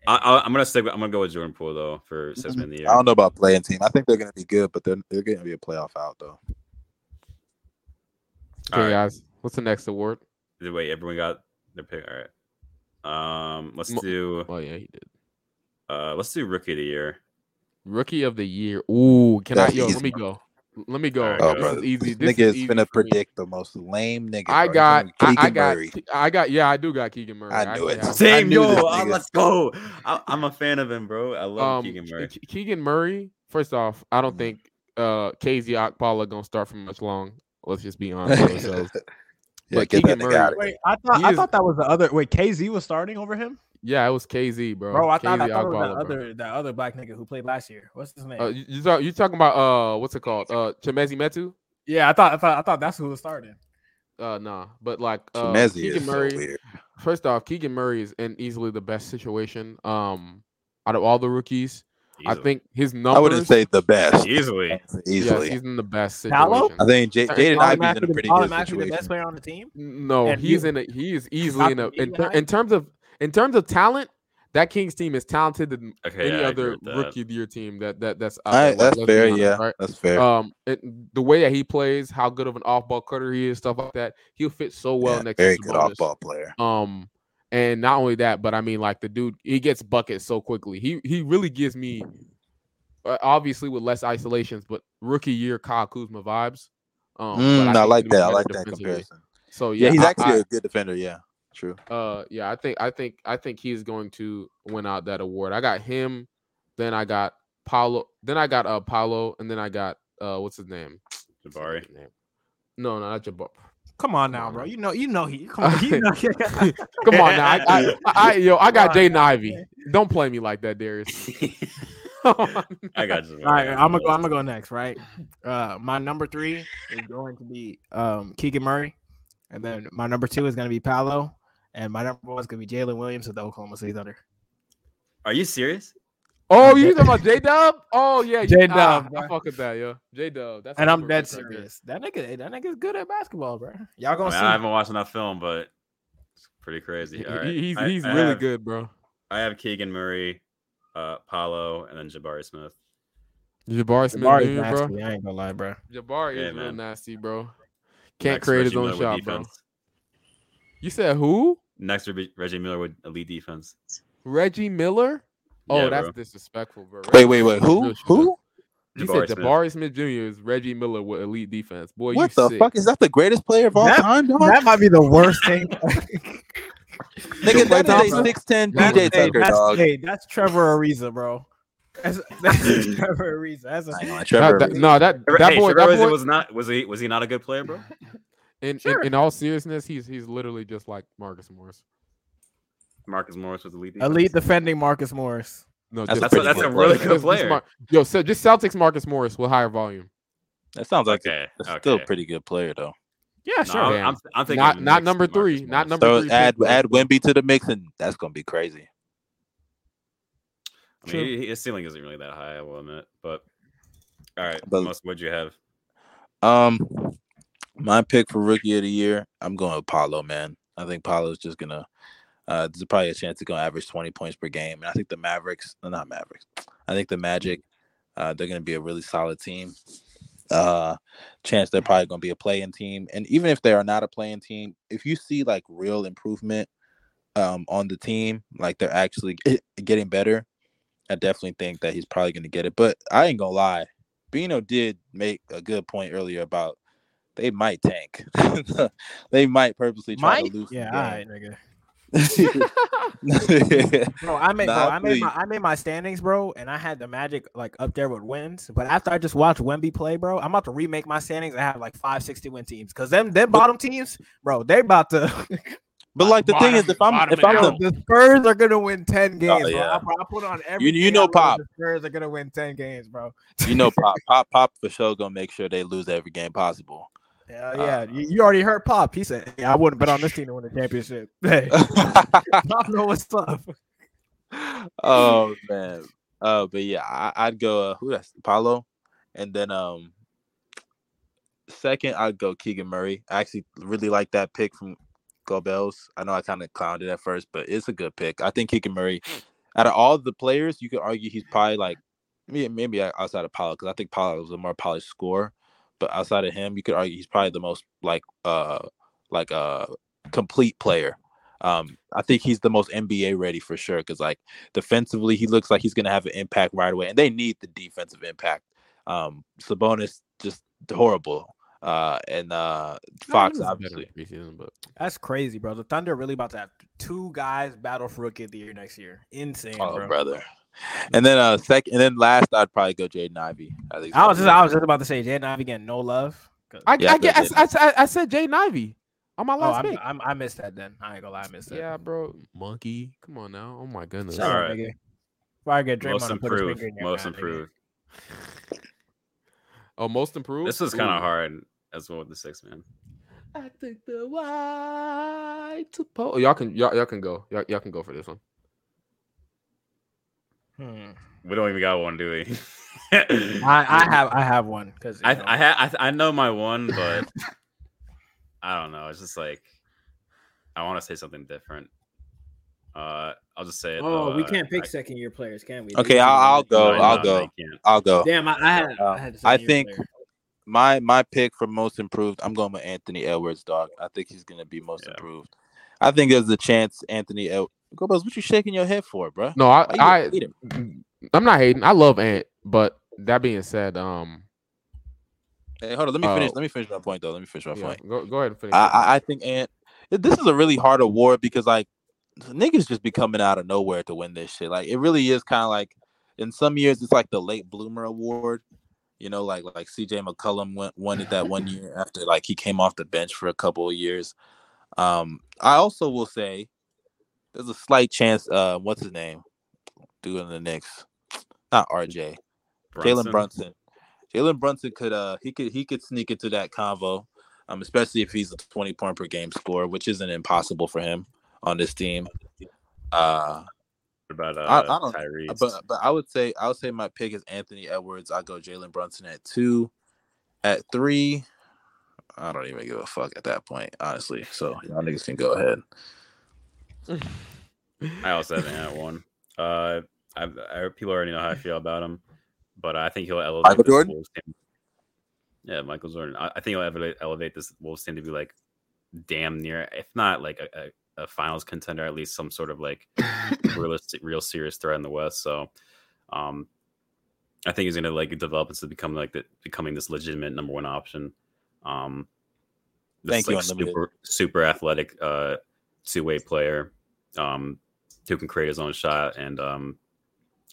I, I, I'm gonna stick. With, I'm gonna go with Jordan Poole though for six man of the year.
I don't know about playing team. I think they're gonna be good, but they're they're gonna be a playoff out though.
okay,
Alright.
guys, what's the next award?
Either way, everyone got their pick. All right. Um, let's
Mo-
do
Oh yeah, he did.
uh, let's do rookie of the year.
Rookie of the year. Ooh, can
That's
I? Yo,
easy.
let me go. Let me go.
Alright, go.
Oh,
This
brother,
is easy.
this
This
nigga is,
easy
gonna
for me.
predict the most lame nigga.
I
bro. He's
got,
gonna be
I, I
Keegan
got,
Murray.
I got, yeah, I do got Keegan Murray.
I knew
actually
it.
have-
Same, I
Same,
knew
yo.
yo,
uh,
this I- nigga.
let's
let's
go. I, am a fan of him, bro. I love
Um,
Keegan Murray. Mm-hmm.
Ke- Keegan Murray. First off, I don't
Mhm.
think uh KZ Akpala gonna start for much long. Let's just be honest with ourselves.
Yeah,
But
get
Keegan
that nigga
Murray-
out of here.
Wait, I thought
He
I
is-
thought that was the other. Wait, KZ was starting over him,
Yeah, it was KZ, bro.
bro. I thought, I
KZ
thought it was that
Akpala, bro.
other that other black nigga who played last year. What's his name?
Uh, you, you, talk, you talking about uh, what's it called? Uh, Chemezi Metu?
yeah, I thought I thought I thought that's who was starting.
Uh, nah, but like uh,
Chemezi
Keegan
is so
Murray.
weird.
first off, Keegan Murray is in easily the best situation. Um, out of all the rookies, I
Easily.
think his numbers.
I wouldn't say the best
easily.
Yes,
easily.
he's in the best
Gallo?
situation.
I think J-
Is
Jaden
Colin
Ivey's in a pretty good
Automatically the best
situation.
player on the team.
No,
And
he's
you-
in a he is easily
Not
in a
the
in,
Eagle
ter-
Eye?
in terms of in terms of talent, that Kings team is talented than
Okay.
any
yeah, I agree
other
with that.
rookie of the year team that that that's out
All
there.
right,
Like,
that's
let's be
fair.
honest,
Yeah,
right?
that's fair.
Um, it, the way that he plays, how good of an off ball cutter he is, stuff like that, he'll fit so well
Yeah,
next
very
to
good
Sabonis.
off ball player.
Um, and not only that, but I mean, like the dude, he gets buckets so quickly. He he really gives me, uh, obviously with less isolations, but rookie year Kyle Kuzma vibes. Um, but
Mm, I,
think
like
he'll be
that. I
better
like that
defensively.
comparison.
So
Yeah,
yeah,
he's
I-
actually
I-
a good defender. Yeah, true.
uh yeah i think i think i think he's going to win out that award i got him then i got paulo then i got uh paulo and then i got uh what's his name
Jabari.
Name. no no not jabari
Come
Come
on now,
on
bro.
now.
You know, you know he. Come on, you know.
come on now I, I, I, I- yo i got
Come on
jaden ivy don't play me like that darius
I got you.
All right, I'm gonna go. I'm gonna go next. Right, uh, my number three is going to be um, Keegan Murray, and then my number two is gonna be Paolo, and my number one is gonna be Jalen Williams of the Oklahoma City Thunder.
Are you serious?
oh you talking about j-dub oh yeah you-
J-Dub,
ah,
bro.
i fuck with that yo j-dub that's
And
a
I'm
super
dead
pick right there.
serious. That nigga, that nigga's good at basketball, bro. Y'all
I,
gonna
mean,
see.
I haven't watched enough film, but it's pretty crazy.
He-
All right.
He's
I-
he's
I
really
have-
good, bro.
I have Keegan Murray, uh, Paolo, and then Jabari Smith.
Jabari Smith,
Jabari's
Jr., bro.
nasty, I ain't gonna lie, bro.
Jabari
Yeah,
is real
man.
nasty, bro. Can't
Next,
create his
Reggie Miller
own
with
shot, bro.
defense.
You said who?
Next, Reg- Reggie Miller with elite defense.
Reggie Miller? Oh,
Yeah,
that's
bro.
disrespectful, bro.
Wait, wait, wait.
No
Who?
shooter.
Who?
You
Jabari
said
Smith.
Jabari Smith. Jr. is Reggie Miller with elite defense. Boy,
what
you
the
sick.
fuck is that? The greatest player of all
That-
time, dog?
That might be the worst thing.
Nigga,
Klay
that is a
Thompson?
six ten
That's-
PJ
hey,
Tucker,
that's,
dog.
hey, that's Trevor Ariza, bro. That's, that's Trevor Ariza. That's a,
I ain't gonna-
That-
Trevor,
that- no, that that
hey,
boy,
Trevor
that
Ariza
boy
was not was he was he not a good player, bro?
in, in-
Sure.
in all seriousness, he's he's literally just like Marcus Morris.
Marcus Morris was elite. Defense.
elite defending Marcus Morris.
No,
That's-
just-
That's a, that's a
Pretty good
really
just-
good
just
player.
Mar- Yo, so just Celtics Marcus Morris with higher volume.
that sounds like
Okay,
a,
okay.
still a pretty good player though.
Yeah,
No, I'm, I'm, I'm thinking
Not- not
Knicks
number
with Marcus
three, not
Morris.
number-
So
three
add
pick,
add Wimby to the mix, and that's gonna be crazy.
I mean, he- his ceiling isn't really that high. I will admit, but all right,
But-
most would you have?
Um, my pick for rookie of the year, I'm going with Paolo, man. I think Paolo's just gonna. Uh, there's probably a chance he's gonna average 20 points per game, and I think the Mavericks, no, not Mavericks, I think the Magic, uh, they're gonna be a really solid team. Uh, chance they're probably gonna be a playing team, and even if they are not a playing team, if you see like real improvement, um, on the team, like they're actually get- getting better, I definitely think that he's probably gonna get it. But I ain't gonna lie, Bino did make a good point earlier about they might tank. they might purposely try
Might?
to lose. the
Yeah, all right,
game.
nigga.
yeah.
Bro, I made,
Nah,
bro,
I
I made
feel
my
you.
I made my standings, bro, and I had the Magic like up there with wins. But after I just watched Wemby play, bro, I'm about to remake my standings. I have like five sixty win teams because them them bottom teams, bro, they about to.
But like the thing is, if I'm
Bottom
if I'm
and
the,
the Spurs are gonna win ten games. bro.
Oh, yeah.
I, bro, I put on every.
you know Pop.
The Spurs are gonna win ten games, bro.
you know pop pop pop for sure gonna make sure they lose every game possible.
Yeah, yeah. you, you already heard Pop. He said, "Yeah, "I wouldn't bet on this team to win the championship." Hey, Pop, know what's up.
oh man. Uh, but yeah, I, I'd go uh, who that's Paulo, and then um, second I'd go Keegan Murray. I actually really like that pick from Gobels. I know I kind of clowned it at first, but it's a good pick. I think Keegan Murray, out of all the players, you could argue he's probably like maybe maybe outside of Paulo because I think Paulo was a more polished scorer, but outside of him, you could argue he's probably the most like uh like uh complete player. Um, I think he's the most NBA ready for sure because like defensively, he looks like he's going to have an impact right away, and they need the defensive impact. Um, Sabonis just horrible, uh, and uh, Fox
He's better
obviously.
in preseason, but
That's crazy, bro. The Thunder really about to have two guys battle for rookie of the year next year. Insane,
Oh,
bro.
brother. And then uh, second, and then last, I'd probably go Jaden Ivey. I, think
I was just, I was just about to say, Jaden Ivey getting no love. 'Cause-
I,
Yeah,
I, get- I, s-
that's
I, s- I said Jay Ivey on my
oh,
last
I'm,
pick.
I'm, I missed that. Then I ain't gonna lie, I missed that.
yeah, bro. Monkey, come on now. Oh my goodness.
Shut up,
Alright.
nigga. Before I get Draymond
Most
to put his
improved.
finger in your
Most
mouth, nigga.
improved.
Oh, most improved.
This was kind
Ooh.
of hard as well with the six man.
I took the white to po- Oh, Y'all can y'all, y'all can go. Y'all, y'all can go for this one.
Hmm.
We don't even got one, do we? I
I, I have, I have one because
I I, ha- I th- I know my one, but I don't know. It's just like I want to say something different. Uh, I'll just say it.
Oh,
though,
we
uh,
can't pick
I-
second year players, can we?
Okay, I'll- I'll
no,
go,
no,
I'll
no,
go.
you can't.
I'll go.
Damn, I, I had.
Uh,
I, had
I
second-year
think
player.
my my pick for most improved, I'm going with Anthony Edwards, dog. I think he's gonna be most
Yeah.
improved. I think there's a chance Anthony Edwards. Gobos, what you shaking your head for, bro?
No, I,
Why
I
you hate him?
I'm not hating. I love Ant, but that being said, um,
Hey, hold on. Let me finish.
Oh.
Let me finish my point, though. Let me finish my
yeah,
point.
go go ahead and finish.
I,
your point.
I I think Ant. This is a really hard award because like niggas just be coming out of nowhere to win this shit. Like it really is kind of like in some years it's like the late bloomer award. You know, like like CJ McCollum went, won it that one year after like he came off the bench for a couple of years. Um, I also will say there's a slight chance. Uh, what's his name? Dude in the Knicks, not RJ. Jalen Brunson. Jalen Brunson could uh he could he could sneak into that convo, um especially if he's a twenty point per game scorer, which isn't impossible for him on this team. Uh,
What about uh,
I- I don't-
Tyrese?
but but I would say I would say my pick is Anthony Edwards. I go Jalen Brunson at two, at three. I don't even give a fuck at that point, honestly. So y'all niggas can go ahead.
I also haven't had one. Uh, I've, I, people already know how I feel about him, but I think he'll elevate
Michael
this
Jordan?
Wolves team. Yeah, Michael Jordan. I, I think he'll elevate, elevate this Wolves team to be like damn near, if not like a, a, a finals contender, at least some sort of like realistic, real serious threat in the West. So, um, I think he's gonna like develop into become like the, becoming this legitimate number one option. Um, this
Thank you,
like
Unlimited.
super super athletic uh two way player, um, who can create his own shot and um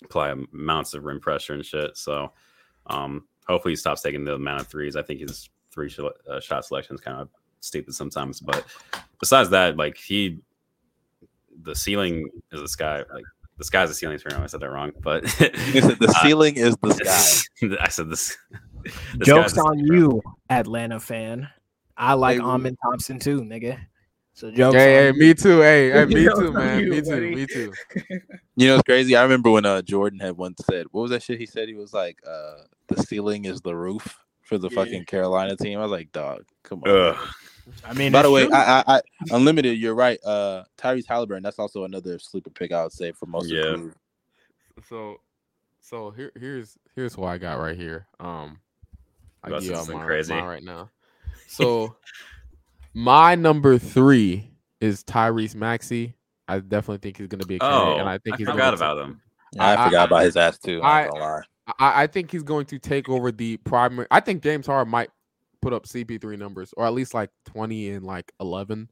apply amounts of rim pressure and shit. So, um, hopefully he stops taking the amount of threes. I think his three sh- uh, shot selection is kind of stupid sometimes, but besides that, like he, the ceiling is the sky. Like the sky's the ceiling. Sorry, I said that wrong, but
You said the
Uh,
ceiling is the sky.
I said this. the sky's
Jokes
the
on
ceiling, bro.
you, Atlanta fan. I like
Hey, we-
Amon Thompson too, nigga. So jokes.
Hey, hey,
on
me too. Hey, hey, me
Yo,
too, man.
you,
me too.
buddy.
Me too.
You know, it's crazy. I remember when uh, Jordan had once said, "What was that shit?" He said he was like, uh, "The ceiling is the roof for the
Yeah.
fucking Carolina team." I was like, "Dog, come on."
Ugh.
I mean,
By the
it's
way,
true.
I, I, I unlimited. You're right. Uh, Tyrese Halliburton. That's also another sleeper pick. I would say for most.
Yeah.
Of
So, so here, here's here's who I got right here. Um, I
That's
give y'all
something
mine,
crazy.
mine right now. So, my number three is Tyrese Maxey. I definitely think he's going to be a candidate,
Oh,
and I think
I
he's
forgot
going to-
about him.
I,
I-
forgot about his ass too. I,
I-
ain't gonna lie.
I, I think he's going to take over the primary. I think James Harden might put up CP3 numbers, or at least like 20 and like 11.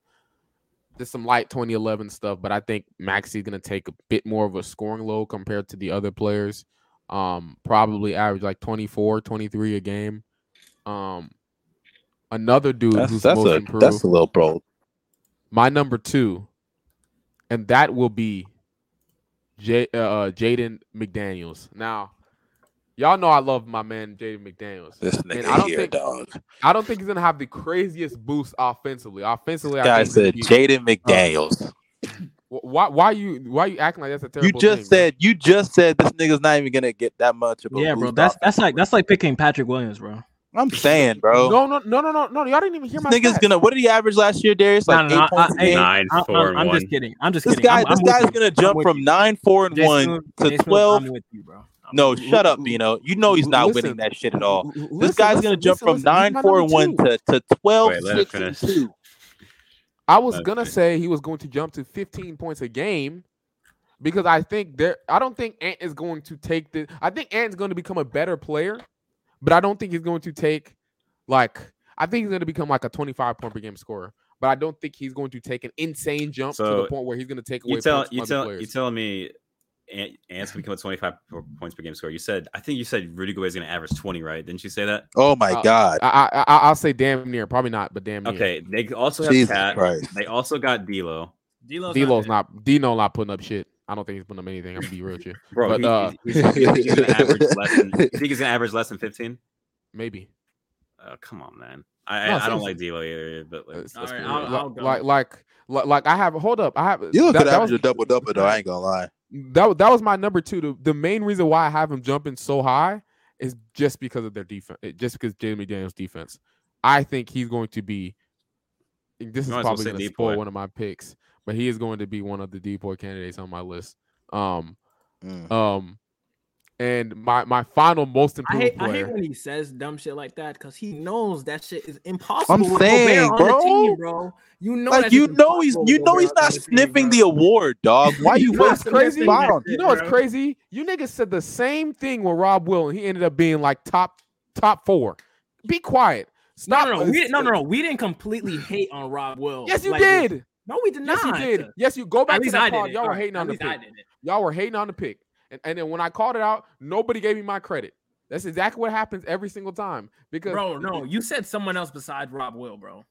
There's some light 2011 stuff, but I think Maxi's going to take a bit more of a scoring load compared to the other players. Um, probably average like 24, 23 a game. Um, another dude
That's
who's
that's
most
a
improved
that's a little bro.
my number two, and that will be J- uh, Jaden McDaniels. Now, y'all know I love my man Jaden McDaniels.
This
Man,
nigga
I don't
here,
think-
dog.
I don't think he's gonna have the craziest boost offensively. Offensively, I
Guy
think
said
he's uh, gonna
Jaden McDaniels.
be- Wh- why why you why you acting like that's a terrible?
You
thing,
just
bro?
said you just said this nigga's not even gonna get that much of a
yeah, bro.
boost
That's that's like
offensively.
that's like picking Patrick Williams, bro.
I'm saying, bro.
No, no, no, no, no, no. Y'all didn't even hear
this
my.
nigga's
stats.
gonna. What did he average last year, Darius?
No,
Like
no, no,
eight
I-
points a
I-
game.
Nine,
I'm,
four,
I'm,
and
I'm
one.
just kidding. I'm just
this
kidding.
guy,
I'm,
this
I'm with
guy's
you.
gonna
I'm
jump
with
from
you.
nine, four, and
Jay
one
Smith-
to
Jay Smith,
12.
I'm with you, bro. I'm
No,
with you.
shut up, Bino. You know he's not
Listen.
winning that shit at all.
L- l-
This
listen,
guy's
listen,
gonna jump
listen,
from
listen. He's
nine,
my
four,
number
and one
two.
to, to 12,
Wait, let him
six, and
finish.
two.
I was
That's
gonna
it.
say he was going to jump to 15 points a game because I think there. I don't think Ant is going to take the. I think Ant's going to become a better player, but I don't think he's going to take like. I think he's going to become like a 25 point per game scorer, but I don't think he's going to take an insane jump to
So,
the point where he's going to take away
You tell
points from
you
other
tell
players.
you telling me Ant, Ant's gonna become a twenty five points per game scorer. You said I think you said Rudy Gobert is gonna average twenty, right? Didn't you say that?
Oh my
Uh,
god,
I, I, I I'll say damn near, probably not, but damn near.
Okay, they also have
Jesus
Cat.
Christ.
They also got D'Lo.
D-Lo's
D'Lo's
there.
not D'Lo not putting up shit. I don't think he's putting up anything. I'm gonna be real with you.
Bro,
But,
he-
uh,
he's, he's, you think he's gonna average less than, you think he's gonna average less than fifteen?
Maybe.
Oh, come on, man. I,
No,
I, I don't
seriously.
like D'Lo either, but like,
Uh,
let's
All
be
right,
real.
I'll- I'll-
Li- like, like, like, like, I have. Hold up, I have.
you look
that,
at
that was
average a double double though. I ain't gonna lie.
that, wa- that was my number two. The, the main reason why I have him jumping so high is just because of their defense, just because Jamie Daniels' defense. I think he's going to be. This is
might as well
probably
say
going to
deep
spoil
boy.
one of my picks, but he is going to be one of the depoy candidates on my list. Um,
Mm.
um, and my my final most
I
improved
hate, I hate
player.
when he says dumb shit like that because he knows that shit is impossible. with
saying,
Gobert on the
bro.
team, bro. You know,
Like
that shit
you
is
know he's
impossible
you
with
know
Gobert
he's
on
not
the team,
sniffing
bro.
the award, dog. Why
You
you
know
what's
what's
crazy?
crazy?
Bottom?
You know what's
bro.
crazy? You niggas said the same thing with Rob Will, and he ended up being like top top four. Be quiet.
No,
Stop.
no, no, we didn't, no, no, no. We didn't completely hate on Rob Will.
Yes, you
Like,
did.
No, we did
Yes,
not.
you did. Yes, you go back
At
to
least
that
I
pod.
did.
Y'all were hating on the
I
pick.
did it.
Y'all were hating on the pick. And and then when I called it out, nobody gave me my credit. That's exactly what happens every single time. Because
Bro, no, you said someone else besides Rob Will, bro.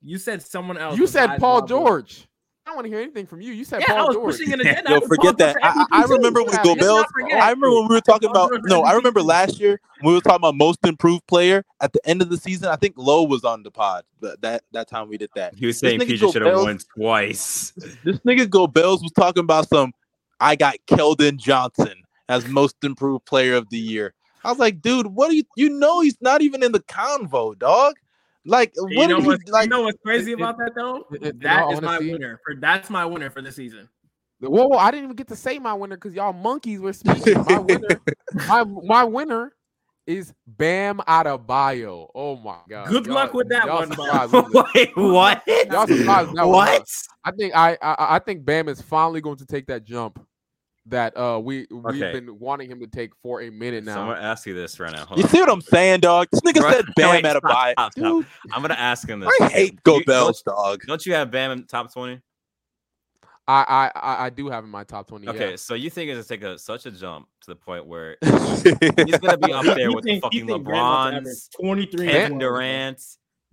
You said someone else.
you said
besides
Paul
Rob Will.
George. I don't want to hear anything from you. You said
Yeah, I
Paul
was
George.
pushing it again.
Yo, forget that. I, I I remember when
Yeah,
Go
let's
Bills.
not
forget.
I remember when we were talking about no. I remember last year when we were talking about most improved player at the end of the season. I think Lowe was on the pod but that that time we did that.
He was saying
nigga
PJ should have
Gobert-
won twice.
This nigga Go Bills was talking about some. I got Keldon Johnson as most improved player of the year. I was like, dude, what do you? You know, he's not even in the convo, dog. Like, what
You know,
did he,
what's,
like,
you know what's crazy
it-
about that though?
it- it- in
That
all
is my
honesty-
winner. For that's my winner for the season.
Whoa, whoa, I didn't even get to say my winner because y'all monkeys were speaking. My winner, my, my winner is Bam Adebayo. Oh my god.
Good
Y'all-
luck with that
y'all
one,
surprised
Bob.
me there.
Wait, what?
Y'all surprised that one.
What?
I think I, I I think Bam is finally going to take that jump that uh we we've
Okay.
been wanting him to take for a minute
So I'm
now.
gonna ask you this right now. Hold
you
on.
see what I'm saying, dog? This nigga
Bro,
said Bam
wait,
at a
stop,
buy.
stop, stop.
Dude,
I'm gonna ask him this.
I hate Go
You-
Bells, dog.
Don't you have Bam in top twenty?
I I I- I do have in my top twenty.
Okay,
yeah.
so you think it's gonna take a, such a jump to the point where he's gonna be up there with the fucking LeBrons,
twenty three
Kevin Durant.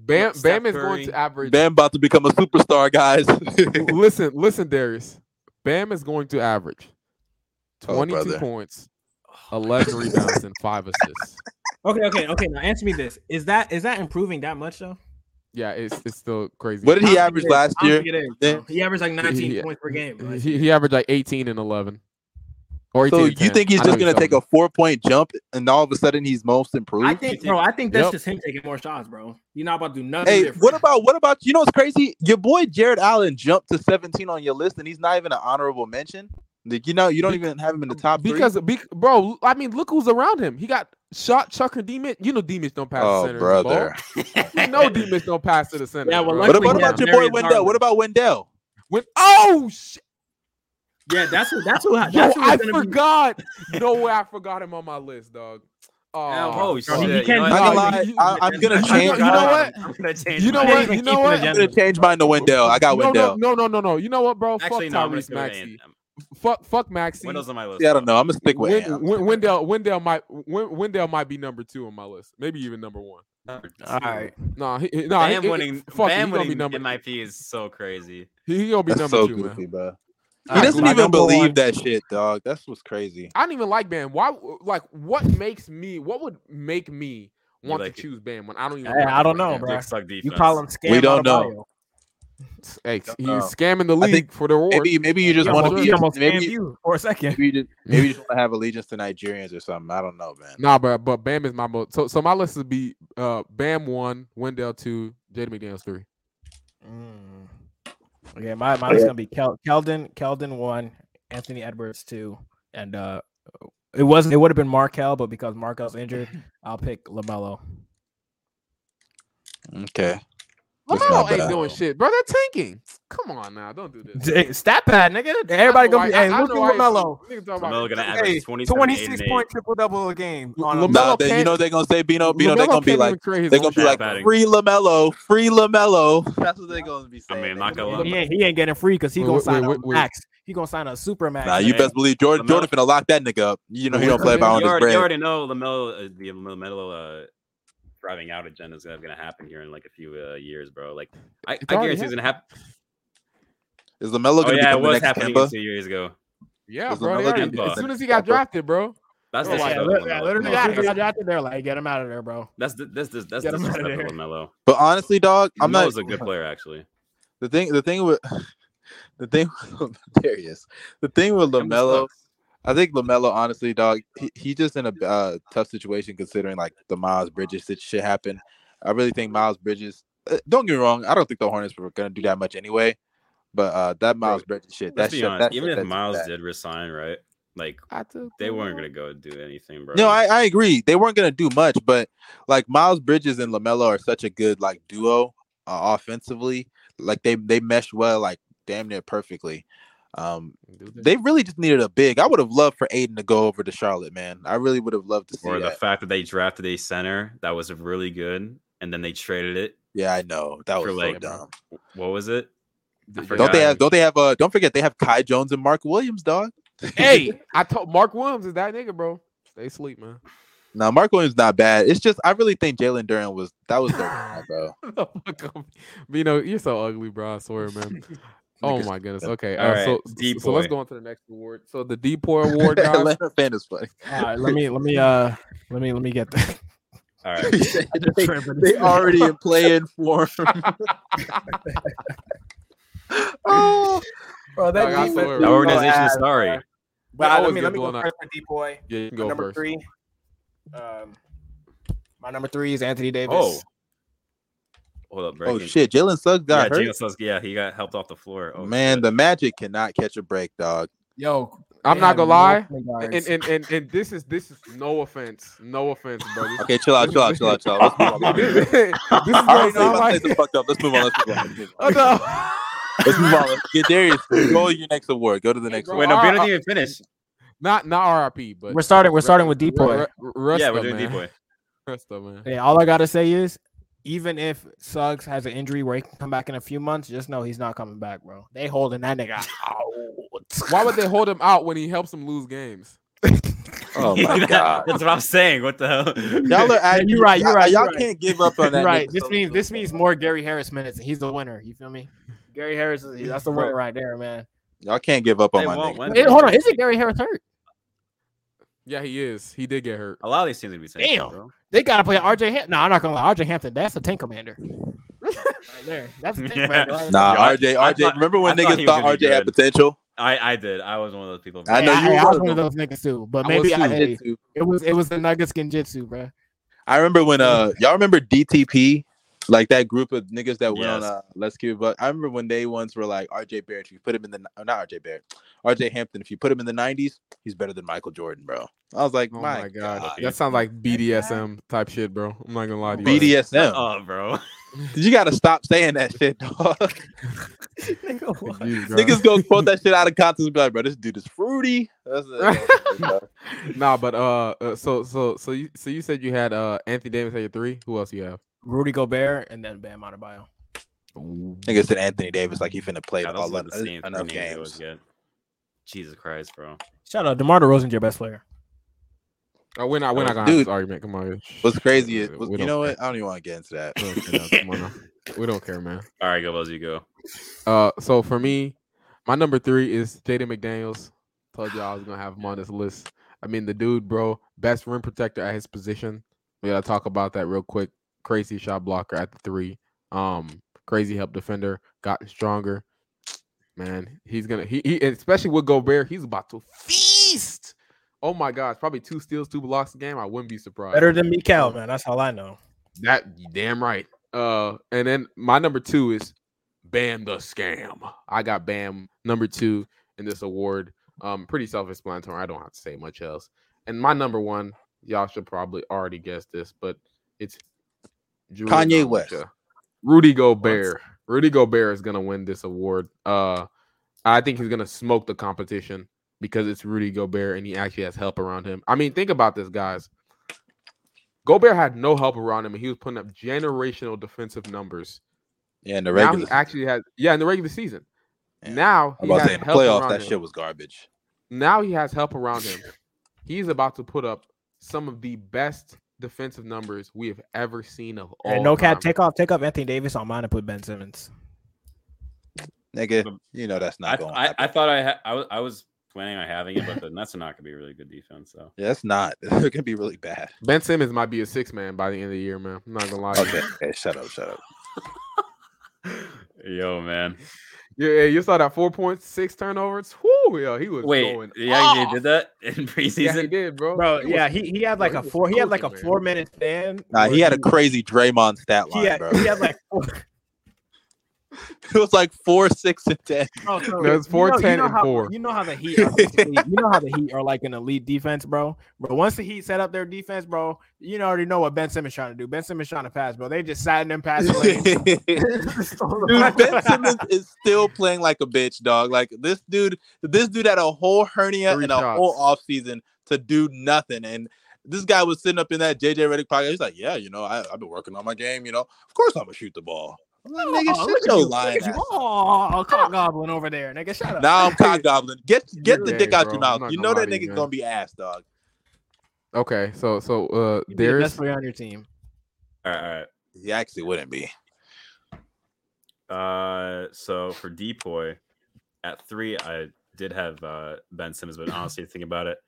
Bam
Steph
Bam is going
Curry.
to average.
Bam about to become a superstar, guys.
listen, listen, Darius. Bam is going to average
Oh,
twenty two
brother.
points, eleven rebounds, and five assists.
Okay, okay, okay. Now answer me this: Is that is that improving that much though?
Yeah, it's it's still crazy.
what did
I don't
he
think
average
it is.
last
I don't
year?
think it is,
Yeah.
bro. He averaged like nineteen
Yeah.
points per game. bro.
he, he averaged like 18 and 11 or 18
So
and
you
10.
think he's
I know
just gonna take
talking
a four point jump and all of a sudden he's most improved?
I think, bro. I think that's
Yep.
just him taking more shots, bro. You're not about to do nothing.
Hey,
different.
what about what about you know what's crazy? Your boy Jared Allen jumped to 17 on your list, and he's not even an honorable mention. Like, you know, you don't even have him in the top three.
because bec- bro I mean look who's around him he got shot Chucker Demit you know Demit don't pass to
oh
centers, bro.
brother,
you know Demit don't pass to the center
Yeah, well,
what
luckily
about,
he has
about your boy
Darius
Wendell?
Garland.
What about Wendell?
when, oh shit
Yeah, that's who. That's who. That's
yo,
who
I
gonna be-
forgot no way I forgot him on my list dog oh,
Yeah,
Oh,
fuck.
shit.
he
you
can't-
know
I'm
No,
not
what?
gonna
you-
lie,
you-
I, I'm gonna
you know-
change.
you know
mine.
what?
I'm gonna change.
You know
mine.
what? You know what?
I'm gonna change mine to Wendell. I got
no, no
Wendell.
no no no no you know what bro
Actually, no.
fuck
I'm gonna
Tyrese
stick with
Maxey
Ant.
fuck fuck Maxey
Wendell's on my list.
Yeah, I don't know. I'm gonna stick with
Wen-
him.
Wen- Wendell, Wendell might Wen- Wendell might be number two on my list, maybe even number one.
All
All right.
No, he, he- no, he-
Bam
he-
winning.
fuck it,
Bam
he gonna be
winning
number.
MIP is so crazy.
He, he gonna be
That's
number
so
two,
goofy,
man.
bro. He
Alright,
doesn't
my
even
number
believe
one-
that shit, dog. That's what's crazy.
I don't even like Bam. Why? Like, what makes me? What would make me
You
want
like it.
to choose Bam when I don't even?
Hey,
like
I don't
Bam?
know, bro.
Dick suck defense.
You call him scam.
We don't
Adebayo.
Hey, he's
Don't know.
scamming the
I
league
think
for the award.
Maybe, maybe you just
He
Yeah,
want
almost,
well,
to
he
be.
almost
Maybe,
scammed
you-
you for a second.
maybe you just maybe you just want to have allegiance to Nigerians or something. I don't know, man.
Nah, bro, but Bam is my most. So, so my list would be uh, Bam one, Wendell two, Jaden McDaniels three.
Mm. Okay, my
Oh,
mine's gonna be Kel- Keldon. Keldon one, Anthony Edwards two, and uh, it wasn't. It would have been Markel, but because Markel's injured, I'll pick Lamelo.
Okay. That's not
Lamelo ain't
bad.
doing shit, bro. They're tanking. Come on now, don't do this.
Hey, Stat pad, nigga. Everybody
I know
gonna be.
why-
Hey,
I- I
look at
know why-
Lamelo.
Niggas talking about-
LaMelo gonna
Hey,
average 27,
26
8, and
point triple double a game.
L-
on a-
Lamelo
Nah, they, you
can't-
know they're gonna say Bino Bino. They're
LaMelo
gonna be
can't
like
even create his
they're
own
gonna be
shot.
like
batting.
free Lamelo, free Lamelo. That's what they're gonna be
I
saying.
mean, not gonna lie.
he, ain't, he ain't getting free because he
Wait,
gonna
wait,
sign
wait,
a
wait.
max. He gonna sign a super max.
Nah, you best believe Jordan.
LaMelo-
Jordan finna lock that nigga up. You know he
Wait,
don't play
wait,
by Oh, on
you,
his
already, you
bread.
already know Lamelo, uh, the Lamelo uh, driving out agenda is going to happen here in like a few uh, years, bro. Like, I, I
It's already
guarantee it's going to happen.
Is Lamelo
Oh
gonna
yeah, it
become the
was
next
happening
Kemba?
two years ago.
Yeah,
Does
bro. they
LaMelo
already-
get
as
bumped?
soon as he got drafted, bro.
That's
Oh,
the
yeah,
shit.
li-
of
yeah,
LaMelo.
literally,
Come
as
on.
soon as I got out there, like, get him out of there, bro.
That's the that's the that's
Get
the
him outta
disrespect of
there.
Lamelo.
But honestly, dog, I'm not
Lamelo's a good player actually.
the thing. The thing with the thing. there he is. The thing with
Kemba
Lamelo.
sucks.
I think Lamelo, honestly, dog, he, he just in a uh, tough situation considering like the Miles Bridges sit- shit happened. I really think Miles Bridges. Uh, don't get me wrong, I don't think the Hornets were gonna do that much anyway. But uh, that Miles Bridges shit, that
Let's be
shit,
honest.
that
Even
shit,
if
that's
Miles
bad.
did resign, right? Like
I took
they
the
weren't
ball.
gonna go do anything, bro.
No, I, I agree. They weren't gonna do much, but like Miles Bridges and Lamelo are such a good like duo uh, offensively. Like they they mesh well, like damn near perfectly. Um,
Do that.
they really just needed a big. I would have loved for Aiden to go over to Charlotte, man. I really would have loved to see
or the
that.
fact that they drafted a center that was really good, and then they traded it.
Yeah, I know that
For,
was so
like,
dumb.
What was it?
They-
forgot.
Don't they
guy.
have? Don't they have? Uh, don't forget they have Kai Jones and Mark Williams, dog.
Hey, I told Mark Williams is that nigga, bro. Stay sleep, man.
Now Mark Williams not bad. It's just I really think Jalen Duran was that was their guy, bro.
The fuck up. Vino, you're so ugly, bro. I swear, man. Oh
Niggas-
my goodness. Okay,
All
uh,
right,
so
D
so let's
boy.
go on to the next award. So the D Poor Award, guys.
Atlanta fan is funny.
All right, let me, let me, uh, let me, let me get that.
All right.
they, they already in playing form. oh,
Bro,
that Dog, I defense swear, is
That
bro.
organization is sorry.
They
Well, let
always
me
get
let me go
blown out.
first for Depoy.
Yeah, you can
My
go
number
first.
three. Um, my number three is Anthony Davis.
Oh, hold up.
Oh
Breaking.
shit, Jalen Suggs
Yeah,
got hurt.
Jalen Suggs- yeah, he got helped off the floor. Oh,
Man,
shit.
the Magic cannot catch a break, dog.
Yo,
I'm
they
not
have
gonna
no
lie.
point
And,
guards.
and and and this is this is no offense, no offense, bro. This-
Okay, chill out, chill out, chill out, chill out. Let's move on.
this, this is
I
what
already know
I'm
my things are
like.
fucked up. Let's move on. Let's move on. Let's move
Oh,
on.
no.
Let's move on. Let's get Darius. Go to your next award. Go to the next
bro,
one.
Wait, no,
Uh,
we didn't
uh,
even finish.
Not not RIP, but
We're starting. We're starting with Depoy.
Rest
yeah,
yeah,
we're doing
man.
D boy.
Rest up, man.
Yeah, all I gotta say is, even if Suggs has an injury where he can come back in a few months, just know he's not coming back, bro. They holding that nigga out.
Why would they hold him out when he helps them lose games?
Oh my god.
That's what I'm saying. What the hell?
Y'all are
Yeah, you're right, you're
y'all-
right,
Y'all
you're right.
can't give up on that.
right.
nigga
This
so
means this means
much.
more Gary Harris minutes, and he's the winner. You feel me? Gary Harris is that's the winner right there, man.
Y'all can't give up on
They
my
won't win.
nigga.
Hey, hold on, isn't Gary Harris hurt?
Yeah, he is. He did get hurt.
A lot of these teams would be saying,
Damn.
bro.
They gotta play RJ. Ham- no, I'm not gonna lie. RJ Hampton, that's a tank commander. right there, that's a tank
Yeah.
commander. right
Nah,
Yo, I-
RJ,
I
RJ.
thought-
remember when
I thought
niggas
he was
thought
gonna be
RJ had
good.
potential?
I, I did. I was one of those people.
I know
Hey,
you
I, I
were,
was one of
but-
those niggas too, but
I
maybe
was
I,
too.
hey, it was it was the Nuggets Genjitsu, bro.
I remember when uh
Mm.
y'all remember DTP, like that group of niggas that went on
Yes.
uh, Let's Keep But I remember when they once were like RJ Barrett. If you put him in the oh, not RJ Barrett, RJ Hampton. If you put him in the '90s, he's better than Michael Jordan, bro. I was like,
Oh
my,
god.
god,
That sounds like BDSM type shit, bro. I'm not gonna lie to you.
BDSM.
Oh, bro.
You gotta stop saying that shit, dog.
Jesus Christ.
niggas go quote that shit out of context, and be like, bro, this dude is fruity. That's, that's-
nah, but uh, uh, so so so you so you said you had uh Anthony Davis at your three. Who else you have?
Rudy Gobert and then Bam Adebayo.
Nigga said Anthony Davis like he finna play
Yeah,
all
those are
enough,
the same
enough
three names that was
games.
good. Jesus Christ, bro.
Shout out DeMar DeRozan's your best player.
Oh, we're not we're not gonna have
Dude.
this argument. Come on, here.
What's crazy is
We
was-
don't
you know
care.
what? I don't even want to get into that.
We don't care now, come on now. We don't care, man.
All right, go, Buzz. You go.
Uh, so for me, my number three is Jaden McDaniels. Told y'all I was gonna have him on this list. I mean, the dude, bro, best rim protector at his position. We gotta talk about that real quick. Crazy shot blocker at the three. Um, crazy help defender, gotten stronger. Man, he's gonna he, he especially with Gobert, he's about to feast. Oh my gosh, probably two steals, two blocks a game. I wouldn't be surprised.
Better than Mikel, man. That's all I know.
That you damn right. Uh, and then my number two is Bam the Scam. I got Bam number two in this award. Um, pretty self-explanatory. I don't have to say much else. And my number one, y'all should probably already guess this, but it's Julian
Kanye West.
Alamecha. Rudy Gobert. Rudy Gobert is gonna win this award. Uh, I think he's gonna smoke the competition because it's Rudy Gobert and he actually has help around him. I mean, think about this, guys. Gobert had no help around him, and he was putting up generational defensive numbers.
Yeah, in the
now
regular
he actually has, yeah, in the regular season.
Yeah.
Now
I'm
he
about to
has
say in the
help
playoffs,
around
that
him.
shit was garbage.
Now he has help around him. He's about to put up some of the best defensive numbers we have ever seen of all.
And no cat,
time.
take off, take off Anthony Davis on mine and put Ben Simmons.
Nigga, you know that's
I,
not going. to
I,
happen.
I thought I, ha- I, was, I was planning on having it, but the Nets are not going to be a really good defense. So
yeah, that's not. It can be really bad.
Ben Simmons might be a six man by the end of the year, man. I'm not gonna lie. to you.
Okay, okay, shut up, shut up.
Yo, man.
Yeah, yeah, you saw that four points, six turnovers. Whoo, yeah, he was
Wait,
going.
yeah,
off.
he did that in
Yeah, he
preseason.
did, bro.
Bro,
He was-
yeah, he, he had like
bro,
a
he was
four, he had like a
cooking, man.
four minute stand.
Nah,
where
he had a crazy Draymond stat
he
line,
had,
bro.
he had like four,
it was like four, six, and ten.
Oh,
No,
so
it's
you know- you
410
know
and
how-
four.
You know how the Heat, are basically- you know how the Heat are like an elite defense, bro. But once the Heat set up their defense, bro, you already know what Ben Simmons trying to do. Ben Simmons trying to pass, bro. They just sat in them passing lanes.
dude, Ben Simmons is still playing like a bitch, dog. Like this dude, this dude had a whole hernia
Three
and a whole
shots.
offseason to do nothing. And this guy was sitting up in that JJ Redick pocket. He's like, Yeah, you know, I, I've been working on my game, you know. Of course I'm gonna shoot the ball. I'm like, nigga,
Oh,
shut
look at
your
you,
line.
look at
Ah.
you. Oh, cock goblin over there, nigga. Shut up.
Now I'm cock goblin. Get get the
Hey,
dick out
bro,
your
I'm
mouth.
not
You
gonna
know
lie
that
to you,
nigga's
man.
gonna be ass, dog.
Okay, so so uh,
You'd be the best
there's
player on your team.
All right, all right.
He actually wouldn't be.
Uh, so for Depoy, at three, I did have uh, Ben Simmons, but honestly, thinking about it,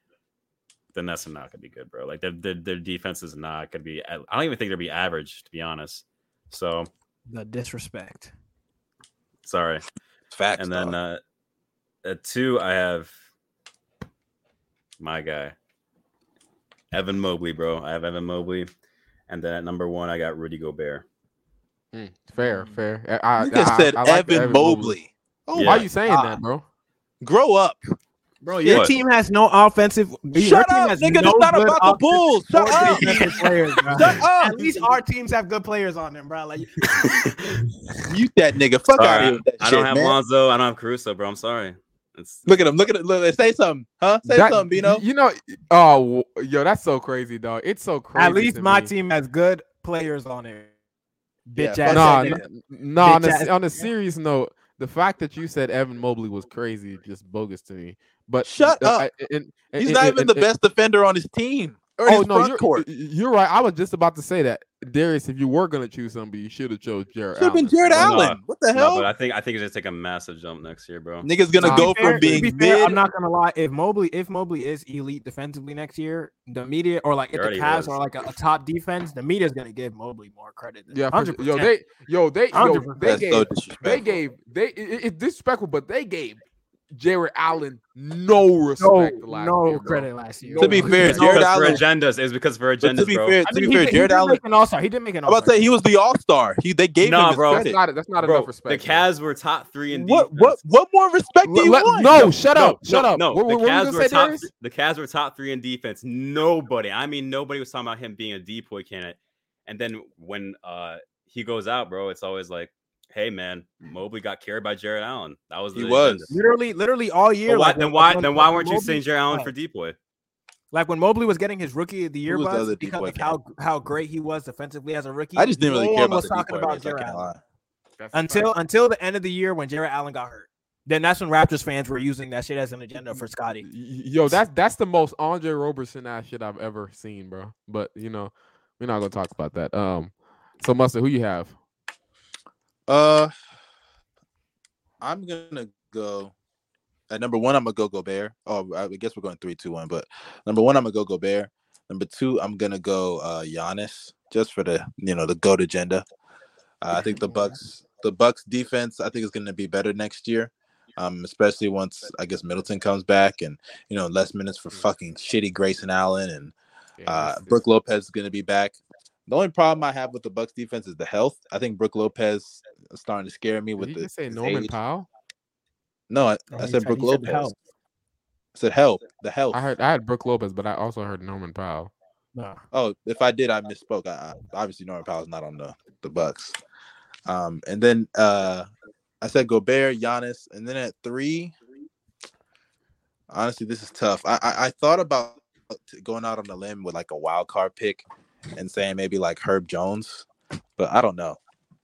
the Nets are not gonna be good, bro. Like their their, their defense is not gonna be. I don't even think they'll be average, to be honest. So
The disrespect.
sorry.
Facts.
and then
dog.
uh, at two, I have my guy, Evan Mobley, bro. I have Evan Mobley, and then at number one, I got Rudy Gobert.
Mm, fair, fair. I,
you
I,
just
I-
said
I like the
Evan, Mobley. Ah. Oh,
Yeah.
Why are you saying that, bro?
grow up.
Bro, your
What?
team has no offensive. your
Shut
team
up,
has
nigga.
no
it's not
good
about the
offensive
Bulls. Shut
or
up.
defensive players, bro.
Shut up.
At least our teams have good players on them, bro. Like
Mute that nigga. Fuck
Sorry,
out of here with that
I
shit,
don't have
man.
Lonzo. I don't have Caruso, bro. I'm sorry. It's
Look at him. Look at him. Look, say something. Huh? Say
That-
something, Bino.
You know, oh, w- yo, that's so crazy, dog. It's so crazy.
at least
to
my
me.
team has good players on it. Bitch
Yeah, fuck
ass.
Nah,
that
n-
nigga.
nah. On
Bitch ass.
a, on a serious note, the fact that you said Evan Mobley was crazy is just bogus to me. But
Shut
uh,
up.
I- and- and-
He's
and-
not
and-
even the
and-
best defender on his team. Or
Oh
his
no,
front
you're,
court.
y- you're right. I was just about to say that, Darius. If you were gonna choose somebody, you should have chose Jared.
Should have been
Allen.
Jared
Well, nah.
Allen. What the
no,
hell?
but I think I think it's gonna take a massive jump next year, bro.
Niggas gonna
Nah, to
go
be
from
fair-
being
to be fair,
mid.
I'm not gonna lie. If Mobley, if Mobley is elite defensively next year, the media or like
He
if the
already
Cavs
was.
are like a, a top defense, the media's gonna give Mobley more credit. Than
Yeah, for,
100%.
sure. yo, they, yo, they, yo,
100%.
they
That's so
gave,
disrespectful.
they gave, they. it- it- It's disrespectful, but they gave Jared Allen no
no,
respect. last
no
year, bro.
credit last year.
To
to
bro.
be
No,
fair,
it's
It's because
Jared
for
Allen.
agendas. It's because for
But
agendas,
to be
bro.
fair,
I
to
mean,
be
he,
fair,
did- he
Jared
did
Allen.
make an all star. He did make an
I'm
all
about to
star.
say he was the All Star. He they gave
Nah,
him his
bro.
That's
credit.
not, that's not
Bro,
enough
the
respect.
Cavs were top three in
What
defense.
what what more respect do
Let-
you
let-
want?
no, shut
No,
up, shut
no,
up.
No,
what,
the
what were you
Cavs
gonna
were
say,
top.
Darius?
The Cavs were top three in defense. Nobody, I mean, nobody was talking about him being a decoy candidate. And then when uh he goes out, bro, it's always like, hey man, Mobley got carried by Jared Allen. That was
He
the
was.
agenda.
Literally, literally all year.
But why,
like,
then
when-
why
when-
then why
when
weren't you
Mobley-
saying Jared Allen
Right.
for decoy?
Like when Mobley was getting his rookie of the year
was the
buzz
other
because
decoy
of how how great he was defensively as a rookie.
I just didn't really
no
care
one
about
was
the
talking
decoy
about
race, I
Jared
can't
Allen
lie.
That's a
until
fact.
until the end of the year when Jared Allen got hurt. Then that's when Raptors fans were using that shit as an agenda for Scotty.
yo, that's that's the most Andre Roberson ass shit I've ever seen, bro. But you know, we're not gonna talk about that. Um, so Mustard, who you have?
Uh, I'm gonna go at number one. I'm gonna go go bear. Oh, I guess we're going three, two, one. But number one, I'm gonna go go bear. Number two, I'm gonna go uh Giannis just for the you know the goat agenda. Uh, I think the Bucks the Bucks defense I think is gonna be better next year. Um, especially once I guess Middleton comes back and you know less minutes for
Mm.
fucking shitty Grayson Allen and
Yeah,
uh,
this- this-
Brooke Lopez is going to be back. The only problem I have with the Bucks defense is the health. I think Brooke Lopez is starting to scare me
Did
with
he
the
just say
his
Norman
age.
Powell? Oh,
No, I,
No,
I
he
said
said-
Brooke
he said the
Lopez.
health.
I said help the health.
I heard I had Brooke Lopez, but I also heard Norman Powell.
No.
Oh, if I did, I misspoke. I, I, obviously, Norman Powell's not on the the Bucks. Um, and then uh, I said Gobert, Giannis, and then at three. Honestly, this is tough. I, I I thought about going out on a limb with like a wild card pick, and saying maybe like Herb Jones, but I don't know.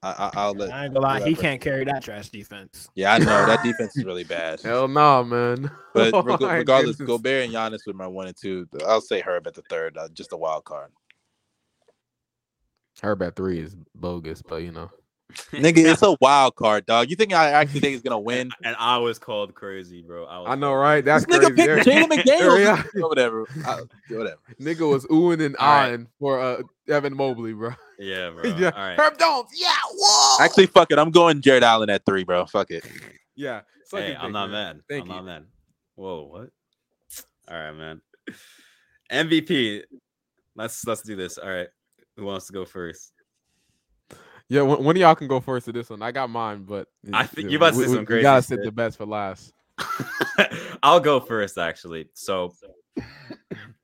I, I I'll let.
I ain't gonna lie, he
whoever.
can't carry that trash defense.
Yeah, I know that defense is really bad.
Hell no, man.
But
Oh
reg-
my
regardless,
goodness.
Gobert and Giannis with my one and two. I'll say Herb at the third, uh, just a wild card.
Herb at three is bogus, but you know.
Nigga, it's a wild card, dog. You think I actually think he's gonna win?
And I was called crazy, bro. I, was
I know,
called-
right? That's
this
crazy.
nigga
There-
picked Jaden McDaniels.
Yeah.
or whatever. I- whatever.
nigga was oohing and
All right.
eyeing for uh, Evan Mobley, bro.
Yeah, bro.
yeah.
All right.
Herb Jones, yeah, whoa.
Actually, fuck it. I'm going Jared Allen at three, bro. Fuck it.
yeah. suck
Hey,
his
I'm
dick,
not
man.
mad.
Thank
I'm
you.
not mad. Whoa, what? All right, man. MVP. Let's let's do this. All right. Who wants to go first?
Yeah, one, one of y'all can go first to this one. I got mine, but
I think
yeah,
you about to
we-
say
we-
some
we
crazy
gotta sit
shit.
the best for last.
I'll go first, actually. So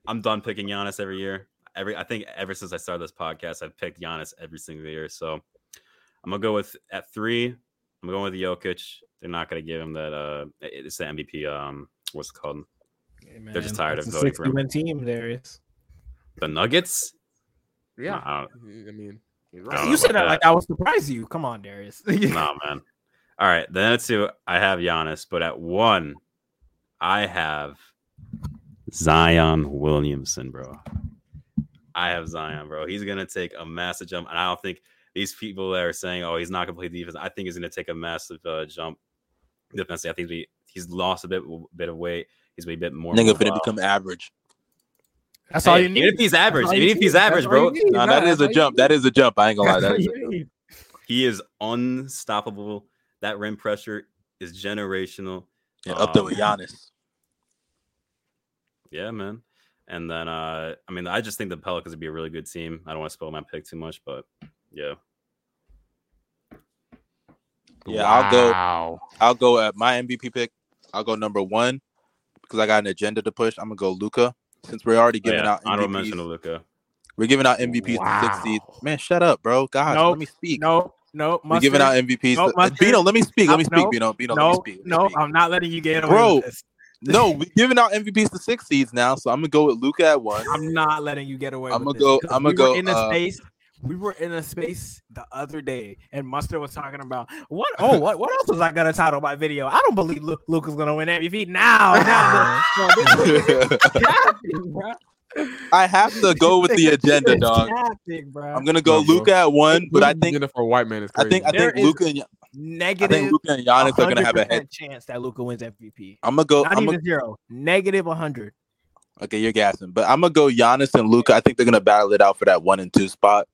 I'm done picking Giannis every year. Every I think ever since I started this podcast, I've picked Giannis every single year. So I'm gonna go with at three. I'm going with Jokic. They're not gonna give him that. Uh, it- it's the MVP. Um, what's it called? They're just tired of
It's a
voting for him.
60-win team, Darius.
The Nuggets.
Yeah,
Nah, I don't-
I mean, he's
I don't
right.
know
You said
about
that
that.
like I was surprised you. Come on, Darius.
nah, man. All right, then at two, I have Giannis, but at one, I have Zion Williamson, bro. I have Zion, bro. He's gonna take a massive jump, and I don't think these people that are saying, "Oh, he's not gonna play defense," I think he's gonna take a massive uh, jump defensively. I think he, he's lost a bit, bit of weight. He's a bit more.
Nigga finna
mobile.
become average.
That's
Hey,
all you need.
Even if he's average,
all you
even if
need.
he's
That's
average,
all
bro,
you need.
Nah,
Nah,
that is
that's all
a
you
jump.
need.
That is a jump. I ain't gonna lie. That is
That's all you
a jump.
need.
he is unstoppable. That rim pressure is generational.
Yeah, up there with
Um,
Giannis.
Yeah, man. And then uh I Oh, mean I just think the Pelicans would be a really good team. I don't want to spoil my pick too much, but yeah.
Yeah, I'll go-
Wow.
I'll go at my MVP pick. I'll go number one because I got an agenda to push. I'm gonna go Luca since we're already giving
Oh, yeah,
out
honorable
MVPs.
mention to Luca.
We're giving out MVPs to
Wow.
six seeds. Man, shut up, bro. God,
Nope.
let me speak.
No, no,
We're giving out
mustard.
MVPs.
No,
to-
mustard.
Bino, let me speak. Let me
No,
speak, Bino. Bino, let me
no,
speak. Let me
no,
speak.
I'm not letting you get away
Bro.
with this.
No, we're giving out MVPs to six seeds now, so I'm gonna go with Luca at one.
I'm not letting you get away.
I'ma
with
go-
This, 'cause
I'ma
we were
go,
In a
uh,
space, we were in a space the other day, and Mustard was talking about what? Oh, what? What else was I gonna title my video? I don't believe Luke, Luke is gonna win MVP now. now bro,
Uh-huh.
this is capping, bro.
I have to go with the agenda, dog.
Capping, bro.
I'm gonna go
No, bro.
Luca at one, but I think
Jennifer White man is
I
crazy.
think I
There
think
is
Luca and I
Negative.
think Luca and Giannis are gonna have a head.
100% chance that Luca wins MVP.
I'm gonna go.
Not
I'm gonna,
even zero. Negative 100.
okay, you're gassing, but I'm gonna go Giannis and Luca. I think they're gonna battle it out for that one and two spot.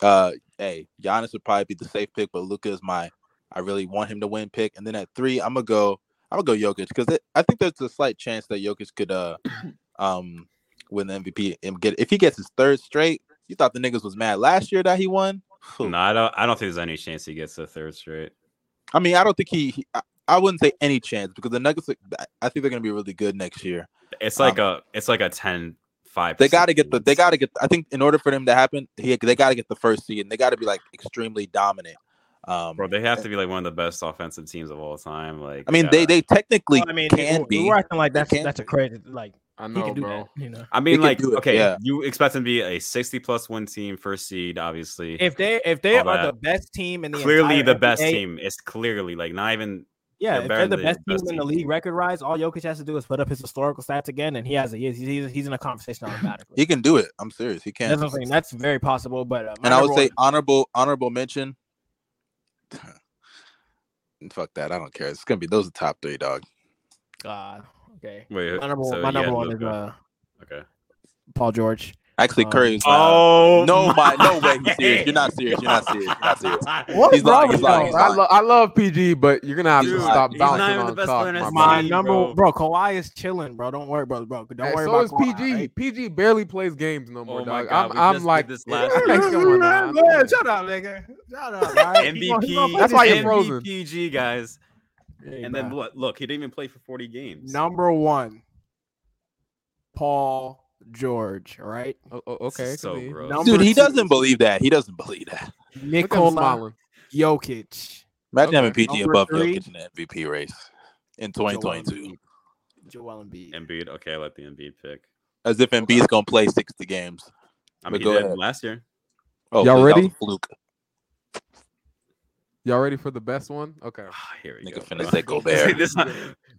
Uh, hey, Giannis would probably be the safe pick, but Luca is my. I really want him to win pick, and then at three, I'm gonna go. I'm gonna go Jokic because I think there's a slight chance that Jokic could uh um win the MVP and get if he gets his third straight. You thought the niggas was mad last year that he won. Phew.
No, I don't. I don't think there's any chance he gets the third straight.
I mean, I don't think he. he I, I wouldn't say any chance because the Nuggets. are- I- I think they're going to be really good next year.
It's like a. It's like a 10 5
Um, They got to get the. They got to get. I think in order for them to happen, he, they got to get the first seed and they got to be like extremely dominant. Um,
Bro, they have to be like one of the best offensive teams of all time. Like,
I mean, they
yeah.
they technically
Well, I mean,
can
we-
be.
we we're acting like that's
can
that's a crazy like
I
he
know,
can do
bro.
that. You know,
I mean,
could
like,
do it,
okay,
yeah.
you expect them to be a 60 plus one team, first seed, obviously.
if they if they
All
are
that.
the best team in the
clearly
entire
the best
NBA
team. It's clearly like not even.
Yeah,
They're
if
better
they're the
than the
best team
best
in the
team.
league record wise, all Jokic has to do is put up his historical stats again, and he has a he's he's, he's in a conversation automatically.
He can do it. I'm serious. He can.
That's what I'm saying. That's very possible, but uh, my
and I would
number
say
one-
honorable honorable mention. Fuck that. I don't care. It's gonna be those are top three, dog.
God, okay.
Wait,
My number, one-
so
my
you
number
had
one is
Luka.
uh,
okay.
Paul George.
Actually,
Um,
Curry's. Uh,
Oh
no, my no way. He's serious. You're not serious. You're not serious. You're not serious.
What
He's
is
lying,
wrong
he's
with y'all,
lying, he's
bro?
I, lo- I love PG, but you're gonna have
Dude,
to stop
he's not
bouncing
even the
on
best
talk.
player in
My
his
My
team,
brother.
number bro.
bro.
Kawhi is chilling, bro. Don't worry, bro, bro. Don't
Hey,
worry
so
about
is
Kawhi,
PG.
right?
PG barely plays games no more.
Oh my
dog.
God,
I'm,
we just
I'm
did
like
this last
Yeah,
week.
come on now.
Man, shut up, nigga. Shut up. right? He gonna- he gonna
MVP.
play
That's
this
why you're
shit.
frozen.
MVPG guys.
Hey,
And
bro.
then what? Look, he didn't even play for 40 games.
Number one, Paul George, right?
Oh, oh, okay, it
so
could be.
gross.
Number-
Dude, he
two.
doesn't believe that. He doesn't believe that.
Look at him
Nikola
smiling.
Jokic.
Imagine
Okay.
having PG
Number
above
three.
Jokic in the MVP race in
Joel
2022,
Embiid. Joel Embiid.
Embiid. Okay, I let the Embiid pick.
as if Embiid's gonna play 60 games.
I
But
mean, he
go
did
ahead.
last year.
Oh,
Y'all
so that was
ready?
a Fluke.
Y'all ready for the best one? Okay.
Ah, here we
Nigga
go.
finna
bro.
say Gobert.
This-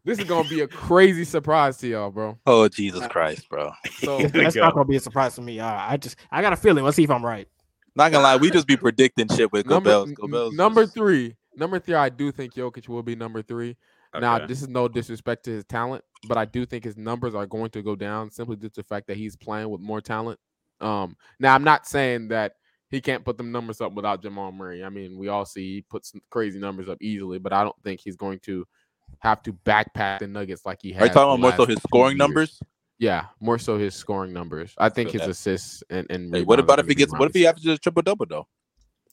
This is gonna be a crazy surprise to y'all, bro.
Oh, Jesus Christ, bro.
So
Here we
That's
go.
not gonna be a surprise to me. I, I just I got a feeling. Let's see if I'm right.
Not gonna lie, we just be predicting shit with
number
Gobel's.
n-
Gobel's
number
just-
three, number three, I do think Jokic will be number three. Now,
Okay.
this is no disrespect to his talent, but I do think his numbers are going to go down simply due to the fact that he's playing with more talent. Um, now I'm not saying that he can't put them numbers up without Jamal Murray. I mean, we all see he puts some crazy numbers up easily, but I don't think he's going to have to backpack the Nuggets like he has.
Are you talking about
the
more so
last
his
few
scoring
years.
numbers?
Yeah, more so his scoring numbers. I think
feel
his
that.
assists and and.
Hey, what
rebounds are
about
gonna
if
be
he gets? What if he
minus.
averages a triple double though?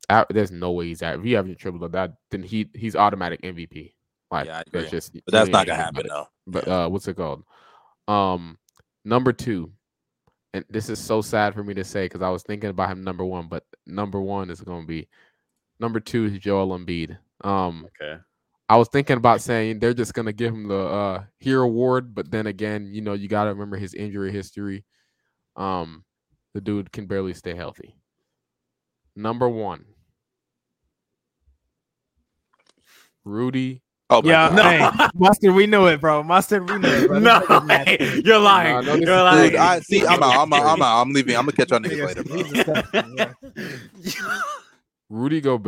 I, there's no way he's at. If he averages a triple double, that then he he's automatic MVP. Like
Yeah, I agree.
that's just.
But that's
really
not
ain't
gonna
about
happen
it.
though.
But uh, what's it called? Um, number two, and this is so sad for me to say because I was thinking about him number one, but number one is going to be number two is Joel Embiid. Um,
Okay.
I was thinking about saying they're just gonna give him the uh hero award, but then again, you know, you gotta remember his injury history. Um, the dude can barely stay healthy. Number one, Rudy.
Oh my
yeah,
God.
no. mustard, we knew it, bro. Mustard, we knew it. Bro. This nigga's nasty.
you're
lying. no, this You're is-
Dude, I see. I'm out. I'm out. I'm out. I'm leaving. I'm gonna catch y'all niggas later, bro.
He's disgusting, yeah.
Rudy Gobert.